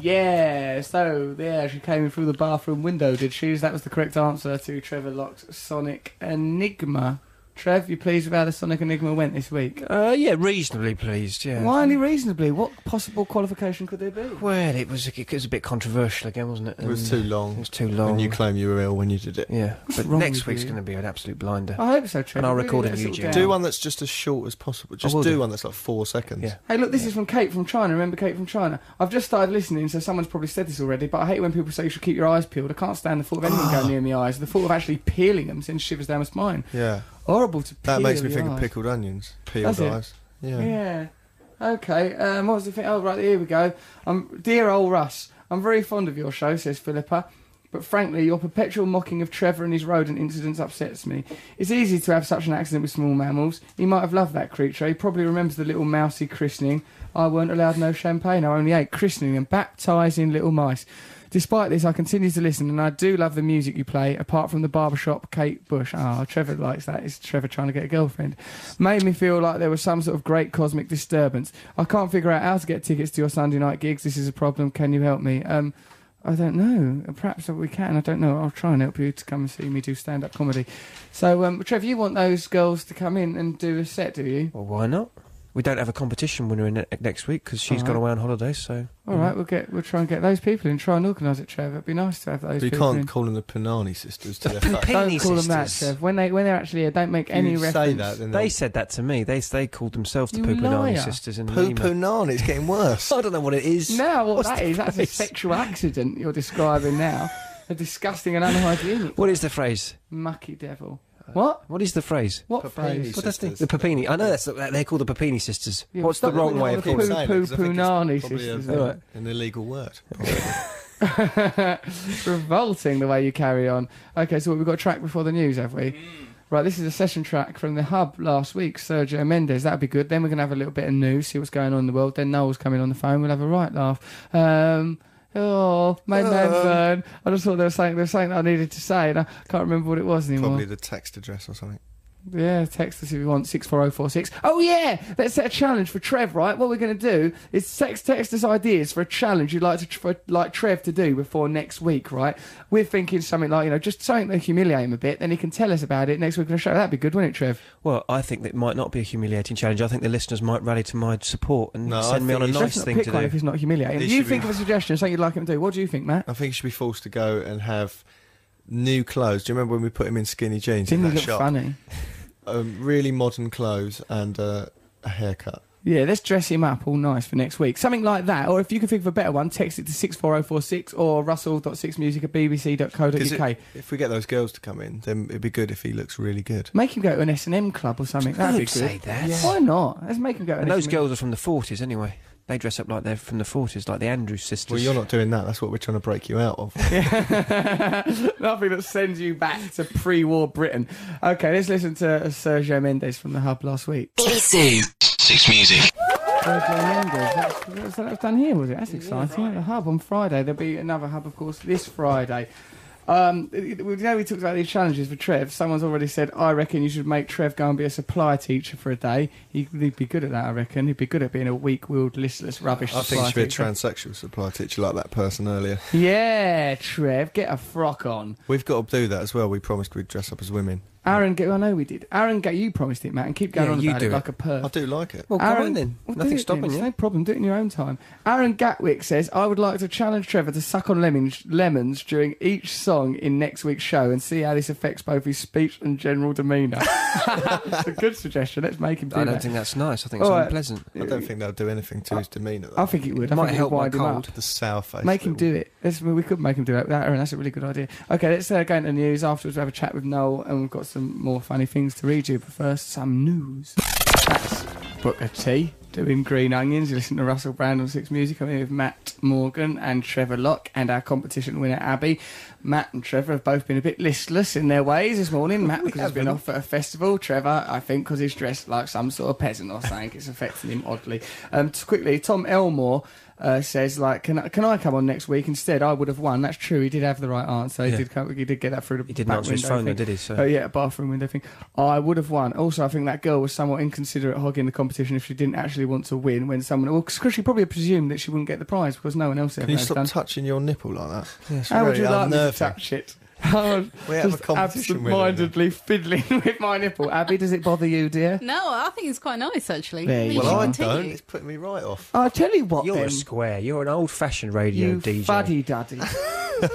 Yeah, so yeah, she came in through the bathroom window, did she? So That was the correct answer to Trevor Locke's Sonic Enigma. Trev, you pleased with how the Sonic Enigma went this week? Uh, yeah, reasonably pleased. Yeah. Why only reasonably? What possible qualification could there be? Well, it was it was a bit controversial again, wasn't it? It was Um, And too long. It was too long. And you claim you were ill when you did it. yeah. But wrong next with week's you? Oh. going to be an absolute blinder. I hope so, Trev. And I'll It really record it lets in all Eugene. down. Do one that's just as short as possible. Just will do, do. one that's like four seconds. Yeah. Hey, look, this is from Kate from China. Remember Kate from China? I've just started listening, so someone's probably said this already, but I hate when people say you should keep your eyes peeled. I can't stand the thought of anything going near my eyes. The thought of actually peeling them sends shivers down my spine. Yeah. Horrible to peel That makes me your think of eyes. pickled onions, peeled Does it? eyes. Yeah. Yeah. Okay. Um, what was the thing? Oh, right. Here we go. Um, dear old Russ, I'm very fond of your show, says Philippa. But frankly, your perpetual mocking of Trevor and his rodent incidents upsets me. It's easy to have such an accident with small mammals. He might have loved that creature. He probably remembers the little mousy christening. I weren't allowed no champagne. I only ate christening and baptising little mice. Despite this, I continue to listen, and I do love the music you play, apart from the barbershop Kate Bush. Ah, Trevor likes that. It's Trevor trying to get a girlfriend. Made me feel like there was some sort of great cosmic disturbance. I can't figure out how to get tickets to your Sunday night gigs. This is a problem. Can you help me? Um, I don't know. Perhaps we can. I don't know. I'll try and help you to come and see me do stand up comedy. So, um, Trevor, you want those girls to come in and do a set, do you? Well, why not? We don't have a competition winner in ne- next week because she's All right. gone away on holiday. So All right, we'll get we'll try and get those people in. Try and organise it, Trevor. It'd be nice to have those. But you people can't in. call them the Panani sisters to their P- face. P- Don't Penny call them that, sisters. Trev. When they when they're actually here, don't make If any you reference. say that, then they said that to me. They they called themselves the You Poo Punani liar. sisters in poo Lima. poo nan. It's getting worse. I don't know what it is. No, what What's that the is, that's a phrase? sexual accident you're describing now. A disgusting and unhygienic What is the phrase? mucky devil. What? What is the phrase? What Papini phrase? What does sisters. The Papini. I know that's they're called the Papini sisters. Yeah, What's the stop with wrong all way the of Keep calling? poo- it? saying it, poo- 'cause I think it's punani probably a- sisters, isn't An illegal word. Revolting the way you carry on. Okay, so we've got a track before the news, have we? Right, this is a session track from the hub last week, Sergio Mendes. That'll be good. Then we're going to have a little bit of news, see what's going on in the world. Then Noel's coming on the phone. We'll have a right laugh. Um, oh, my man burn. I just thought there was something, there was something I needed to say, and I can't remember what it was anymore. Probably the text address or something. Yeah, text us if you want, 64046. Oh, yeah! Let's set a challenge for Trev, right? What we're going to do is sex, text us ideas for a challenge you'd like, to, for, like Trev to do before next week, right? We're thinking something like, you know, just something to humiliate him a bit, then he can tell us about it next week on the show. That'd be good, wouldn't it, Trev? Well, I think that might not be a humiliating challenge. I think the listeners might rally to my support and No, I send me on a think you nice Let's not thing pick to one if do. he's not humiliating. It You should be- think of a suggestion, something you'd like him to do. What do you think, Matt? I think he should be forced to go and have new clothes. Do you remember when we put him in skinny jeans Didn't in he that look shop? funny? Um, really modern clothes and uh, a haircut. Yeah, let's dress him up all nice for next week. Something like that. Or if you can think of a better one, text it to 64046 or russell.6music at Because bbc.co.uk. it- if we get those girls to come in, then it'd be good if he looks really good. Make him go to an S and M club or something. That'd be Don't good. say that. Why not? Let's make him go. To And an those S&M girls are from the 40s anyway. They dress up like they're from the 40s, like the Andrews sisters. Well, you're not doing that. That's what we're trying to break you out of. Nothing that sends you back to pre war Britain. Okay, let's listen to Sergio Mendes from The Hub last week. BBC Six Music. Sergio Mendes, that's, that's, that was done here, was it? That's exciting. At The Hub on Friday. There'll be another Hub, of course, this Friday. Um, it- it- we know we talked about these challenges for Trev. Someone's already said, I reckon you should make Trev go and be a supply teacher for a day. He, he'd be good at that, I reckon. He'd be good at being a weak willed, listless, rubbish I think supply you should be a teacher. transsexual supply teacher like that person earlier. Yeah, Trev, get a frock on. We've got to do that as well. We promised we'd dress up as women. Aaron, Ga- I know we did. Aaron, Ga- you promised it, Matt, and keep going Yeah, on you about do it it. like a perv. I do like it. Well, come Aaron- on then. Well, do Nothing's it stopping then. It's you. No problem. Do it in your own time. Aaron Gatwick says, "I would like to challenge Trevor to suck on lemons, lemons during each song in next week's show, and see how this affects both his speech and general demeanour." It's a good suggestion. Let's make him do I that. don't think that's nice. I think it's All right. unpleasant. I don't think they'll do anything to his demeanour. though. I think it would. I Might think it help would my wind him cold. up. the sour face. Make him little- do it. That's- we could make him do it. That, Aaron, that's a really good idea. Okay, let's uh, go into news. Afterwards, we'll have a chat with Noel, and we've got some more funny things to read you. But first, some news. That's Booker T doing Green Onions. You listen to Russell Brand on Six Music. I'm here with Matt Morgan and Trevor Locke, and our competition winner, Abby. Matt and Trevor have both been a bit listless in their ways this morning. Matt, because he's been off at a festival. Trevor, I think, because he's dressed like some sort of peasant or something. It's affecting him oddly. Um, t- quickly, Tom Elmore uh, says like, can I, can I come on next week instead? I would have won. That's true. He did have the right answer. He Yeah. did come, he did get that through the. He didn't back answer his window phone though, thing. did he? So- Oh yeah, a bathroom window thing. I would have won. Also, I think that girl was somewhat inconsiderate hogging the competition if she didn't actually want to win. When someone, well, because she probably presumed that she wouldn't get the prize because no one else ever Can you has stop done. touching your nipple like that? Yes, How would you like me to touch it? How would- We have a just competition winner then. absent-mindedly fiddling with my nipple. Abby, does it bother you, dear? No, I think it's quite nice actually. There you Really go. Well, I continue. don't. It's putting me right off. I'll tell you what, You're then. a square. You're an old-fashioned radio you DJ. fuddy duddy.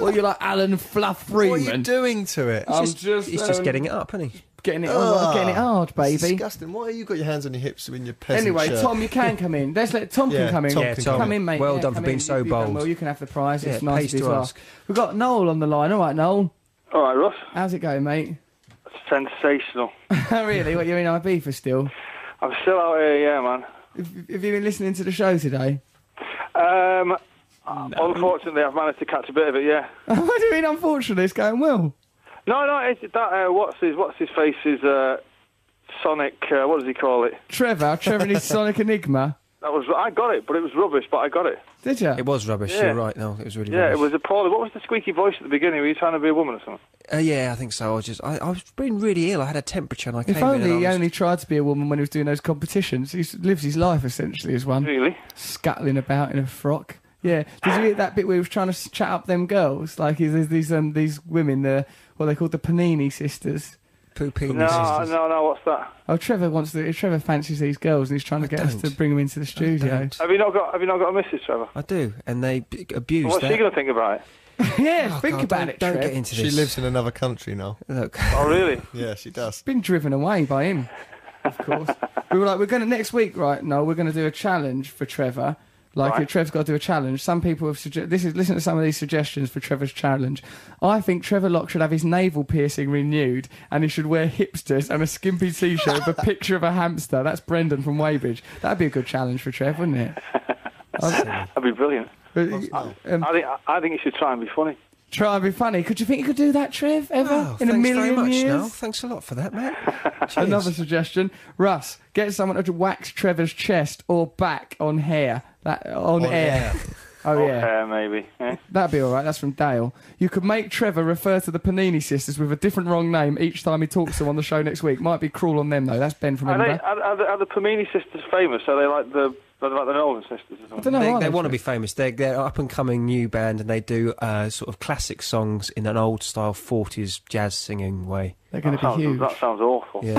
well, you're like Alan Fluff What are you Freeman. doing to it? I'm He's just, he's just um, getting Ah, it up, isn't he? getting it, on, getting it hard, It's baby. disgusting. Why have you got your hands on your hips when you're peasant Anyway, shirt? Tom, you can come in. Let's let Tom Yeah, can come in. Tom Yeah, can Tom. Come in, mate. Well Yeah, done for come being in. so You've done bold. Well, you can have the prize. Yeah, it's nice pays of you to to ask. ask. We've got Noel on the line. All right, Noel. All right, Russ. How's it going, mate? Sensational. really? What, you're in IB for still? I'm still out here, yeah, man. Have have you been listening to the show today? Um, Unfortunately, I've managed to catch a bit of it, yeah. what do you mean, unfortunately? It's going well. No, no, it's that, uh, what's his, what's his face, is uh, Sonic, uh, what does he call it? Trevor, Trevor and his Sonic Enigma. That was, I got it, but it was rubbish, but I got it. Did you? It was rubbish. Yeah. You're right. No, it was really Yeah, rubbish. it was appalling. What was the squeaky voice at the beginning? Were you trying to be a woman or something? Uh, yeah, I think so. I was just, I, I was being really ill. I had a temperature, and I If came in. only and he I was- only tried to be a woman when he was doing those competitions. He s- lives his life essentially as one, Really? scuttling about in a frock. Yeah. Did you hear that bit where he was trying to s- chat up them girls? Like he's, there's these um these women, the what they called the Panini sisters. poo-poo. No, no, no, what's that? Oh, Trevor wants to. Trevor fancies these girls, and he's trying to get us to don't. bring them into the studio. don't. Have you not got, have you not got a missus, Trevor? I do, and they b- abuse What's that. she going to think about it? yeah, Oh, think God, about don't, it, Don't Trev. get into She this. lives in another country now. Look, Oh, really? Yeah, she does. been driven away by him, of course. we were like, we're going to next week, right? No, we're going to do a challenge for Trevor. Like, Right. Trev's got to do a challenge. Some people have suggested. This is listen to some of these suggestions for Trevor's challenge. I think Trevor Locke should have his navel piercing renewed, and he should wear hipsters and a skimpy T-shirt with a picture of a hamster. That's Brendan from Weybridge. That'd be a good challenge for Trev, wouldn't it? That'd be brilliant. But, um, I think, I- I think you should try and be funny. try and be funny. Could you think you could do that, Trev? Ever oh, in a thanks million very much, years? Noel. Thanks a lot for that, mate. Cheers. Another suggestion, Russ, get someone to wax Trevor's chest or back on hair. That on, air. Oh yeah, Yeah, maybe. Eh? Yeah. that'd be all right. That's from Dale. You could make Trevor refer to the Panini sisters with a different wrong name each time he talks to them on the show next week. Might be cruel on them though. That's Ben from Are, they, Edinburgh. are, are, the, are the Pomini sisters famous? Are they like the, are they like the Nolan sisters or something? Dunno, They, are they want to Trev? be famous. They're, they're an up and coming new band, and they do uh, sort of classic songs in an old style 40s jazz singing way. They're going to Sounds- be huge. That sounds awful. Yeah.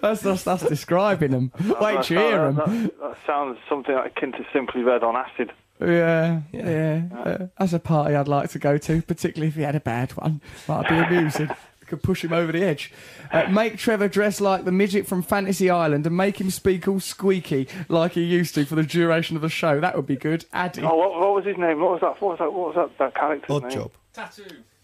That's that's, that's describing them. Wait, That- till you hear that- them. That, that sounds something akin to Simply Red on acid. Yeah, yeah. Uh, that's a party I'd like to go to, particularly if he had a bad one. Might be amusing. Could push him over the edge. Uh, make Trevor dress like the midget from Fantasy Island and make him speak all squeaky like he used to for the duration of the show. That would be good. Addy. Oh, what, what was his name? What was that? What was that? What was that? That character's Odd name? job.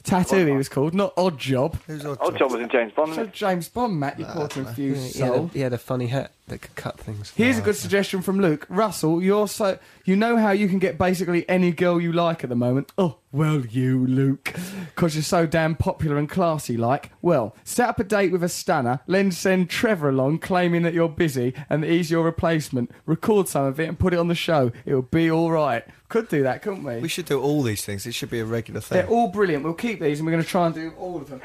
Tattoo, he was called, not Odd Job. Who's odd, Odd job was in James So Bond. Wasn't it? James Bond, Matt, you poor that's confused he, had a, soul. he had a funny hat. that could cut things. Here's a good suggestion from Luke. Russell, you're so you know how you can get basically any girl you like at the moment. Oh, well, you, Luke, because you're so damn popular and classy. Like, well, set up a date with a stunner, then send Trevor along, claiming that you're busy and that he's your replacement. Record some of it and put it on the show. It'll be all right. Could do that, couldn't we? We should do all these things. It should be a regular They're thing. all brilliant. We'll keep these and we're going to try and do all of them.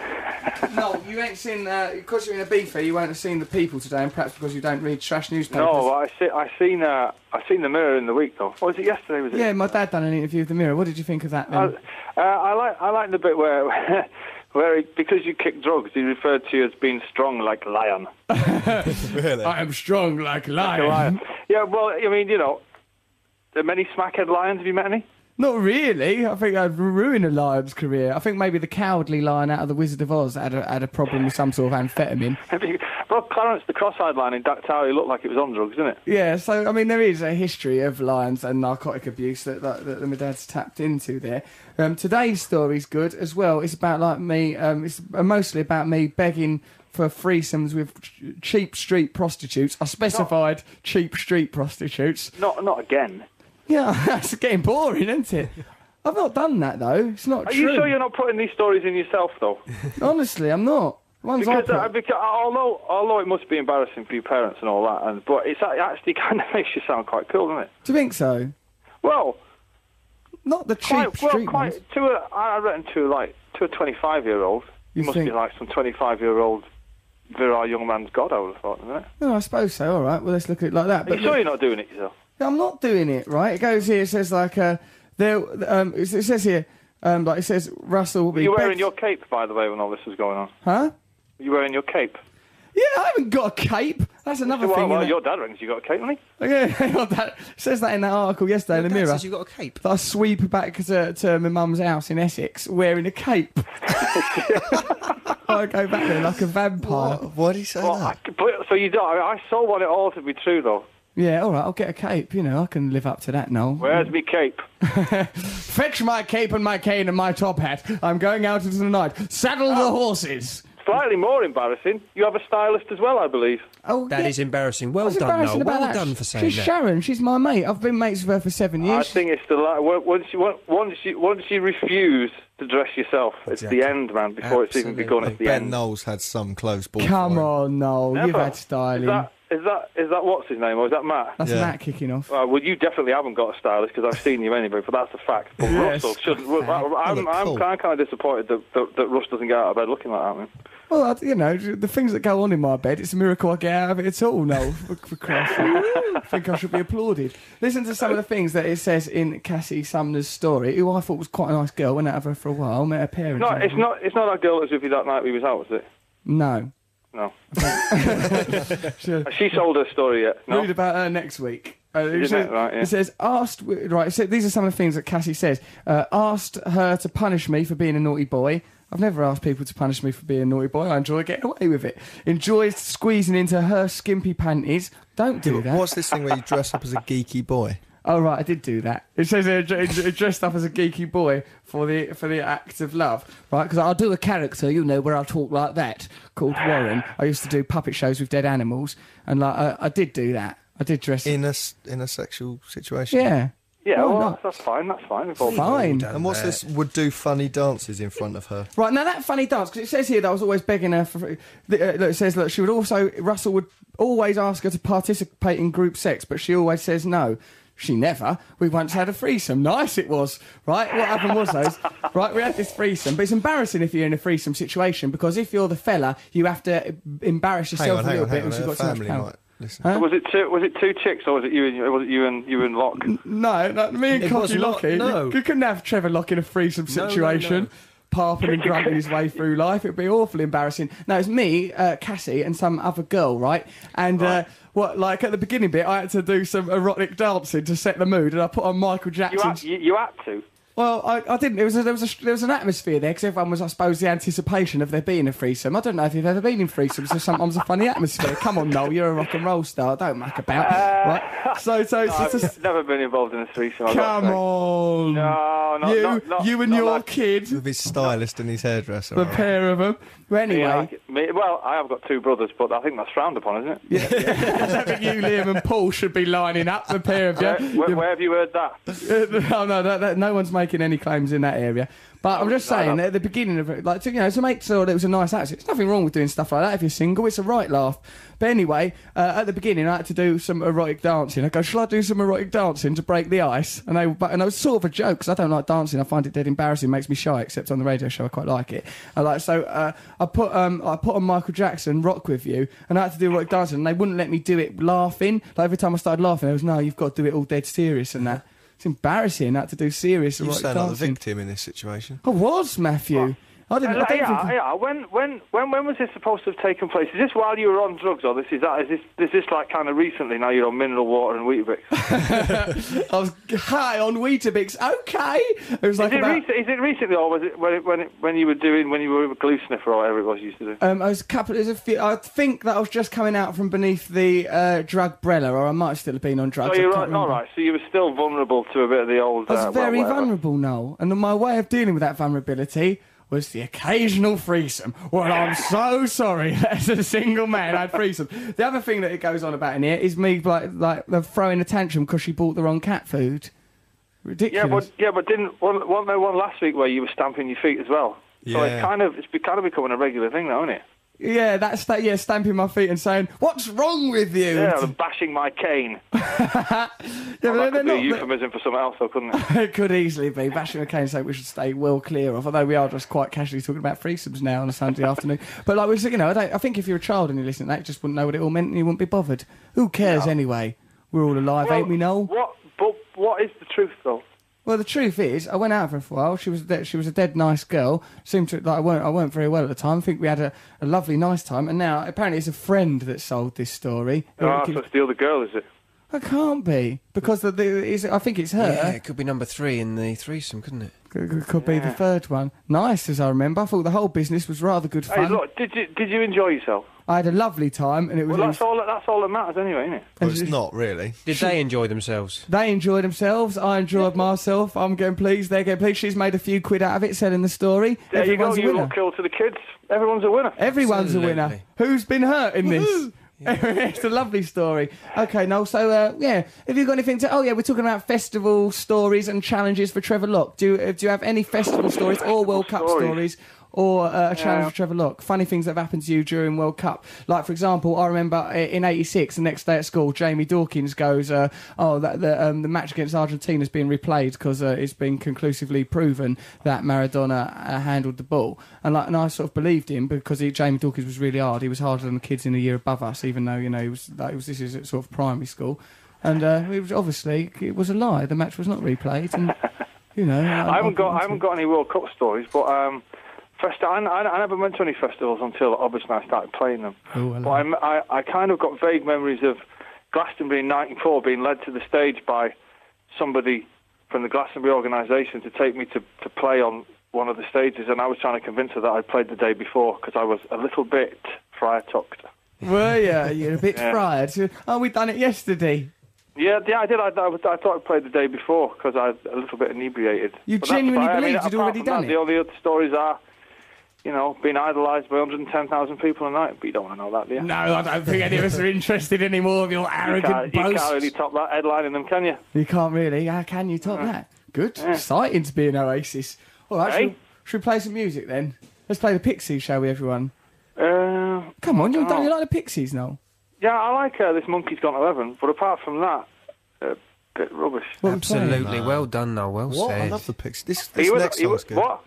no, you ain't seen, uh, because you're in a beef fair, you won't have seen the people today, and perhaps because you don't read trash newspapers. No, I see. I seen uh, I seen the mirror in the week though. Or was it yesterday? Was it? Yeah, my dad done an interview with the Mirror. What did you think of that? I, Then? uh, I like I like the bit where where he, because you kick drugs, he referred to you as being strong like lion. really? am strong like a Like a lion. Yeah. Well, I mean, you know, there are many smackhead lions. Have you met any? Not really. I think I'd ruin a lion's career. I think maybe the cowardly lion out of the Wizard of Oz had a, had a problem with some sort of amphetamine. Have you- Well, Clarence, the cross-eyed lion in Duck Tower, he looked like it was on drugs, didn't it? Yeah, so I mean, there is a history of lions and narcotic abuse that that, that my dad's tapped into there. Um, today's story's good as well. It's about like me. Um, it's mostly about me begging for threesomes with ch- cheap street prostitutes. I specified cheap street prostitutes. Not, not again. Yeah, that's getting boring, isn't it? I've not done that though. It's not Are true. you sure you're not putting these stories in yourself, though? Honestly, I'm not. The Ones I Because, put- uh, because although although it must be embarrassing for your parents and all that, and but it's a- it actually kind of makes you sound quite cool, doesn't it? Do you think so? Well, Not the cheap quite, well, street ones. quite to a, I reckon to like to a 25 year old, You you must think- be like some 25 year old virile young man's god. I would have thought, isn't it? No, I suppose so. All right. Well, let's look at it like that. Are But you sure you're not doing it yourself? I'm not doing it right. It goes here. It says like uh, there. Um, it it says here. Um, like it says Russell will be. Were you wearing begged- your cape, by the way, when all this was going on? Huh? Were you wearing your cape? Yeah, I haven't got a cape. That's another well, thing. well, innit? your dad rings. You got a cape, hasn't he? Yeah, hang on, that it says that in that article yesterday in the Mirror. you got a cape. that I sweep back to, to my mum's house in Essex wearing a cape. I go back there like a vampire. Why do you say Well, I, that? but, so you don't. I, mean, I so want it all to be true, though. Yeah, all right, I'll get a cape. You know, I can live up to that, Noel. Where's me cape? Fetch my cape and my cane and my top hat. I'm going out into the night. Saddle Oh. the horses. Slightly more embarrassing. You have a stylist as well, I believe. Oh, That is embarrassing. Well What's done, embarrassing Noel. about Well that? done for saying She's that. Sharon. She's my mate. I've been mates with her for seven I years. think it's the la- on- once you on- once you once you refuse to dress yourself, it's Exactly. the end, man. Before it's even begun, it's the Ben end. Knowles had some close ball. Come for him. on, Noel. You've Never. had styling. Is that, is that is that what's his name or is that Matt? That's Yeah. Matt kicking off. Uh, well, you definitely haven't got a stylist because I've seen you anyway, but that's a fact. But Russell should. well, I, I'm, look I'm, cool. kind of, kind of disappointed that, that, that Russ doesn't get out of bed looking like that, man. Well, I, you know, the things that go on in my bed, it's a miracle I get out of it at all, Noel. For, for Christ's sake. I think I should be applauded. Listen to some of the things that it says in Cassie Sumner's story, who I thought was quite a nice girl. Went out of her for a while, met her parents. No, and it's not. It's not that girl that was with you that night we was out, was it? No. No. Sure. Has she sold her story yet? No. Read about her next week. Uh, it, Isn't says, it? Right, yeah. it says asked right. So these are some of the things that Cassie says. Uh, asked her to punish me for being a naughty boy. I've never asked people to punish me for being a naughty boy. I enjoy getting away with it. Enjoys squeezing into her skimpy panties. Don't do that. What's this thing where you dress up as a geeky boy? Oh right, I did do that. It says uh, dr- dr- dressed up as a geeky boy for the for the act of love, right? Because I'll do a character, you know, where I talk like that called Warren. I used to do puppet shows with dead animals, and like I, I did do that. I did dress. In a, s- in a sexual situation? yeah. Yeah, Why well, not? that's, that's fine. That's fine. We've all Fine. And what's this? Would do funny dances in front of her. Right now, that funny dance because it says here that I was always begging her for. the- Uh, look, it says look, she would also Russell would always ask her to participate in group sex, but she always says no. She never. We once had a threesome. Nice it was, right? What happened was those, right? We had this threesome, but it's embarrassing if you're in a threesome situation because if you're the fella, you have to uh, embarrass Hang yourself on, a hang little on, bit. hang on. because Her you've got so much family power. might listen. Was it two? Was it two chicks or was it you and was it you and you and Locke? No, no, me and It was Cocky not- Lockie. you- no. You couldn't have Trevor Locke in a threesome No, no, situation. no. Parping and grunting his way through life. It'd be awfully embarrassing. No, it's me, uh, Cassie, and some other girl, right? And uh, what, like at the beginning bit, I had to do some erotic dancing to set the mood, and I put on Michael You had, Jackson's. you, you had to. well, I, I didn't. It was a, there was a, there was an atmosphere there because everyone was, I suppose, the anticipation of there being a threesome. I don't know if you've ever been in threesomes. There's sometimes a funny atmosphere. Come on, Noel, you're a rock and roll star. Don't muck about. right? So, so it's I've just. never been involved in a threesome. I've got Come to say. on. No, No, no, you, not- not- you and not your like- kid, With his stylist and his hairdresser. the all right. pair of them. But anyway, Yeah, I- me, well, I have got two brothers, but I think that's frowned upon, isn't it? I think you, Liam, and Paul should be lining up. The pair of you. Where, where, where have you heard that? oh no, that, that, no one's making any claims in that area. But I'm just no, saying, no. at the beginning of it, like to, you know, to make sure that it was a nice accent. There's nothing wrong with doing stuff like that if you're single. It's a right laugh. But anyway, uh, at the beginning, I had to do some erotic dancing. I go, shall I do some erotic dancing to break the ice? And they, but, and it was sort of a joke because I don't like dancing. I find it dead embarrassing. Makes me shy. Except on the radio show, I quite like it. I like so. Uh, I put um, I put on Michael Jackson, Rock with You, and I had to do erotic dancing. And they wouldn't let me do it laughing. Like every time I started laughing, it was no, you've got to do it all dead serious and that. It's embarrassing that to do serious You erotic sound like the dancing. victim in this situation. I was Matthew. I didn't. I Uh, yeah, don't think yeah, yeah. When, when, when, when was this supposed to have taken place? Is this while you were on drugs, or this is that? Is this, is this like kind of recently? Now you're on mineral water and Weetabix. is, I was high on Weetabix. Okay, it was like it about. recent, is it recently, or was it when, it, when, it, when you were doing when you were a glue sniffer or whatever it was you used to do? Um, I was a couple. There's a few. I think that I was just coming out from beneath the uh, drug brella, or I might have still have been on drugs. I So Oh, you're can't right, all remember. right. So you were still vulnerable to a bit of the old. I was uh, well, very whatever. vulnerable, Noel, and my way of dealing with that vulnerability was the occasional threesome. Well, I'm so sorry. As a single man, I had threesome. The other thing that it goes on about in here is me like like throwing a tantrum because she bought the wrong cat food. Ridiculous. Yeah, but yeah, but didn't wasn't wasn't there one last week where you were stamping your feet as well? Yeah. So it's kind of it's be, kind of becoming a regular thing now, isn't it? Yeah, that's that. Yeah, stamping my feet and saying, "What's wrong with you?" Yeah, I'm bashing my cane. Yeah, but they're Well, that could be a not- euphemism for something else, though, couldn't it? it could easily be. Bashing McCain saying we should stay well clear of, although we are just quite casually talking about threesomes now on a Sunday afternoon. But like we said, you know, I, don't, I think if you're a child and you listen to that, you just wouldn't know what it all meant and you wouldn't be bothered. Who cares anyway? We're all alive, ain't we, Noel? What? But what is the truth, though? Well, the truth is, I went out for a while. She was de- she was a dead nice girl. Seemed to like I weren't I weren't very well at the time. I think we had a, a lovely nice time, and now apparently it's a friend that sold this story. Ah, so it's the other girl, is it? I can't be because the, the is I think it's her. Yeah, it could be number three in the threesome, couldn't it? Could, could- could be the third one. Nice, as I remember. I thought the whole business was rather good Hey, fun. look, did you did you enjoy yourself? I had a lovely time, and it was. Well, that's all. That's all that matters, anyway, isn't it? Well, it's not really. Did they enjoy themselves? they enjoyed themselves. I enjoyed myself. I'm getting pleased. They're getting pleased. She's made a few quid out of it selling the story. There Everyone's you go. a You winner. look cool to the kids. Everyone's a winner. Everyone's a winner. Absolutely. Who's been hurt in this? it's a lovely story. Okay, Noel. So, uh, yeah, have you got anything to? Oh, yeah, we're talking about festival stories and challenges for Trevor Locke. Do you, uh, do you have any festival stories or World Cup stories. stories? Or uh, a challenge for Trevor Locke. Funny things that have happened to you during World Cup. Like, for example, I remember uh, in '86, the next day at school, Jamie Dawkins goes, uh, "Oh, that, the, um, the match against Argentina has been replayed because uh, it's been conclusively proven that Maradona uh, handled the ball." And like, and I sort of believed him because he, Jamie Dawkins was really hard. He was harder than the kids in the year above us, even though you know he was like, it was this is sort of primary school. And uh, it was obviously it was a lie. The match was not replayed, and you know. I haven't got I haven't got any World Cup stories, but um, festi- I, I, I never went to any festivals until obviously I started playing them. Oh, hello. but I'm- I, I kind of got vague memories of Glastonbury in '94 being led to the stage by somebody from the Glastonbury organisation to take me to, to play on one of the stages, and I was trying to convince her that I'd played the day before because I was a little bit fryer tucked. Were you? You're a bit fried. Oh, we done it yesterday. Yeah, yeah, I did. I, I, was- I thought I played the day before because I was a little bit inebriated. You But that's genuinely fine. I mean, believed you'd apart already from done that, it? The only other stories are, you know, being idolised by 110,000 people a night, but you don't want to know that, do you? No, I don't think any of us are interested anymore of your you, arrogant can't, you boasts. can't really top that headlining them, can you? You can't really. How can you top that? Good. Exciting to be an Oasis. All right. Hey? Should, should we play some music then? Let's play the Pixies, shall we, everyone? Uh, Come on, you don't you Oh. like the Pixies, Noel? yeah, I like uh, this Monkey's Gone to Heaven, but apart from that, a bit rubbish. What are we playing? Absolutely. Well done, Noel. Well What? said. I love the pics. This, He this was- next he song's was- good. What?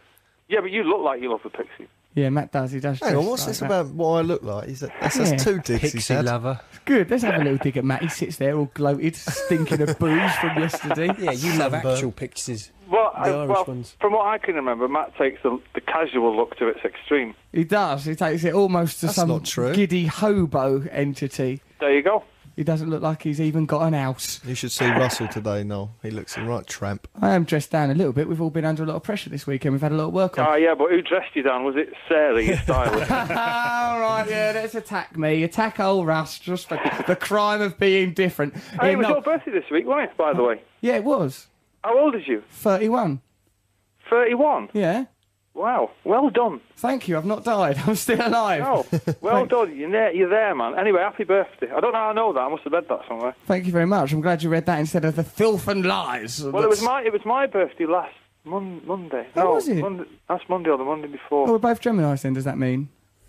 Yeah, but you look like you love the Pixies. Yeah, Matt does. He does. Hang on, dress what's like this that. about what I look like? Is that, that's, Yeah. that's two dicks he's Pixie had. lover. Good. Let's have a little dig at Matt. He sits there all gloated, stinking of booze from yesterday. Yeah, you love actual pixies. Well, I, The Irish well ones. from what I can remember, Matt takes the, the casual look to its extreme. He does. He takes it almost to That's some not true. giddy hobo entity. There you go. He doesn't look like he's even got an house. You should see Russell today, Noel. He looks a right tramp. I am dressed down a little bit. We've all been under a lot of pressure this weekend. We've had a lot of work on. Ah, yeah, but who dressed you down? Was it Sarah, your stylist? all right, Oh, yeah, let's attack me. Attack old Russ just for the crime of being different. Hey, yeah, it Oh, was no- your birthday this week, wasn't it, by the way? yeah, it was. How old is you? 31. 31? Yeah. Wow. Well done. Thank you. I've not died. I'm still alive. Oh, well done. You're there, you're there, man. Anyway, happy birthday. I don't know how I know that. I must have read that somewhere. Thank you very much. I'm glad you read that instead of the filth and lies. Well, it was my it was my birthday last mon- Monday. Oh, no, was it? Monday, last Monday or the Monday before. Oh, we're both Geminis then. Does that mean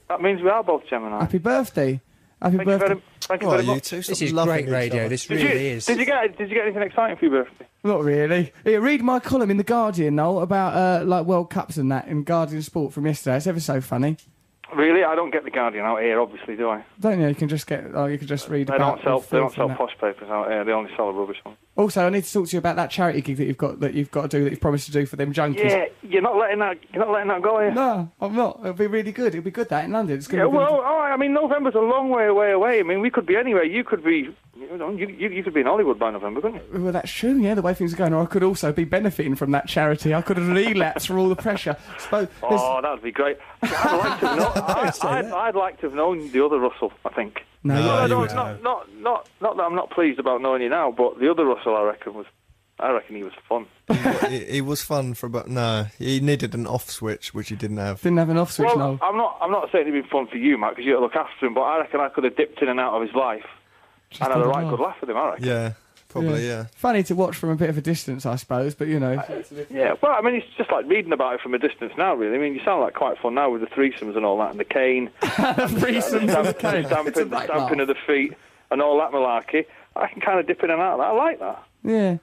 That means we are both Gemini. happy birthday? Happy Thank you birthday. very, thank you What very are you much. two? This Stop is loving great each radio. other. This Did Oh, really you, is. Did you get Did you get anything exciting for your birthday? Not really. Here, read my column in the Guardian, Noel, about uh, like World Cups and that in Guardian Sport from yesterday. It's ever so funny. Really, I don't get the Guardian out here, obviously, do I? Don't you? You can just get. Oh, you can just read They about. don't sell. the They don't filth sell and that. posh papers out here. They only sell the rubbish ones. Also, I need to talk to you about that charity gig that you've got that you've got to do that you've promised to do for them junkies. Yeah, you're not letting that. You're not letting that go here. No, I'm not. It'll be really good. It'll be good that in London. It's gonna Yeah, be really well, all right, I mean, November's a long way away away. I mean, we could be anywhere. You could be, you know, you, you, you could be in Hollywood by November, couldn't you? Well, that's true. Yeah, the way things are going, or I could also be benefiting from that charity. I could relapse for all the pressure. Suppose, Oh, that would be great. I'd like to know. I'd, I'd, I'd like to have known the other Russell. I think. No, No, yeah. you no, would not, not, not, not that I'm not pleased about knowing you now, but the other Russell, I reckon was, I reckon he was fun. It, it was fun for about no. He needed an off switch, which he didn't have. didn't have an off switch. Well, no, I'm not, I'm not saying it'd been fun for you, Matt, because you had to look after him. But I reckon I could have dipped in and out of his life Just and had a had a right laugh. good laugh with him. I reckon. Yeah, probably. Yeah. Funny to watch from a bit of a distance, I suppose. But you know, Yeah, well, I mean, it's just like reading about it from a distance now, really. I mean, you sound like quite fun now with the threesomes and all that, and the cane, threesomes stamp- with Kane. It's a stamping, right laugh. stamping of the feet, and all that malarkey. I can kind of dip in and out of that. I like that. Yeah.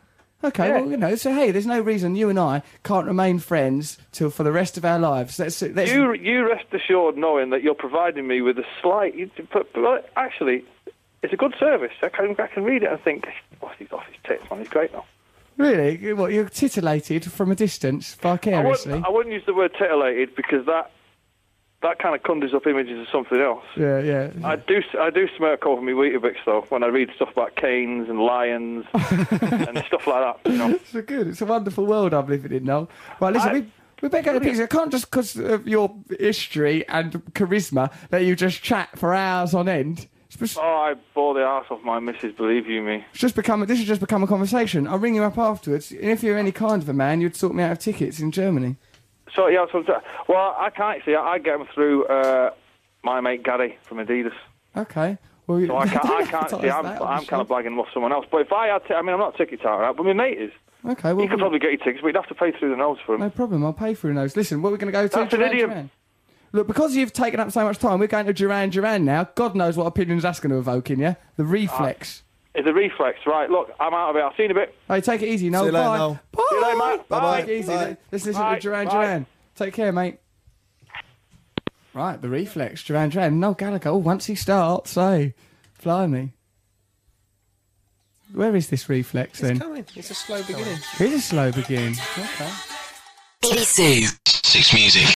Okay, Yeah. well, you know, so hey, there's no reason you and I can't remain friends till for the rest of our lives. Let's, let's You, you rest assured knowing that you're providing me with a slight. you- But, but well, actually, it's a good service. I can, I can read it and think, what's he's off his tits, man? He's great now. really, what you're titillated from a distance I vicariously. wouldn't, I wouldn't use the word titillated because that that kind of conjures up images of something else. yeah, yeah. I do, I do smirk over me Weetabix though when I read stuff about canes and lions and stuff like that. You know, It's a good. It's a wonderful world I'm living in now. Right, listen, I- we we better go to the pictures. I can't just because of your history and charisma that you just chat for hours on end. It's just, oh, I bore the arse off my missus. Believe you me. it's just become this has just become a conversation. I'll ring you up afterwards, and if you're any kind of a man, you'd sort me out of tickets in Germany. So yeah, so, well, I can't see. I, I get them through uh, my mate Gary from Adidas. Okay. Well, you- So I can't, I can't Tell see. us I'm, that on I'm the kind of blagging them off someone else. But if I had, t- I mean, I'm not a ticket out, right? But my mate is. show. okay. Well, He could probably get your tickets, but he'd have to pay through the nose for them. no problem. I'll pay for those. Listen, what we're going to go to? That's an Duran idiom. Duran. Look, because you've taken up so much time, we're going to Duran Duran now. God knows what opinions that's going to evoke in you. The reflex. It's a reflex, right? Look, I'm out of it. I've seen a bit. Hey, take it easy, Noel. See you later, Bye. Noel. Bye. Ah. See you later, mate. Bye. Bye. Take it easy. Bye. Let's listen Bye. to Duran Bye. Duran. Take care, mate. Right, the reflex, Duran Duran. Noel Gallagher. Oh, once he starts, hey, fly me. Where is this reflex then? coming. It's a slow beginning. Here's a slow beginning. Okay. BBC Six Music.